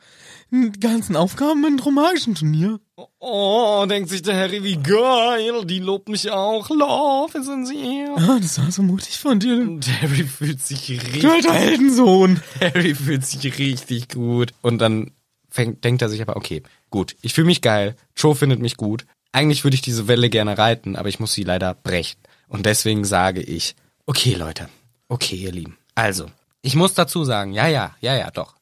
Speaker 1: die ganzen Aufgaben im romagischen Turnier.
Speaker 2: Oh, denkt sich der Harry, wie geil, die lobt mich auch. Love ist in sie.
Speaker 1: Ah, das war so mutig von dir.
Speaker 2: Und Harry fühlt sich richtig
Speaker 1: Du alter Heldensohn.
Speaker 2: Harry fühlt sich richtig gut. Und dann fängt, denkt er sich aber, okay, gut, ich fühle mich geil, Joe findet mich gut. Eigentlich würde ich diese Welle gerne reiten, aber ich muss sie leider brechen. Und deswegen sage ich, okay, Leute, okay, ihr Lieben. Also, ich muss dazu sagen, ja, ja, ja, ja, doch.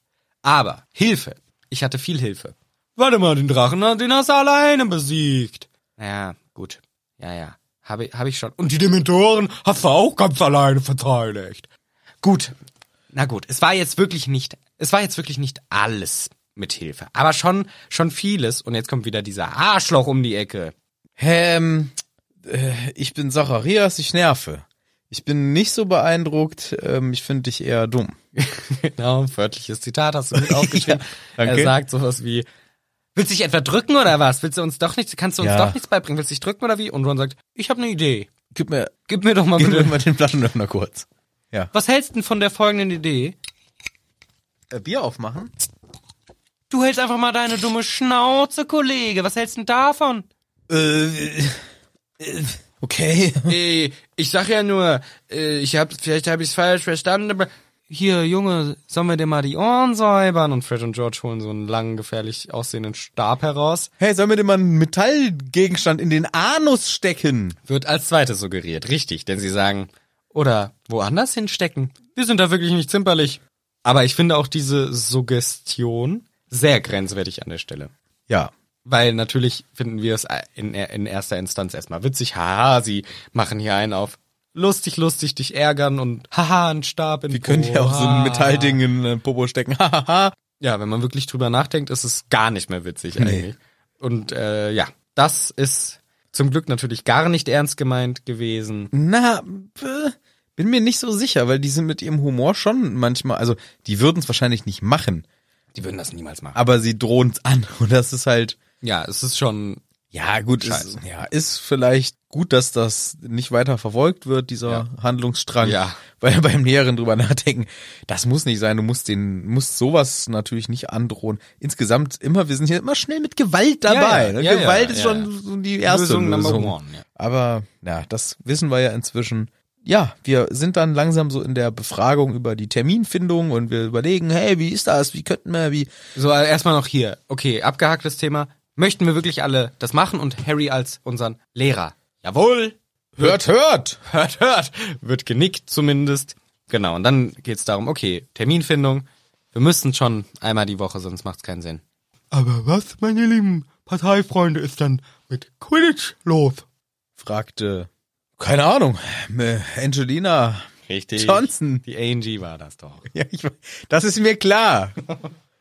Speaker 2: Aber Hilfe. Ich hatte viel Hilfe. Warte mal, den Drachen, den hast du alleine besiegt. Ja, gut. Ja, ja. Habe hab ich schon. Und die Dementoren hast du auch ganz alleine verteidigt. Gut. Na gut, es war jetzt wirklich nicht, es war jetzt wirklich nicht alles mit Hilfe, aber schon schon vieles und jetzt kommt wieder dieser Arschloch um die Ecke.
Speaker 1: Ähm, äh, ich bin Zacharias, ich nerve. Ich bin nicht so beeindruckt, ähm, ich finde dich eher dumm.
Speaker 2: Genau, ein wörtliches Zitat hast du mit aufgeschrieben.
Speaker 1: danke.
Speaker 2: er sagt sowas wie Willst du dich etwa drücken oder was? Willst du uns doch nichts, kannst du uns
Speaker 1: Ja.
Speaker 2: doch nichts beibringen? Willst du dich drücken oder wie? Und Ron sagt, ich habe eine Idee.
Speaker 1: Gib mir,
Speaker 2: Gib mir doch mal
Speaker 1: gib mir
Speaker 2: bitte.
Speaker 1: mal den Flaschenöffner kurz.
Speaker 2: Was hältst du denn von der folgenden Idee?
Speaker 1: äh, Bier aufmachen?
Speaker 5: Du hältst einfach mal deine dumme Schnauze, Kollege. Was hältst du denn davon?
Speaker 1: Äh, Okay.
Speaker 2: Äh, ich sag ja nur, äh, ich hab, vielleicht habe ich es falsch verstanden, aber hier, Junge, sollen wir dir mal die Ohren säubern? Und Fred und George holen so einen langen, gefährlich aussehenden Stab heraus.
Speaker 1: Hey, sollen wir dir mal einen Metallgegenstand in den Anus stecken?
Speaker 2: Wird als zweites suggeriert, richtig, denn sie sagen, oder woanders hinstecken. Wir sind da wirklich nicht zimperlich. Aber ich finde auch diese Suggestion sehr grenzwertig an der Stelle.
Speaker 1: Ja.
Speaker 2: Weil natürlich finden wir es in, in erster Instanz erstmal witzig. Haha, sie machen hier einen auf lustig, lustig dich ärgern und haha, ein Stab in
Speaker 1: Wir können ja auch so ein Metallding in den Popo stecken. Hahaha.
Speaker 2: Ja, wenn man wirklich drüber nachdenkt, ist es gar nicht mehr witzig eigentlich. Und äh, ja, das ist zum Glück natürlich gar nicht ernst gemeint gewesen.
Speaker 1: Na, äh, bin mir nicht so sicher, weil die sind mit ihrem Humor schon manchmal, also die würden es wahrscheinlich nicht machen,
Speaker 2: Die würden das niemals machen.
Speaker 1: aber sie drohen es an und das ist halt,
Speaker 2: Ja, es ist schon
Speaker 1: ja gut,
Speaker 2: Also.
Speaker 1: ist, ja, ist vielleicht gut, dass das nicht weiter verfolgt wird, dieser Handlungsstrang,
Speaker 2: Ja.
Speaker 1: weil beim näheren drüber nachdenken, das muss nicht sein, du musst den, musst sowas natürlich nicht androhen. Insgesamt immer, wir sind hier immer schnell mit Gewalt dabei.
Speaker 2: ja,
Speaker 1: ne?
Speaker 2: ja, ja,
Speaker 1: Gewalt ist
Speaker 2: ja,
Speaker 1: schon
Speaker 2: ja.
Speaker 1: so die erste
Speaker 2: Lösung
Speaker 1: Lösung.
Speaker 2: number one, ja.
Speaker 1: Aber ja, das wissen wir ja inzwischen. Ja, wir sind dann langsam so in der Befragung über die Terminfindung und wir überlegen, hey, wie ist das? Wie könnten wir, wie.
Speaker 2: So, äh, erstmal noch hier. Okay, abgehacktes Thema. Möchten wir wirklich alle das machen und Harry als unseren Lehrer? Jawohl!
Speaker 1: Hört, hört!
Speaker 2: Hört, hört! Wird genickt zumindest. Genau, und dann geht's darum, okay, Terminfindung. Wir müssen schon einmal die Woche, sonst macht's keinen Sinn.
Speaker 6: Aber was, meine lieben Parteifreunde, ist dann mit Quidditch los?
Speaker 1: fragte, keine Ahnung, äh, Angelina.
Speaker 2: Richtig.
Speaker 1: Johnson.
Speaker 2: Die Angie war das doch.
Speaker 1: Ja, ich, das ist mir klar,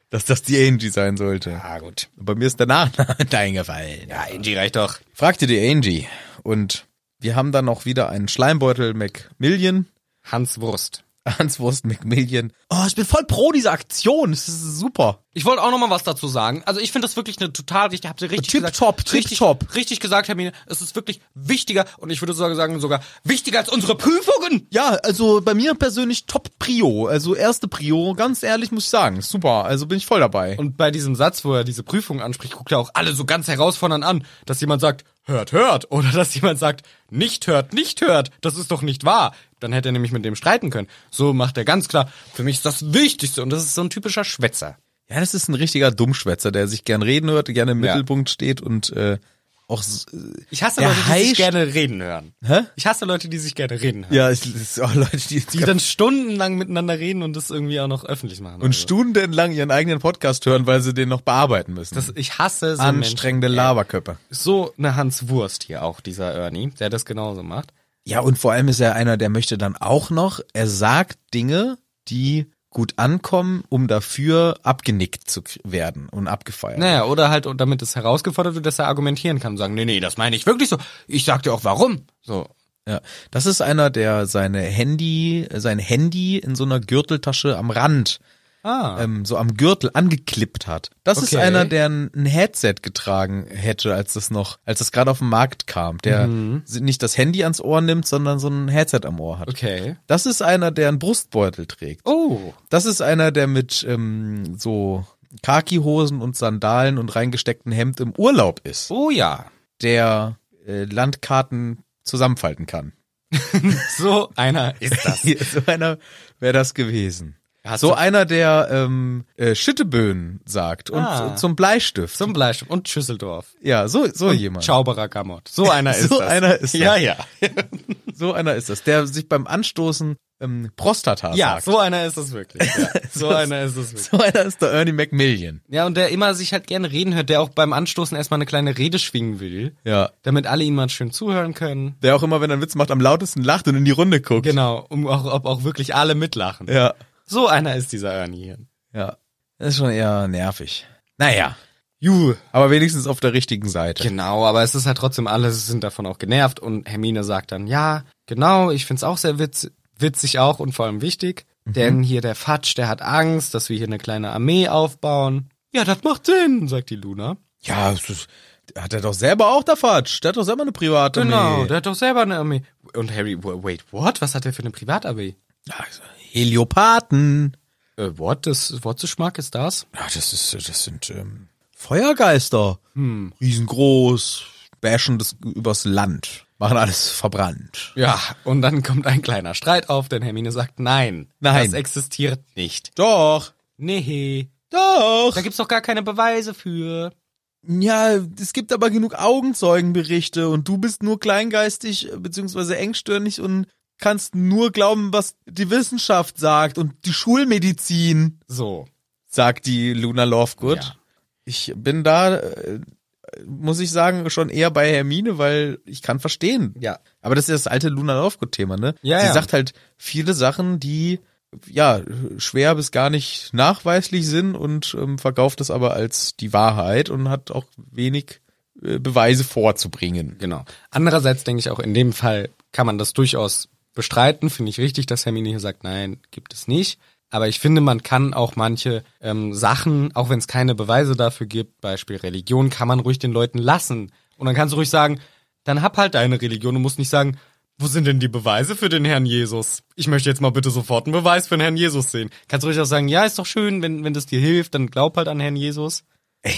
Speaker 1: dass das die Angie sein sollte.
Speaker 2: Ah, gut.
Speaker 1: Bei mir ist der Nachname eingefallen.
Speaker 2: Ja, Angie reicht doch.
Speaker 1: Fragte die Angie. Und wir haben dann auch wieder einen Schleimbeutel Macmillion.
Speaker 2: Hans Wurst.
Speaker 1: Hanswurst Macmillion. Oh, ich bin voll pro dieser Aktion. Das ist super.
Speaker 2: Ich wollte auch noch mal was dazu sagen. Also ich finde das wirklich eine total richtig, habt ihr richtig
Speaker 1: Tip
Speaker 2: gesagt.
Speaker 1: top, tip
Speaker 2: richtig,
Speaker 1: top.
Speaker 2: richtig gesagt, Hermine. Es ist wirklich wichtiger und ich würde sogar sagen sogar wichtiger als unsere Prüfungen.
Speaker 1: Ja, also bei mir persönlich top Prio. Also erste Prio, ganz ehrlich muss ich sagen. Super, also bin ich voll dabei.
Speaker 2: Und bei diesem Satz, wo er diese Prüfung anspricht, guckt er auch alle so ganz herausfordernd an, dass jemand sagt, hört, hört, oder dass jemand sagt, nicht hört, nicht hört, das ist doch nicht wahr. Dann hätte er nämlich mit dem streiten können. So macht er ganz klar, für mich ist das Wichtigste und das ist so ein typischer Schwätzer.
Speaker 1: ja, das ist ein richtiger Dummschwätzer, der sich gern reden hört, gerne im
Speaker 2: Ja.
Speaker 1: Mittelpunkt steht und äh, auch... s- äh,
Speaker 2: Ich hasse
Speaker 1: Der
Speaker 2: Leute, die sich
Speaker 1: heischt-
Speaker 2: gerne reden hören.
Speaker 1: Hä?
Speaker 2: Ich hasse Leute, die sich gerne reden hören.
Speaker 1: Ja, ich, es- oh, Leute, die,
Speaker 2: die dann stundenlang miteinander reden und das irgendwie auch noch öffentlich machen.
Speaker 1: und stundenlang ihren eigenen Podcast hören, weil sie den noch bearbeiten müssen.
Speaker 2: das, ich hasse so
Speaker 1: Anstrengende
Speaker 2: Menschen.
Speaker 1: Laberköpfe.
Speaker 2: So eine Hans Wurst hier auch, dieser Ernie, der das genauso macht.
Speaker 1: Ja, und vor allem ist er einer, der möchte dann auch noch, er sagt Dinge, die gut ankommen, um dafür abgenickt zu k- werden und abgefeiert.
Speaker 2: Naja, oder halt, und damit es herausgefordert wird, dass er argumentieren kann und sagen, nee, nee, das meine ich wirklich so. Ich sag dir auch warum. So.
Speaker 1: Ja, das ist einer, der seine Handy, sein Handy in so einer Gürteltasche am Rand,
Speaker 2: Ah.
Speaker 1: ähm, so am Gürtel angeklippt hat. Das ist
Speaker 2: Okay.
Speaker 1: einer, der ein ein Headset getragen hätte, als das noch, als das gerade auf den Markt kam, der
Speaker 2: Mhm.
Speaker 1: si- nicht das Handy ans Ohr nimmt, sondern so ein Headset am Ohr hat.
Speaker 2: Okay.
Speaker 1: Das ist einer, der einen Brustbeutel trägt.
Speaker 2: Oh.
Speaker 1: Das ist einer, der mit ähm, so Khaki-Hosen und Sandalen und reingesteckten Hemd im Urlaub ist,
Speaker 2: Oh ja.
Speaker 1: der äh, Landkarten zusammenfalten kann.
Speaker 2: So einer ist das.
Speaker 1: so einer wäre das gewesen.
Speaker 2: Hast
Speaker 1: so
Speaker 2: du-
Speaker 1: einer, der ähm, äh, Schütteböen sagt und
Speaker 2: Ah.
Speaker 1: z- zum Bleistift.
Speaker 2: Zum Bleistift und Schüsseldorf.
Speaker 1: ja, so, so jemand.
Speaker 2: Schauberer Gamot. So einer ist
Speaker 1: So
Speaker 2: das.
Speaker 1: einer ist das.
Speaker 2: Ja, ja.
Speaker 1: So einer ist das, der sich beim Anstoßen ähm, Prostata
Speaker 2: Ja,
Speaker 1: sagt.
Speaker 2: so einer ist es wirklich. Ja. So einer ist es wirklich.
Speaker 1: so einer ist der Ernie Macmillion.
Speaker 2: Ja, und der immer sich halt gerne reden hört, der auch beim Anstoßen erstmal eine kleine Rede schwingen will.
Speaker 1: Ja.
Speaker 2: Damit alle ihm mal schön zuhören können.
Speaker 1: Der auch immer, wenn er einen Witz macht, am lautesten lacht und in die Runde guckt.
Speaker 2: Genau, um auch, ob auch wirklich alle mitlachen.
Speaker 1: Ja.
Speaker 2: So einer ist dieser Ernie hier.
Speaker 1: Ja. Das ist schon eher nervig. Naja.
Speaker 2: Juh.
Speaker 1: Aber wenigstens auf der richtigen Seite.
Speaker 2: Genau, aber es ist halt trotzdem, alle sind davon auch genervt und Hermine sagt dann, ja, genau, ich find's auch sehr witz, witzig auch und vor allem wichtig, denn hier der Fatsch, der hat Angst, dass wir hier eine kleine Armee aufbauen. Ja, das macht Sinn, sagt die Luna.
Speaker 1: Ja, es ist- hat er doch selber auch der Fatsch. Der hat doch selber eine private
Speaker 2: Genau,
Speaker 1: Armee.
Speaker 2: der hat doch selber eine Armee. Und Harry, wa- wait, what? Was hat der für eine Privatarmee?
Speaker 1: Ja, also Heliopaten.
Speaker 2: Äh, Wort des Wortzuschmack ist das?
Speaker 1: Ja, das ist, das sind ähm, Feuergeister. Riesengroß, bashen das übers Land, machen alles verbrannt.
Speaker 2: Ja, und dann kommt ein kleiner Streit auf, denn Hermine sagt nein.
Speaker 1: Nein.
Speaker 2: Das existiert nicht.
Speaker 1: Doch,
Speaker 2: Nee.
Speaker 1: doch.
Speaker 2: Da gibt's doch gar keine Beweise für.
Speaker 1: Ja, es gibt aber genug Augenzeugenberichte und du bist nur kleingeistig äh, beziehungsweise engstirnig und kannst nur glauben, was die Wissenschaft sagt und die Schulmedizin,
Speaker 2: So.
Speaker 1: sagt die Luna Lovegood.
Speaker 2: Ja.
Speaker 1: Ich bin da, äh, muss ich sagen, schon eher bei Hermine, weil ich kann verstehen.
Speaker 2: Ja.
Speaker 1: Aber das ist das alte Luna Lovegood-Thema, ne?
Speaker 2: Ja,
Speaker 1: Sie
Speaker 2: ja.
Speaker 1: sagt halt viele Sachen, die ja schwer bis gar nicht nachweislich sind und ähm, verkauft das aber als die Wahrheit und hat auch wenig äh, Beweise vorzubringen.
Speaker 2: Genau. Andererseits denke ich auch, in dem Fall kann man das durchaus bestreiten. Finde ich richtig, dass Hermine hier sagt, nein, gibt es nicht. Aber ich finde, man kann auch manche ähm, Sachen, auch wenn es keine Beweise dafür gibt, Beispiel Religion, kann man ruhig den Leuten lassen. Und dann kannst du ruhig sagen, dann hab halt deine Religion und musst nicht sagen, wo sind denn die Beweise für den Herrn Jesus? Ich möchte jetzt mal bitte sofort einen Beweis für den Herrn Jesus sehen. Kannst du ruhig auch sagen, ja, ist doch schön, wenn, wenn das dir hilft, dann glaub halt an Herrn Jesus.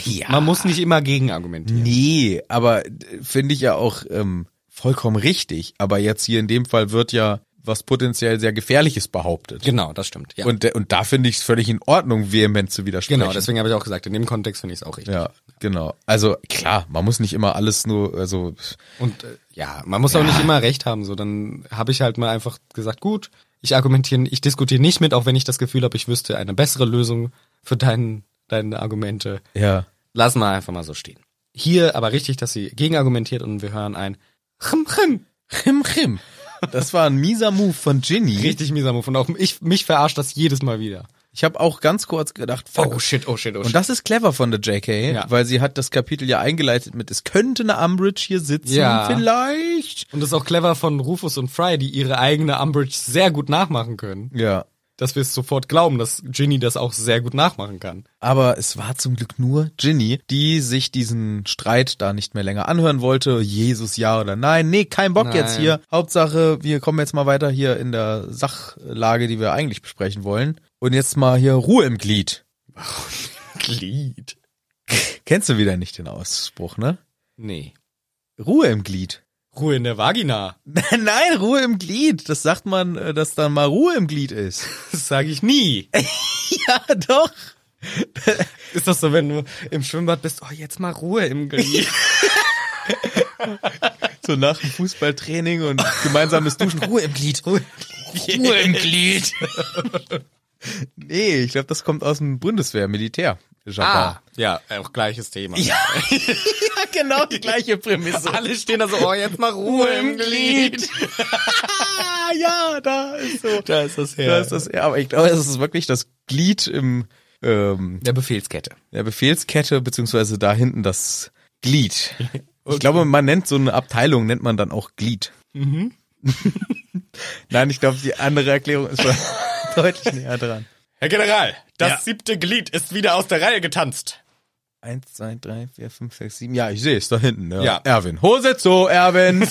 Speaker 1: Ja.
Speaker 2: Man muss nicht immer gegen
Speaker 1: Mhm.
Speaker 2: argumentieren.
Speaker 1: Nee, aber äh, finde ich ja auch ähm, vollkommen richtig. Aber jetzt hier in dem Fall wird ja was potenziell sehr Gefährliches behauptet.
Speaker 2: Genau, das stimmt. Ja.
Speaker 1: Und, äh, und da finde ich es völlig in Ordnung, vehement zu widersprechen.
Speaker 2: Genau, deswegen habe ich auch gesagt, in dem Kontext finde ich es auch richtig.
Speaker 1: Ja, genau. Also klar, man muss nicht immer alles nur, also
Speaker 2: Und äh, ja, man muss auch nicht immer recht haben. So, dann habe ich halt mal einfach gesagt, gut, ich argumentiere, ich diskutiere nicht mit, auch wenn ich das Gefühl habe, ich wüsste eine bessere Lösung für deinen, deine Argumente.
Speaker 1: ja.
Speaker 2: Lass mal einfach mal so stehen. Hier aber richtig, dass sie gegen argumentiert und wir hören ein Chim Chim.
Speaker 1: Chim, chim. Das war ein mieser Move von Ginny.
Speaker 2: Richtig mieser Move. Und auch ich, mich verarscht das jedes Mal wieder.
Speaker 1: Ich habe auch ganz kurz gedacht, fuck.
Speaker 2: shit, oh shit, oh
Speaker 1: und das ist clever von der JK,
Speaker 2: Ja.
Speaker 1: weil sie hat das Kapitel ja eingeleitet mit, es könnte eine Umbridge hier sitzen,
Speaker 2: Ja.
Speaker 1: vielleicht.
Speaker 2: Und das ist auch clever von Rufus und Fry, die ihre eigene Umbridge sehr gut nachmachen können.
Speaker 1: Ja.
Speaker 2: dass wir es sofort glauben, dass Ginny das auch sehr gut nachmachen kann.
Speaker 1: Aber es war zum Glück nur Ginny, die sich diesen Streit da nicht mehr länger anhören wollte. Jesus, ja oder nein? Nee, kein Bock
Speaker 2: Nein.
Speaker 1: jetzt hier. Hauptsache, wir kommen jetzt mal weiter hier in der Sachlage, die wir eigentlich besprechen wollen. Und jetzt mal hier Ruhe im Glied.
Speaker 2: Glied.
Speaker 1: Kennst du wieder nicht den Ausspruch, ne?
Speaker 2: Nee.
Speaker 1: Ruhe im Glied.
Speaker 2: Ruhe in der Vagina.
Speaker 1: Nein, Ruhe im Glied. Das sagt man, äh, dass dann mal Ruhe im Glied ist.
Speaker 2: Das sage ich nie.
Speaker 1: Ja, doch.
Speaker 2: Ist das so, wenn du im Schwimmbad bist, oh, jetzt mal Ruhe im Glied.
Speaker 1: So nach dem Fußballtraining und gemeinsames Duschen. Ruhe im Glied. Ruhe
Speaker 5: Ruhe im Glied.
Speaker 1: Nee, ich glaube, das kommt aus dem Bundeswehr, Militär. Jargon.
Speaker 2: Ah. Ja, auch gleiches Thema. Ja.
Speaker 1: ja, genau die gleiche Prämisse.
Speaker 2: Alle stehen da so, oh, jetzt mal Ruhe im Glied.
Speaker 1: Ah, ja, da ist so.
Speaker 2: Da ist das her.
Speaker 1: Da ist das, ja, aber ich glaube, das ist wirklich das Glied im, ähm,
Speaker 2: der Befehlskette.
Speaker 1: der Befehlskette, beziehungsweise da hinten das Glied. Ich glaube, man nennt so eine Abteilung, nennt man dann auch Glied. Mhm. Nein, ich glaube, die andere Erklärung ist schon deutlich näher dran.
Speaker 2: Herr General, das
Speaker 4: Ja.
Speaker 2: siebte Glied ist wieder aus der Reihe getanzt.
Speaker 1: Eins, zwei, drei, vier, fünf, sechs, sieben. Ja, ich sehe es da hinten. Ja.
Speaker 2: Ja.
Speaker 1: Erwin. Hose zu, Erwin.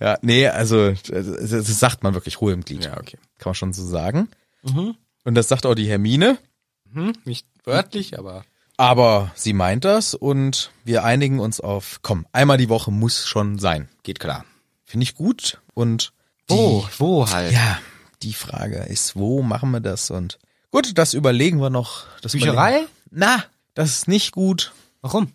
Speaker 1: ja, nee, also das, das sagt man wirklich Ruhe im Glied.
Speaker 2: Ja, okay.
Speaker 1: Kann man schon so sagen. Und das sagt auch die Hermine.
Speaker 2: Nicht wörtlich, aber
Speaker 1: Aber sie meint das und wir einigen uns auf, komm, einmal die Woche muss schon sein.
Speaker 2: geht klar.
Speaker 1: Finde ich gut. Und die,
Speaker 2: Wo? Wo halt?
Speaker 1: ja, die Frage ist, wo machen wir das? Und gut, das überlegen wir noch. Das
Speaker 2: Bücherei?
Speaker 1: überlegen- Na, das ist nicht gut.
Speaker 2: Warum?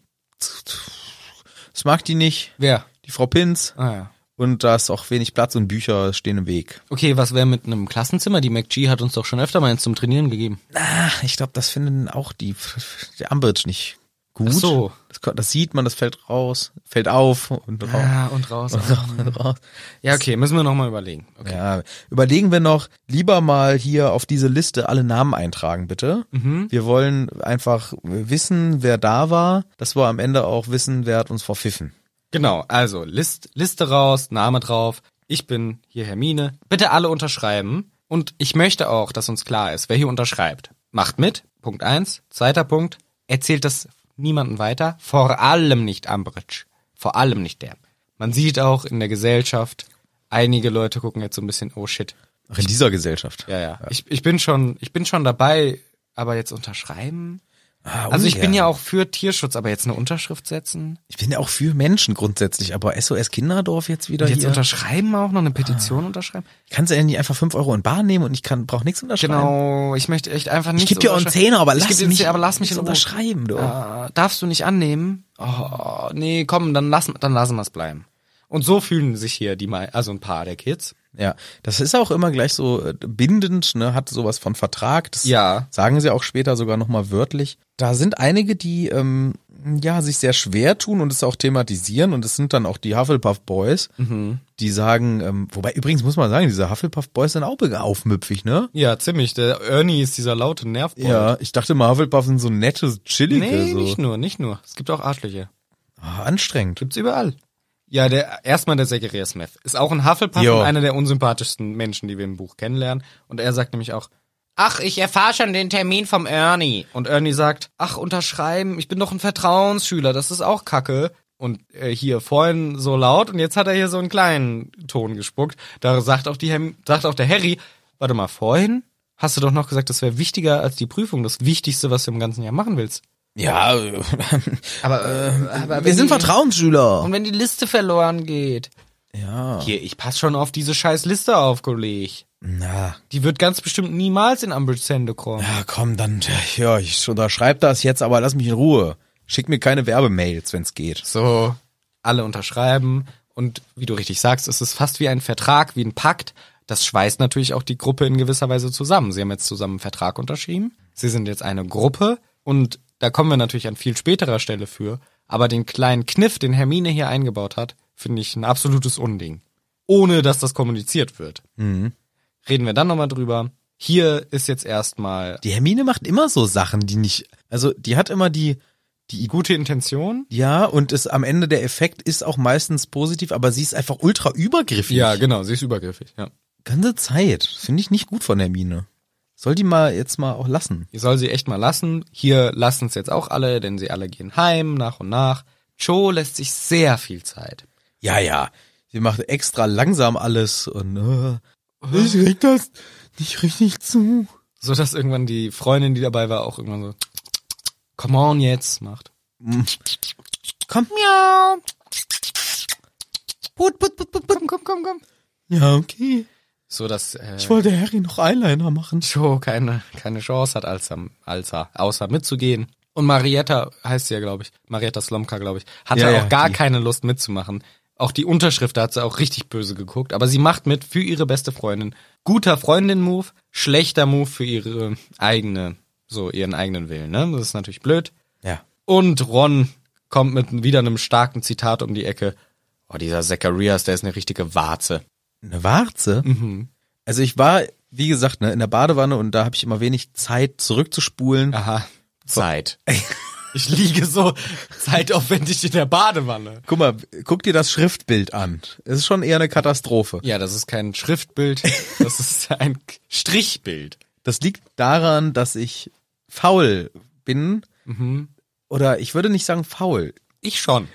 Speaker 1: Das mag die nicht.
Speaker 2: Wer?
Speaker 1: die Frau Pins
Speaker 2: Ah ja.
Speaker 1: und da ist auch wenig Platz und Bücher stehen im Weg.
Speaker 2: Okay, was wäre mit einem Klassenzimmer? Die McG hat uns doch schon öfter mal eins zum Trainieren gegeben.
Speaker 1: Ach, ich glaube, das finden auch die der Ambridge nicht gut.
Speaker 2: Ach so.
Speaker 1: Das, ko- das sieht man, das fällt raus, fällt auf und raus.
Speaker 2: Ah, und raus.
Speaker 1: und raus.
Speaker 2: Ja, okay, müssen wir nochmal überlegen. Okay.
Speaker 1: Ja, überlegen wir noch, lieber mal hier auf diese Liste alle Namen eintragen, bitte. Wir wollen einfach wissen, wer da war, dass wir am Ende auch wissen, wer hat uns verpfiffen.
Speaker 2: Genau, also List, Liste raus, Name drauf. Ich bin hier Hermine. Bitte alle unterschreiben. Und ich möchte auch, dass uns klar ist, wer hier unterschreibt. Macht mit, Punkt eins. Zweiter Punkt, erzählt das niemandem weiter. Vor allem nicht Ambridge. Vor allem nicht der. Man sieht auch in der Gesellschaft, einige Leute gucken jetzt so ein bisschen, oh shit,
Speaker 1: Ach, in dieser Gesellschaft.
Speaker 2: Ja, ja. Ich, ich bin schon, ich bin schon dabei, aber jetzt unterschreiben?
Speaker 1: Ah,
Speaker 2: Also ich bin
Speaker 1: ungern.
Speaker 2: ja auch für Tierschutz, aber jetzt eine Unterschrift setzen?
Speaker 1: ich bin ja auch für Menschen grundsätzlich, aber SOS Kinderdorf jetzt wieder
Speaker 2: Und jetzt
Speaker 1: hier. Ah.
Speaker 2: unterschreiben auch noch eine Petition unterschreiben?
Speaker 1: Kannst du ja nicht einfach fünf Euro in Bar nehmen und ich kann brauche nichts unterschreiben?
Speaker 2: Genau, ich möchte echt einfach nicht.
Speaker 1: Ich geb dir auch einen Zehner, aber lass mich,
Speaker 2: aber lass mich in
Speaker 1: nicht
Speaker 2: Ruhe.
Speaker 1: unterschreiben, du.
Speaker 2: Äh, darfst du nicht annehmen? Oh, nee, komm, dann lassen, dann lassen wir es bleiben. Und so fühlen sich hier die, mei- also ein paar der Kids.
Speaker 1: Ja, das ist auch immer gleich so äh, bindend, ne, hat sowas von Vertrag. Das
Speaker 2: Ja.
Speaker 1: sagen sie auch später sogar nochmal wörtlich. Da sind einige, die ähm, ja sich sehr schwer tun und es auch thematisieren und es sind dann auch die Hufflepuff Boys,
Speaker 2: Mhm.
Speaker 1: die sagen, ähm, wobei übrigens muss man sagen, diese Hufflepuff Boys sind auch aufmüpfig, ne?
Speaker 2: Ja, ziemlich. Der Ernie ist dieser laute Nervbold.
Speaker 1: Ja, ich dachte mal, Hufflepuff sind so nettes, chillige,
Speaker 2: Nee,
Speaker 1: so
Speaker 2: nicht nur, nicht nur. Es gibt auch Arschlöcher.
Speaker 1: Ah, anstrengend.
Speaker 2: Gibt's überall. Ja, der erstmal der Zachariah Smith. Ist auch ein Hufflepuff
Speaker 1: Jo.
Speaker 2: und einer der unsympathischsten Menschen, die wir im Buch kennenlernen. Und er sagt nämlich auch, ach, ich erfahre schon den Termin vom Ernie. Und Ernie sagt, ach, unterschreiben, ich bin doch ein Vertrauensschüler, das ist auch Kacke. Und äh, hier vorhin so laut und jetzt hat er hier so einen kleinen Ton gespuckt. Da sagt auch, die, Herm- sagt auch der Harry, warte mal, vorhin hast du doch noch gesagt, das wäre wichtiger als die Prüfung, das Wichtigste, was du im ganzen Jahr machen willst.
Speaker 1: Ja, äh,
Speaker 2: Aber, äh, aber
Speaker 1: wir sind Vertrauensschüler.
Speaker 2: und wenn die Liste verloren geht.
Speaker 1: Genau. Ja.
Speaker 2: Hier, ich pass schon auf diese scheiß Liste auf, Kollege.
Speaker 1: Na,
Speaker 2: Die wird ganz bestimmt niemals in Ambridge kommen.
Speaker 1: Ja, Ah, komm, dann, ja, ich unterschreib das jetzt, aber lass mich in Ruhe. Schick mir keine Werbemails, wenn's geht.
Speaker 2: So, alle unterschreiben. Und wie du richtig sagst, es ist fast wie ein Vertrag, wie ein Pakt. Das schweißt natürlich auch die Gruppe in gewisser Weise zusammen. Sie haben jetzt zusammen einen Vertrag unterschrieben. Sie sind jetzt eine Gruppe. Und da kommen wir natürlich an viel späterer Stelle für. Aber den kleinen Kniff, den Hermine hier eingebaut hat, finde ich ein absolutes Unding. Ohne, dass das kommuniziert wird. Reden wir dann nochmal drüber. Hier ist jetzt erstmal
Speaker 1: Die Hermine macht immer so Sachen, die nicht, also die hat immer die,
Speaker 2: die gute Intention.
Speaker 1: ja, und ist am Ende der Effekt ist auch meistens positiv, aber sie ist einfach ultra übergriffig.
Speaker 2: Ja, genau, sie ist übergriffig. Ja.
Speaker 1: Ganze Zeit. Finde ich nicht gut von Hermine. Soll die mal jetzt mal auch lassen.
Speaker 2: Ihr soll sie echt mal lassen. Hier lassen es jetzt auch alle, denn sie alle gehen heim, nach und nach. Joe lässt sich sehr viel Zeit.
Speaker 1: Ja, ja. Sie macht extra langsam alles und, äh,
Speaker 6: Ich krieg das nicht richtig zu.
Speaker 2: So dass irgendwann die Freundin, die dabei war, auch irgendwann so, come on jetzt, macht.
Speaker 1: komm,
Speaker 2: Miau. Put, put, put, put, put. Komm, komm, komm, komm.
Speaker 6: Ja, okay.
Speaker 2: So dass äh,
Speaker 6: Ich wollte Harry noch Eyeliner machen.
Speaker 2: Joe keine, keine Chance hat, als er, als er, außer mitzugehen. Und Marietta heißt sie ja, glaube ich, Marietta Slomka, glaube ich, hatte
Speaker 1: Ja,
Speaker 2: auch
Speaker 1: ja,
Speaker 2: gar
Speaker 1: die.
Speaker 2: keine Lust mitzumachen. Auch die Unterschrift, da hat sie auch richtig böse geguckt. Aber sie macht mit für ihre beste Freundin. Guter Freundin-Move, schlechter Move für ihre eigene, so ihren eigenen Willen. Ne? Das ist natürlich blöd.
Speaker 1: ja.
Speaker 2: Und Ron kommt mit wieder einem starken Zitat um die Ecke. Oh, dieser Zacharias, der ist eine richtige Warze.
Speaker 1: Eine Warze? Also ich war, wie gesagt, ne, in der Badewanne und da habe ich immer wenig Zeit zurückzuspulen.
Speaker 2: Aha. Zeit. Ich liege so zeitaufwendig in der Badewanne.
Speaker 1: Guck mal, guck dir das Schriftbild an. Es ist schon eher eine Katastrophe.
Speaker 2: Ja, das ist kein Schriftbild, das ist ein K- Strichbild.
Speaker 1: Das liegt daran, dass ich faul bin.
Speaker 2: Mhm.
Speaker 1: Oder ich würde nicht sagen faul.
Speaker 2: Ich schon.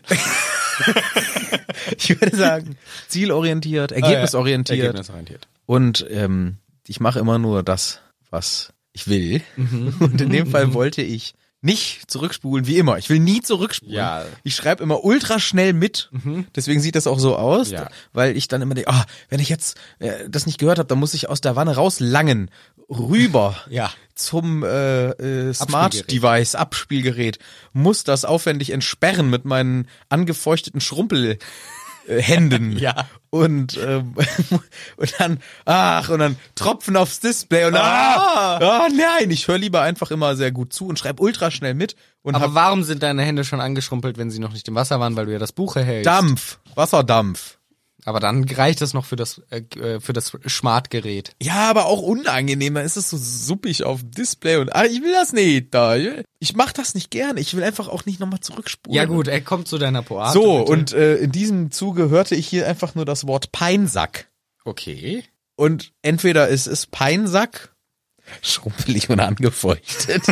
Speaker 1: Ich würde sagen zielorientiert,
Speaker 2: Ah,
Speaker 1: ergebnisorientiert.
Speaker 2: Ergebnisorientiert.
Speaker 1: Und ähm, ich mache immer nur das, was ich will.
Speaker 2: Mhm.
Speaker 1: Und in dem Fall wollte ich nicht zurückspulen, wie immer. Ich will nie zurückspulen.
Speaker 2: Ja. Mhm.
Speaker 1: Ich schreibe immer ultra schnell mit. Deswegen sieht das auch so aus,
Speaker 2: Ja.
Speaker 1: weil ich dann immer denke, ah, wenn ich jetzt äh, das nicht gehört habe, dann muss ich aus der Wanne rauslangen, rüber
Speaker 2: Ja.
Speaker 1: zum äh, äh, Smart
Speaker 2: Abspielgerät.
Speaker 1: Device, Abspielgerät, muss das aufwendig entsperren mit meinen angefeuchteten Schrumpel. äh, Händen.
Speaker 2: Ja.
Speaker 1: Und, ähm, und dann, ach, und dann Tropfen aufs Display und ah, ah nein, ich höre lieber einfach immer sehr gut zu und schreibe ultra schnell mit und
Speaker 2: Aber
Speaker 1: hab
Speaker 2: warum sind deine Hände schon angeschrumpelt, wenn sie noch nicht im Wasser waren, weil du ja das Buch erhältst?
Speaker 1: Dampf, Wasserdampf.
Speaker 2: Aber dann reicht es noch für das, äh, äh, für das Smartgerät.
Speaker 1: Ja, aber auch unangenehm, dann ist es so suppig auf dem Display und ah, ich will das nicht. Da. Ich mach das nicht gerne. Ich will einfach auch nicht nochmal zurückspulen.
Speaker 2: Ja gut, er kommt zu deiner Poate.
Speaker 1: So,
Speaker 2: bitte.
Speaker 1: und äh, in diesem Zuge hörte ich hier einfach nur das Wort Peinsack.
Speaker 2: Okay.
Speaker 1: Und entweder es ist Peinsack, schrumpelig und angefeuchtet.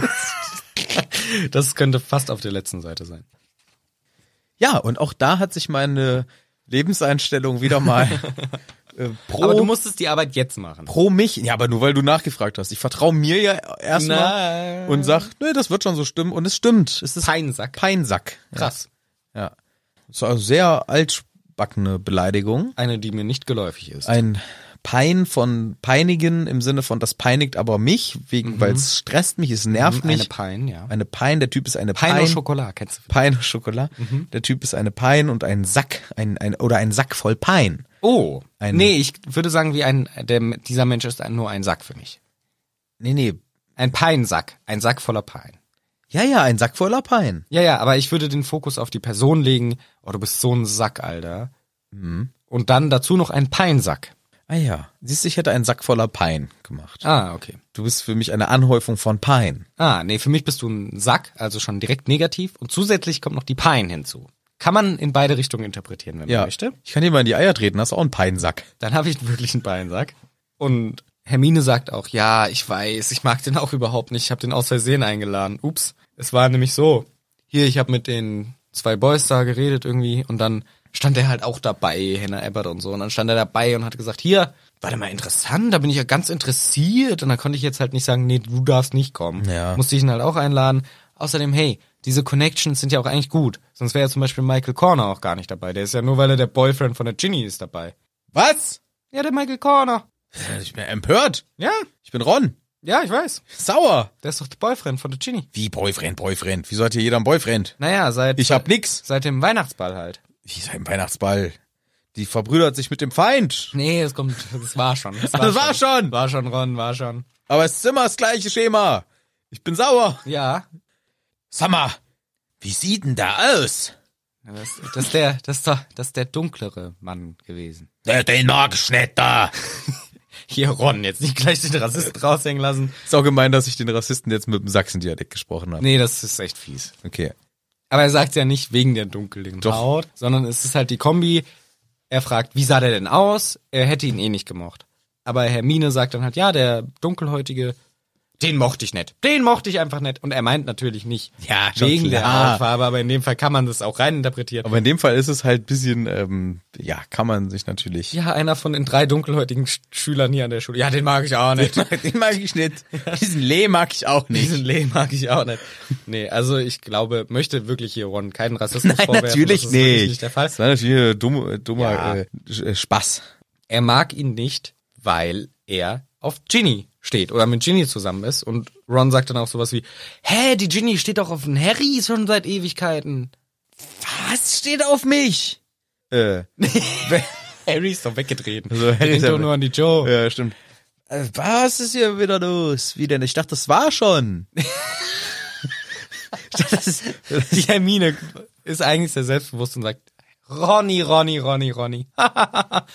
Speaker 2: Das könnte fast auf der letzten Seite sein.
Speaker 1: ja, und auch da hat sich meine Lebenseinstellung wieder mal äh, pro,
Speaker 2: Aber du musstest die Arbeit jetzt machen.
Speaker 1: pro mich. Ja, aber nur weil du nachgefragt hast. Ich vertraue mir ja erstmal
Speaker 2: Na.
Speaker 1: und sag, nee, das wird schon so stimmen. Und es stimmt. Es ist
Speaker 2: Peinsack.
Speaker 1: Peinsack.
Speaker 2: Krass.
Speaker 1: Ja. Das war eine sehr altbackene Beleidigung.
Speaker 2: Eine, die mir nicht geläufig ist.
Speaker 1: Ein Pein von Peinigen im Sinne von, das peinigt aber mich, wegen, weil es stresst mich, es nervt
Speaker 2: Mhm. Eine
Speaker 1: mich.
Speaker 2: Pein, ja.
Speaker 1: Eine Pein, der Typ ist eine
Speaker 2: Pein au Mhm.
Speaker 1: Pein.
Speaker 2: Schokolade, kennst du?
Speaker 1: Pein au Schokolade. Der Typ ist eine Pein und ein Sack, ein, ein, oder ein Sack voll Pein.
Speaker 2: Oh.
Speaker 1: Ein-
Speaker 2: nee, ich würde sagen, wie ein, der, dieser Mensch ist ein, nur ein Sack für mich.
Speaker 1: Nee, nee.
Speaker 2: Ein Peinsack. Ein Sack voller Pein.
Speaker 1: Ja, ja, ein Sack voller Pein.
Speaker 2: Ja, ja, aber ich würde den Fokus auf die Person legen. Oh, du bist so ein Sack, Alter. Und dann dazu noch ein Peinsack.
Speaker 1: Ah ja. Siehst du, ich hätte einen Sack voller Pein gemacht.
Speaker 2: Ah, okay.
Speaker 1: Du bist für mich eine Anhäufung von Pein.
Speaker 2: Ah, nee, für mich bist du ein Sack, also schon direkt negativ. Und zusätzlich kommt noch die Pein hinzu. Kann man in beide Richtungen interpretieren, wenn man möchte.
Speaker 1: Ich kann dir mal in die Eier treten, hast auch einen Peinsack.
Speaker 2: Dann habe ich wirklich einen Beinsack. Und Hermine sagt auch, ja, ich weiß, ich mag den auch überhaupt nicht. Ich habe den aus Versehen eingeladen. Ups, es war nämlich so. Hier, ich habe mit den zwei Boys da geredet irgendwie und dann stand er halt auch dabei, Hannah Abbott und so. Und dann stand er dabei und hat gesagt, hier, warte mal, interessant, da bin ich ja ganz interessiert. Und dann konnte ich jetzt halt nicht sagen, nee, du darfst nicht kommen.
Speaker 1: Ja.
Speaker 2: Musste ich ihn halt auch einladen. Außerdem, hey, diese Connections sind ja auch eigentlich gut. Sonst wäre ja zum Beispiel Michael Corner auch gar nicht dabei. Der ist ja nur, weil er der Boyfriend von der Ginny ist dabei.
Speaker 1: Was?
Speaker 2: Ja, der Michael Corner.
Speaker 1: Also Ich bin empört.
Speaker 2: Ja,
Speaker 1: Ich bin Ron.
Speaker 2: ja, ich weiß.
Speaker 1: Sauer.
Speaker 2: Der ist doch der Boyfriend von der Ginny.
Speaker 1: Wie Boyfriend, Boyfriend? Wieso hat hier jeder einen Boyfriend?
Speaker 2: Naja, seit,
Speaker 1: Ich hab nix.
Speaker 2: seit dem Weihnachtsball halt.
Speaker 1: Ich sag im Weihnachtsball. Die verbrüdert sich mit dem Feind.
Speaker 2: Nee, es kommt, das war schon. Das
Speaker 1: Das war schon.
Speaker 2: War schon, Ron, war schon.
Speaker 1: Aber es ist immer das gleiche Schema. Ich bin sauer.
Speaker 2: Ja.
Speaker 1: Sag mal, wie sieht denn da aus?
Speaker 2: Das, das, ist der, das, ist doch, das ist der dunklere Mann gewesen.
Speaker 1: Der, den mag ich nicht da.
Speaker 2: Hier, Ron, jetzt nicht gleich den Rassisten raushängen lassen.
Speaker 1: Ist auch gemein, dass ich den Rassisten jetzt mit dem Sachsen-Dialekt gesprochen habe.
Speaker 2: Nee, das ist echt fies.
Speaker 1: Okay.
Speaker 2: Aber er sagt ja nicht wegen der dunklen
Speaker 1: Doch.
Speaker 2: Haut, sondern es ist halt die Kombi. Er fragt, wie sah der denn aus? Er hätte ihn eh nicht gemocht. Aber Hermine sagt dann halt, ja, der dunkelhäutige, den mochte ich nicht. Den mochte ich einfach nicht. Und er meint natürlich nicht
Speaker 1: Ja, schon
Speaker 2: wegen
Speaker 1: klar.
Speaker 2: der Hautfarbe, aber in dem Fall kann man das auch reininterpretieren.
Speaker 1: Aber in dem Fall ist es halt bisschen, ähm, ja, kann man sich natürlich.
Speaker 2: ja, einer von den drei dunkelhäutigen Sch Schülern hier an der Schule. Ja, den mag ich auch nicht.
Speaker 1: Den mag ich nicht. Diesen Lee mag ich auch nicht.
Speaker 2: Diesen Lee mag ich auch nicht. Nee, also ich glaube, möchte wirklich hier Ron keinen Rassismus
Speaker 1: Nein,
Speaker 2: vorwerfen.
Speaker 1: natürlich
Speaker 2: das ist wirklich
Speaker 1: nicht.
Speaker 2: nicht der Fall.
Speaker 1: Das war natürlich ein dummer, dummer
Speaker 2: Ja.
Speaker 1: äh, Sch- äh, Spaß.
Speaker 2: er mag ihn nicht, weil er auf Ginny steht oder mit Ginny zusammen ist. Und Ron sagt dann auch sowas wie, hä, die Ginny steht doch auf den Harry schon seit Ewigkeiten.
Speaker 1: Was steht auf mich? Äh,
Speaker 2: Harry ist doch weggedreht.
Speaker 1: Also
Speaker 2: Also,
Speaker 1: Harry
Speaker 2: Harry
Speaker 1: ist
Speaker 2: denkt
Speaker 1: ja
Speaker 2: doch nur an die Joe.
Speaker 1: ja, stimmt. Äh, Was ist hier wieder los? Wie denn? Ich dachte, das war schon.
Speaker 2: Das ist, die Hermine ist eigentlich sehr selbstbewusst und sagt, Ronny, Ronny, Ronny, Ronny.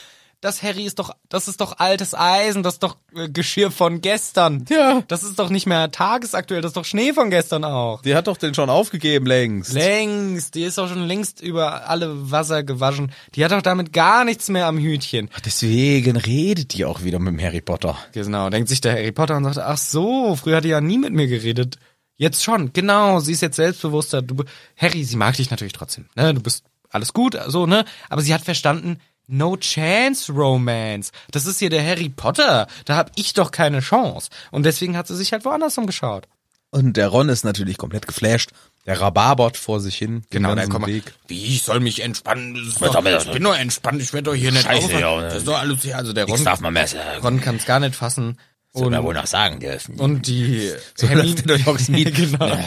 Speaker 2: Das Harry ist doch, das ist doch altes Eisen, das ist doch äh, Geschirr von gestern.
Speaker 1: Ja.
Speaker 2: Das ist doch nicht mehr tagesaktuell, das ist doch Schnee von gestern auch.
Speaker 1: Die hat doch den schon aufgegeben längst.
Speaker 2: Längst, die ist auch schon längst über alle Wasser gewaschen. Die hat doch damit gar nichts mehr am Hütchen.
Speaker 1: Deswegen redet die auch wieder mit dem Harry Potter.
Speaker 2: Genau, denkt sich der Harry Potter und sagt, ach so, früher hat die ja nie mit mir geredet. Jetzt schon, genau, sie ist jetzt selbstbewusster. Du, Harry, sie mag dich natürlich trotzdem, ne? Du bist alles gut, so, ne? Aber sie hat verstanden, no chance romance. Das ist hier der Harry Potter, da hab ich doch keine Chance. Und deswegen hat sie sich halt woanders umgeschaut.
Speaker 1: Und der Ron ist natürlich komplett geflasht. Der Rhabarbert vor sich hin. den ganzen Weg.
Speaker 5: Wie, ich soll mich entspannen? Das ist doch, ich bin nur entspannt, ich werde doch hier nicht
Speaker 7: Scheiße,
Speaker 5: aufhören.
Speaker 7: ja, ne?
Speaker 5: Das ist doch alles hier, also der
Speaker 7: Das
Speaker 5: Ron,
Speaker 7: darf man mehr sagen.
Speaker 2: Äh, Ron kann es gar nicht fassen.
Speaker 7: Soll
Speaker 2: Und-
Speaker 7: man wohl noch sagen dürfen.
Speaker 2: Und die
Speaker 1: läuft er durch aufs Miet.
Speaker 2: genau.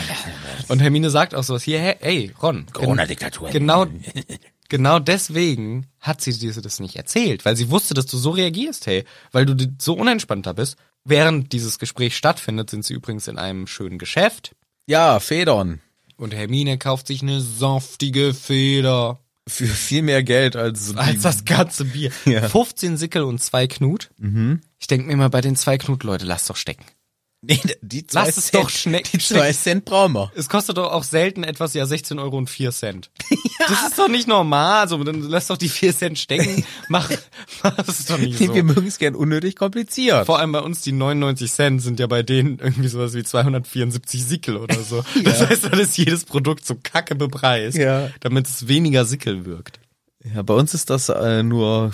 Speaker 2: Und Hermine sagt auch sowas hier, hey, ey, Ron. gen-
Speaker 7: Corona-Diktatur.
Speaker 2: Genau, genau deswegen hat sie dir das nicht erzählt, weil sie wusste, dass du so reagierst, hey, weil du di- so unentspannter bist. Während dieses Gespräch stattfindet, sind sie übrigens in einem schönen Geschäft
Speaker 1: Ja, Fedon.
Speaker 2: und Hermine kauft sich eine saftige Feder.
Speaker 1: Für viel mehr Geld als,
Speaker 2: Als das ganze Bier.
Speaker 1: Ja. Mhm.
Speaker 2: 15 Sickel und zwei Knut. Ich denke mir immer bei den zwei Knut, Leute, lasst doch stecken.
Speaker 1: Nee, die zwei
Speaker 2: Lass es
Speaker 1: Cent,
Speaker 2: doch schnecken.
Speaker 1: Die zwei Cent brauchen wir.
Speaker 2: Es kostet doch auch selten etwas, ja, 16 Euro und 4 Cent. Das ist doch nicht normal, so, dann lass doch die 4 Cent stecken, mach, mach das ist doch nicht
Speaker 1: Wir
Speaker 2: so.
Speaker 1: mögen es gern unnötig kompliziert.
Speaker 2: Vor allem bei uns, die 99 Cent sind ja bei denen irgendwie sowas wie 274 Sickel oder so. Das heißt, dann ist jedes Produkt so kacke bepreist,
Speaker 1: Ja.
Speaker 2: damit es weniger Sickel wirkt.
Speaker 1: Ja, bei uns ist das äh, nur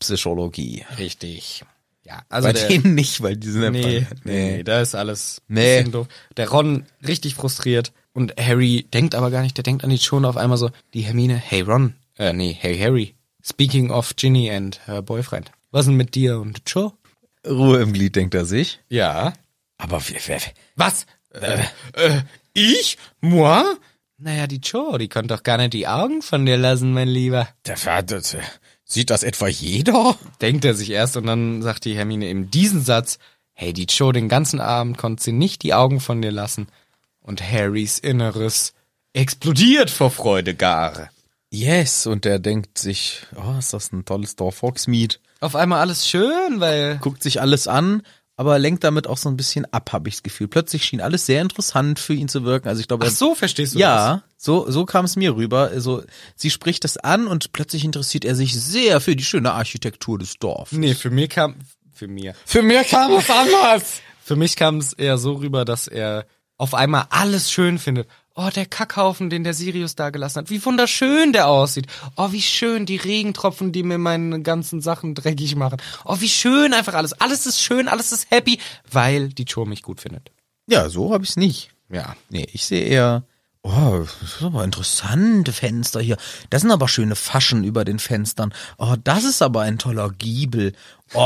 Speaker 1: Verkaufspsychologie.
Speaker 2: Richtig. Ja, also
Speaker 1: bei
Speaker 2: der,
Speaker 1: denen nicht, weil die sind
Speaker 2: nee,
Speaker 1: einfach.
Speaker 2: nee, da ist alles ein
Speaker 1: Nee.
Speaker 2: bisschen doof. Der Ron richtig frustriert und Harry denkt aber gar nicht, der denkt an die schon auf einmal so, die Hermine, hey Ron, äh, nee, hey Harry, speaking of Ginny and her boyfriend, was denn mit dir und Joe?
Speaker 1: Ruhe im Glied, denkt er sich.
Speaker 2: Ja.
Speaker 1: Aber wer, wer,
Speaker 2: Was? Äh, äh, ich? Moi? Naja, die Joe, die konnte doch gar nicht die Augen von dir lassen, mein Lieber.
Speaker 1: der, wer das, äh, sieht das etwa jeder?
Speaker 2: denkt er sich erst und dann sagt die Hermine eben diesen Satz, hey, die Joe, den ganzen Abend konnte sie nicht die Augen von dir lassen. Und Harrys Inneres explodiert vor Freude gar.
Speaker 1: Yes, und der denkt sich, oh, ist das ein tolles Dorf Foxmead.
Speaker 2: Auf einmal alles schön, weil...
Speaker 1: Guckt sich alles an, aber lenkt damit auch so ein bisschen ab, habe ich das Gefühl. Plötzlich schien alles sehr interessant für ihn zu wirken. Also ich glaube,
Speaker 2: Ach
Speaker 1: er-
Speaker 2: so, verstehst du das?
Speaker 1: ja, so, so kam es mir rüber. Also, sie spricht das an und plötzlich interessiert er sich sehr für die schöne Architektur des Dorfes.
Speaker 2: Nee, für mich kam... Für mir.
Speaker 1: Für mich kam es anders.
Speaker 2: Für mich kam es eher so rüber, dass er auf einmal alles schön findet. Oh, der Kackhaufen, den der Sirius da gelassen hat. Wie wunderschön der aussieht. Oh, wie schön die Regentropfen, die mir meine ganzen Sachen dreckig machen. Oh, wie schön einfach alles. Alles ist schön, alles ist happy, weil die Joe mich gut findet.
Speaker 1: Ja, so habe ich es nicht.
Speaker 2: Ja.
Speaker 1: Nee, ich sehe eher, oh, das sind aber interessante Fenster hier. Das sind aber schöne Faschen über den Fenstern. Oh, das ist aber ein toller Giebel. Oh,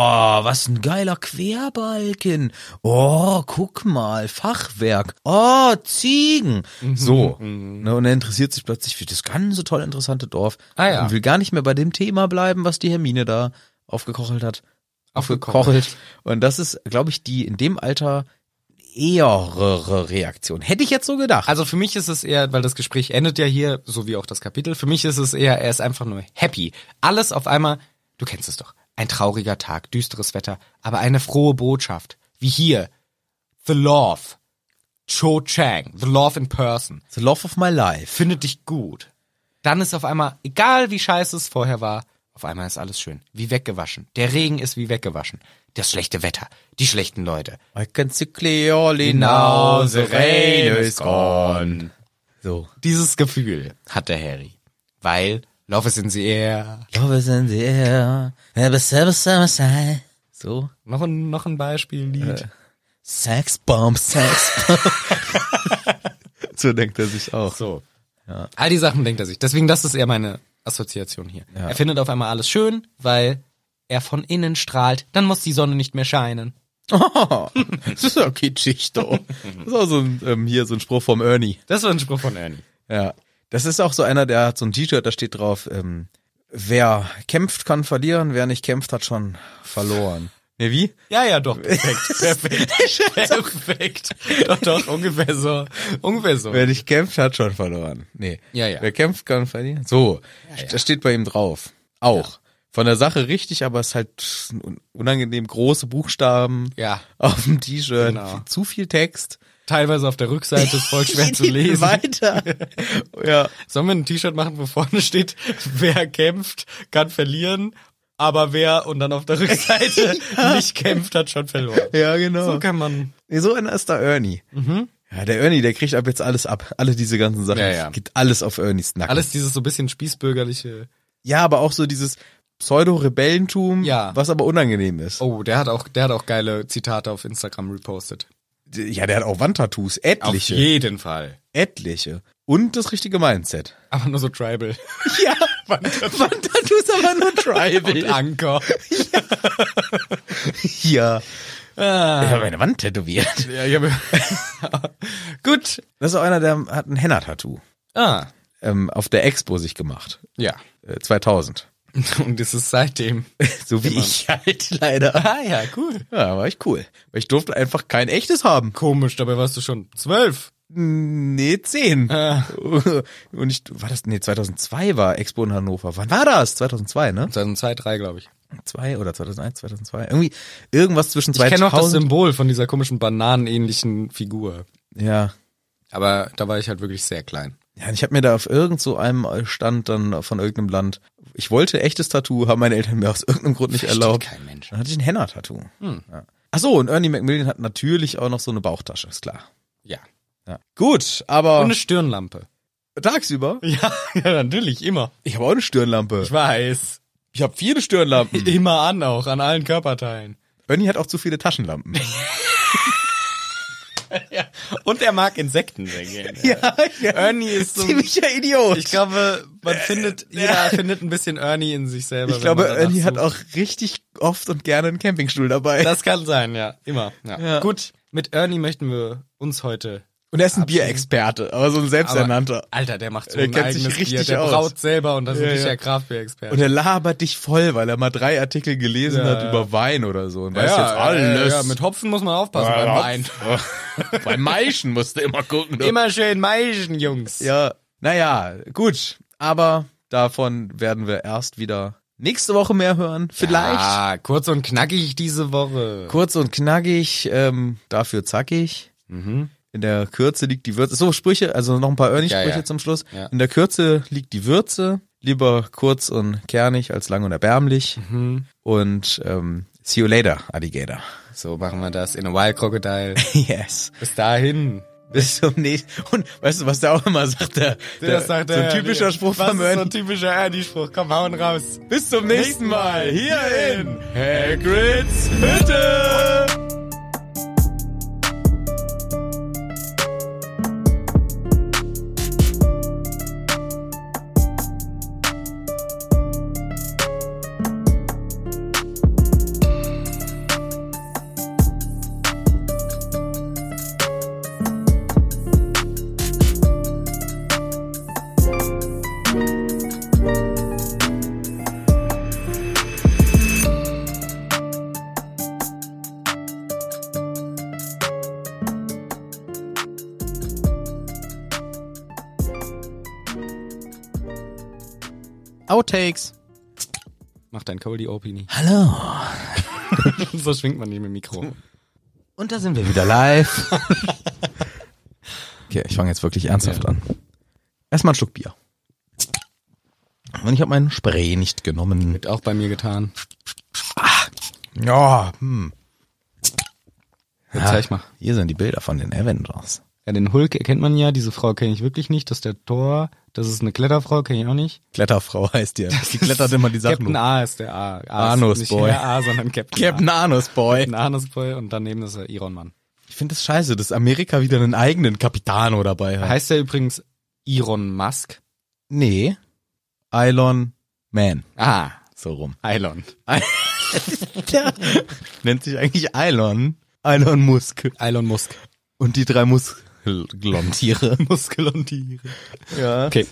Speaker 1: was ein geiler Querbalken. Oh, guck mal, Fachwerk. Oh, Ziegen.
Speaker 2: Mhm.
Speaker 1: So. Ne, und er interessiert sich plötzlich für das ganze toll interessante Dorf.
Speaker 2: Ah, ja.
Speaker 1: Und will gar nicht mehr bei dem Thema bleiben, was die Hermine da aufgekochelt hat.
Speaker 2: Aufgekochelt.
Speaker 1: Und das ist, glaube ich, die in dem Alter eherere Reaktion. Hätte ich jetzt so gedacht.
Speaker 2: Also für mich ist es eher, weil das Gespräch endet ja hier, so wie auch das Kapitel, für mich ist es eher, er ist einfach nur happy. Alles auf einmal, du kennst es doch, ein trauriger Tag, düsteres Wetter, aber eine frohe Botschaft, wie hier, The Love, Cho Chang, The Love in Person,
Speaker 1: The Love of My Life.
Speaker 2: findet dich gut. Dann ist auf einmal, egal wie scheiße es vorher war, auf einmal ist alles schön, wie weggewaschen. Der Regen ist wie weggewaschen. Das schlechte Wetter, die schlechten Leute.
Speaker 1: I can see clearly
Speaker 2: gone.
Speaker 1: So.
Speaker 2: Dieses Gefühl hat der Harry, weil Love is in the air.
Speaker 1: Love is in the air. Never summer, summer, summer. So.
Speaker 2: Noch ein, noch ein Beispiellied.
Speaker 1: Sex Bomb, Sex Bomb. so denkt er sich auch.
Speaker 2: So. All die Sachen denkt er sich. Deswegen, das ist eher meine Assoziation hier. Er findet auf einmal alles schön, weil er von innen strahlt. Dann muss die Sonne nicht mehr scheinen.
Speaker 1: Das ist ja kitschig, doch. Das ist auch so ein, ähm, hier so ein Spruch vom Ernie.
Speaker 2: Das war ein Spruch von Ernie.
Speaker 1: Ja. Das ist auch so einer, der hat so ein T-Shirt, da steht drauf, ähm, wer kämpft, kann verlieren, wer nicht kämpft, hat schon verloren. Ne, wie?
Speaker 2: Ja, ja, doch. Perfekt. Perfekt. perfekt. Doch, doch, ungefähr so. Ungefähr so.
Speaker 1: Wer nicht kämpft, hat schon verloren. Nee.
Speaker 2: Ja, ja.
Speaker 1: Wer kämpft, kann verlieren. So. Das steht bei ihm drauf. Auch. Von der Sache richtig, aber es ist halt unangenehm große Buchstaben
Speaker 2: Ja.
Speaker 1: auf dem T-Shirt.
Speaker 2: Genau.
Speaker 1: Viel- Zu viel Text.
Speaker 2: Teilweise auf der Rückseite ist voll schwer zu lesen.
Speaker 1: Weiter. ja.
Speaker 2: Sollen wir ein T-Shirt machen, wo vorne steht, wer kämpft, kann verlieren, aber wer und dann auf der Rückseite nicht kämpft, hat schon verloren.
Speaker 1: Ja, genau.
Speaker 2: So kann man.
Speaker 1: Nee, so einer ist da Ernie. Ja, der Ernie, der kriegt ab jetzt alles ab. Alle diese ganzen Sachen.
Speaker 2: Ja, ja.
Speaker 1: Gibt alles auf Ernies Nacken.
Speaker 2: Alles dieses so bisschen spießbürgerliche.
Speaker 1: Ja, aber auch so dieses Pseudo-Rebellentum,
Speaker 2: Ja.
Speaker 1: was aber unangenehm ist.
Speaker 2: Oh, der hat auch, der hat auch geile Zitate auf Instagram repostet.
Speaker 1: Ja, der hat auch Wandtattoos. Etliche.
Speaker 2: jeden Fall.
Speaker 1: etliche. Und das richtige Mindset.
Speaker 2: Aber nur so tribal.
Speaker 1: Ja, Wandtattoos aber nur
Speaker 2: Und
Speaker 1: Tribal.
Speaker 2: Anker.
Speaker 1: Ja.
Speaker 2: Ah.
Speaker 1: Ich habe eine Wand tätowiert.
Speaker 2: Ja, ich hab- Gut.
Speaker 1: Das ist auch einer, der hat ein Henna-Tattoo
Speaker 2: Ah,
Speaker 1: ähm, auf der Expo sich gemacht.
Speaker 2: ja.
Speaker 1: Äh, 2000.
Speaker 2: Und es ist seitdem.
Speaker 1: So wie ich halt leider.
Speaker 2: Ah ja, cool.
Speaker 1: Ja, war ich cool. Weil ich durfte einfach kein echtes haben.
Speaker 2: Komisch, dabei warst du schon zwölf.
Speaker 1: Nee, 10. Und ich, war das, nee, 2002 war Expo in Hannover. Wann war das? 2002, ne?
Speaker 2: 2002, 3, glaube ich.
Speaker 1: 2 oder 2001, 2002. Irgendwie, irgendwas zwischen
Speaker 2: Ich kenne auch das
Speaker 1: 2000.
Speaker 2: Symbol von dieser komischen bananenähnlichen Figur.
Speaker 1: ja.
Speaker 2: Aber da war ich halt wirklich sehr klein.
Speaker 1: Ja, ich habe mir da auf irgend so einem Stand dann von irgendeinem Land, ich wollte echtes Tattoo, haben meine Eltern mir aus irgendeinem Grund nicht
Speaker 2: Versteht
Speaker 1: erlaubt.
Speaker 2: kein Mensch.
Speaker 1: Dann hatte ich ein Henna-Tattoo. Ja. Ach so, und Ernie Macmillan hat natürlich auch noch so eine Bauchtasche, ist klar.
Speaker 2: Ja.
Speaker 1: Ja. Gut,
Speaker 2: Und
Speaker 1: aber
Speaker 2: eine Stirnlampe.
Speaker 1: Tagsüber?
Speaker 2: Ja, ja, natürlich, immer.
Speaker 1: Ich habe auch eine Stirnlampe.
Speaker 2: Ich weiß.
Speaker 1: Ich habe viele Stirnlampen.
Speaker 2: Immer an auch, an allen Körperteilen.
Speaker 1: Bernie hat auch zu viele Taschenlampen.
Speaker 2: Und er mag Insekten sehr gerne.
Speaker 1: ja, ja.
Speaker 2: Ernie ist so.
Speaker 1: Ziemlicher Idiot.
Speaker 2: Ich glaube, man findet, jeder findet ein bisschen Ernie in sich selber.
Speaker 1: Ich glaube,
Speaker 2: wenn man danach
Speaker 1: Ernie hat
Speaker 2: sucht.
Speaker 1: auch richtig oft und gerne einen Campingstuhl dabei.
Speaker 2: Das kann sein, ja. Immer. Ja.
Speaker 1: Ja.
Speaker 2: Gut, mit Ernie möchten wir uns heute.
Speaker 1: und er ist ein Bierexperte, aber so ein
Speaker 2: aber-
Speaker 1: selbsternannter.
Speaker 2: Alter, der macht so
Speaker 1: Der
Speaker 2: ein
Speaker 1: kennt sich
Speaker 2: eigenes Bier.
Speaker 1: richtig
Speaker 2: Der
Speaker 1: aus.
Speaker 2: braut selber und das ist
Speaker 1: Ja,
Speaker 2: ein
Speaker 1: ja.
Speaker 2: richtiger Kraftbier-Experte.
Speaker 1: Und er labert dich voll, weil er mal drei Artikel gelesen
Speaker 2: Ja,
Speaker 1: hat
Speaker 2: ja.
Speaker 1: über Wein oder so und
Speaker 2: Ja,
Speaker 1: weiß jetzt alles.
Speaker 2: Ja, ja, mit Hopfen muss man aufpassen beim Wein.
Speaker 1: Wein. Bei Maischen musst du immer gucken. du-
Speaker 2: Immer schön meischen, Jungs.
Speaker 1: Ja, naja, gut. Aber davon werden wir erst wieder nächste Woche mehr hören. Vielleicht.
Speaker 2: Ah, kurz und knackig diese Woche.
Speaker 1: Kurz und knackig, ähm, dafür zackig. In der Kürze liegt die Würze. So, Sprüche, also noch ein paar Ernie-Sprüche
Speaker 2: Ja, ja.
Speaker 1: zum Schluss.
Speaker 2: Ja.
Speaker 1: In der Kürze liegt die Würze. Lieber kurz und kernig als lang und erbärmlich. Und ähm, see you later, Alligator.
Speaker 2: So machen wir das in a Wild Crocodile.
Speaker 1: Yes.
Speaker 2: Bis dahin.
Speaker 1: Bis zum nächsten. Und weißt du, was der auch immer sagt? Der, der, so ein typischer Spruch
Speaker 2: was
Speaker 1: von
Speaker 2: ist so
Speaker 1: Ernie.
Speaker 2: ein typischer Ernie-Spruch. Komm, hauen raus.
Speaker 1: Bis zum nächsten Mal hier in Hagrids Hütte. Outtakes.
Speaker 2: Mach dein Coldy Opini.
Speaker 1: Hallo.
Speaker 2: so schwingt man nicht mit dem Mikro.
Speaker 1: Und da sind wir wieder live. okay, ich fange jetzt wirklich ernsthaft an. Erstmal einen Schluck Bier. Und ich habe meinen Spray nicht genommen.
Speaker 2: Wird auch bei mir getan.
Speaker 1: Ja, hm.
Speaker 2: Jetzt zeig mal.
Speaker 1: Hier sind die Bilder von den Avengers.
Speaker 2: Ja, den Hulk erkennt man ja. Diese Frau kenne ich wirklich nicht. Das ist der Thor. Das ist eine Kletterfrau, kenne ich auch nicht.
Speaker 1: Kletterfrau heißt die. Die klettert immer die Sachen
Speaker 2: Captain
Speaker 1: hoch.
Speaker 2: A ist der A. A
Speaker 1: Anus
Speaker 2: ist nicht
Speaker 1: Boy.
Speaker 2: der A, sondern Captain,
Speaker 1: Captain
Speaker 2: A.
Speaker 1: Anus Boy.
Speaker 2: Captain Anus Boy und daneben ist der Iron Man.
Speaker 1: Ich finde es das scheiße, dass Amerika wieder einen eigenen Capitano dabei hat.
Speaker 2: Heißt der übrigens Iron Musk?
Speaker 1: Nee. Elon Man.
Speaker 2: Ah,
Speaker 1: So rum.
Speaker 2: Elon.
Speaker 1: Nennt sich eigentlich Elon. Elon Musk.
Speaker 2: Elon Musk.
Speaker 1: Und die drei Muskelontiere.
Speaker 2: Muskelontiere.
Speaker 1: ja.
Speaker 2: Okay.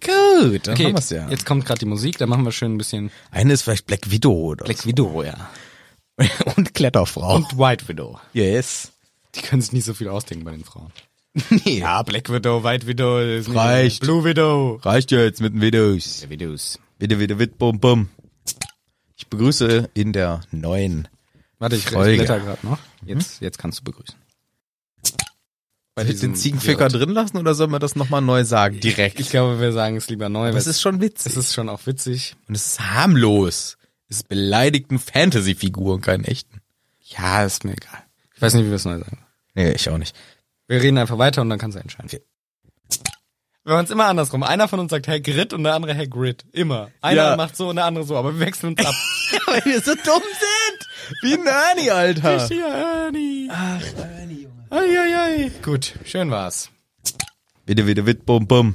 Speaker 1: Gut, dann
Speaker 2: Okay,
Speaker 1: haben wir's
Speaker 2: jetzt,
Speaker 1: ja.
Speaker 2: jetzt kommt gerade die Musik, da machen wir schön ein bisschen
Speaker 1: Eine ist vielleicht Black Widow oder
Speaker 2: Widow, ja.
Speaker 1: und Kletterfrau.
Speaker 2: Und White Widow.
Speaker 1: yes.
Speaker 2: Die können sich nicht so viel ausdenken bei den Frauen.
Speaker 1: Nee.
Speaker 2: Ja, Black Widow, White Widow, ist nicht-
Speaker 1: Reicht.
Speaker 2: Blue Widow.
Speaker 1: Reicht ja jetzt mit den Videos.
Speaker 2: Widows.
Speaker 1: Bitte, bitte, bitte, bum, bum. Ich begrüße in der neuen.
Speaker 2: Warte, ich
Speaker 1: Folge. Hm?
Speaker 2: blätter gerade noch. Jetzt, jetzt kannst du begrüßen.
Speaker 1: Bei den
Speaker 2: diesem
Speaker 1: Ziegenficker
Speaker 2: Wirt.
Speaker 1: drin lassen oder soll man das nochmal neu sagen? Direkt.
Speaker 2: Ich glaube, wir sagen es lieber neu. weil
Speaker 1: Das ist schon witzig.
Speaker 2: es ist schon auch witzig.
Speaker 1: Und es ist harmlos. Es ist beleidigten Fantasy-Figuren, keinen echten.
Speaker 2: Ja, ist mir egal. Ich weiß nicht, wie wir es neu sagen.
Speaker 1: Nee, ich auch nicht.
Speaker 2: Wir reden einfach weiter und dann kannst du entscheiden.
Speaker 1: Okay.
Speaker 2: Wir machen es immer andersrum. Einer von uns sagt Herr Grit und der andere Herr Grit. Immer. Einer
Speaker 1: Ja.
Speaker 2: macht so und der andere so, aber wir wechseln uns ab.
Speaker 1: Weil wir so dumm sind! Wie ein Ernie, Alter!
Speaker 2: Ja, Ernie. Ach, Ernie, Junge. Ai, ai, ai. Gut, schön war's.
Speaker 1: Bitte, bitte, wit, bum, bum.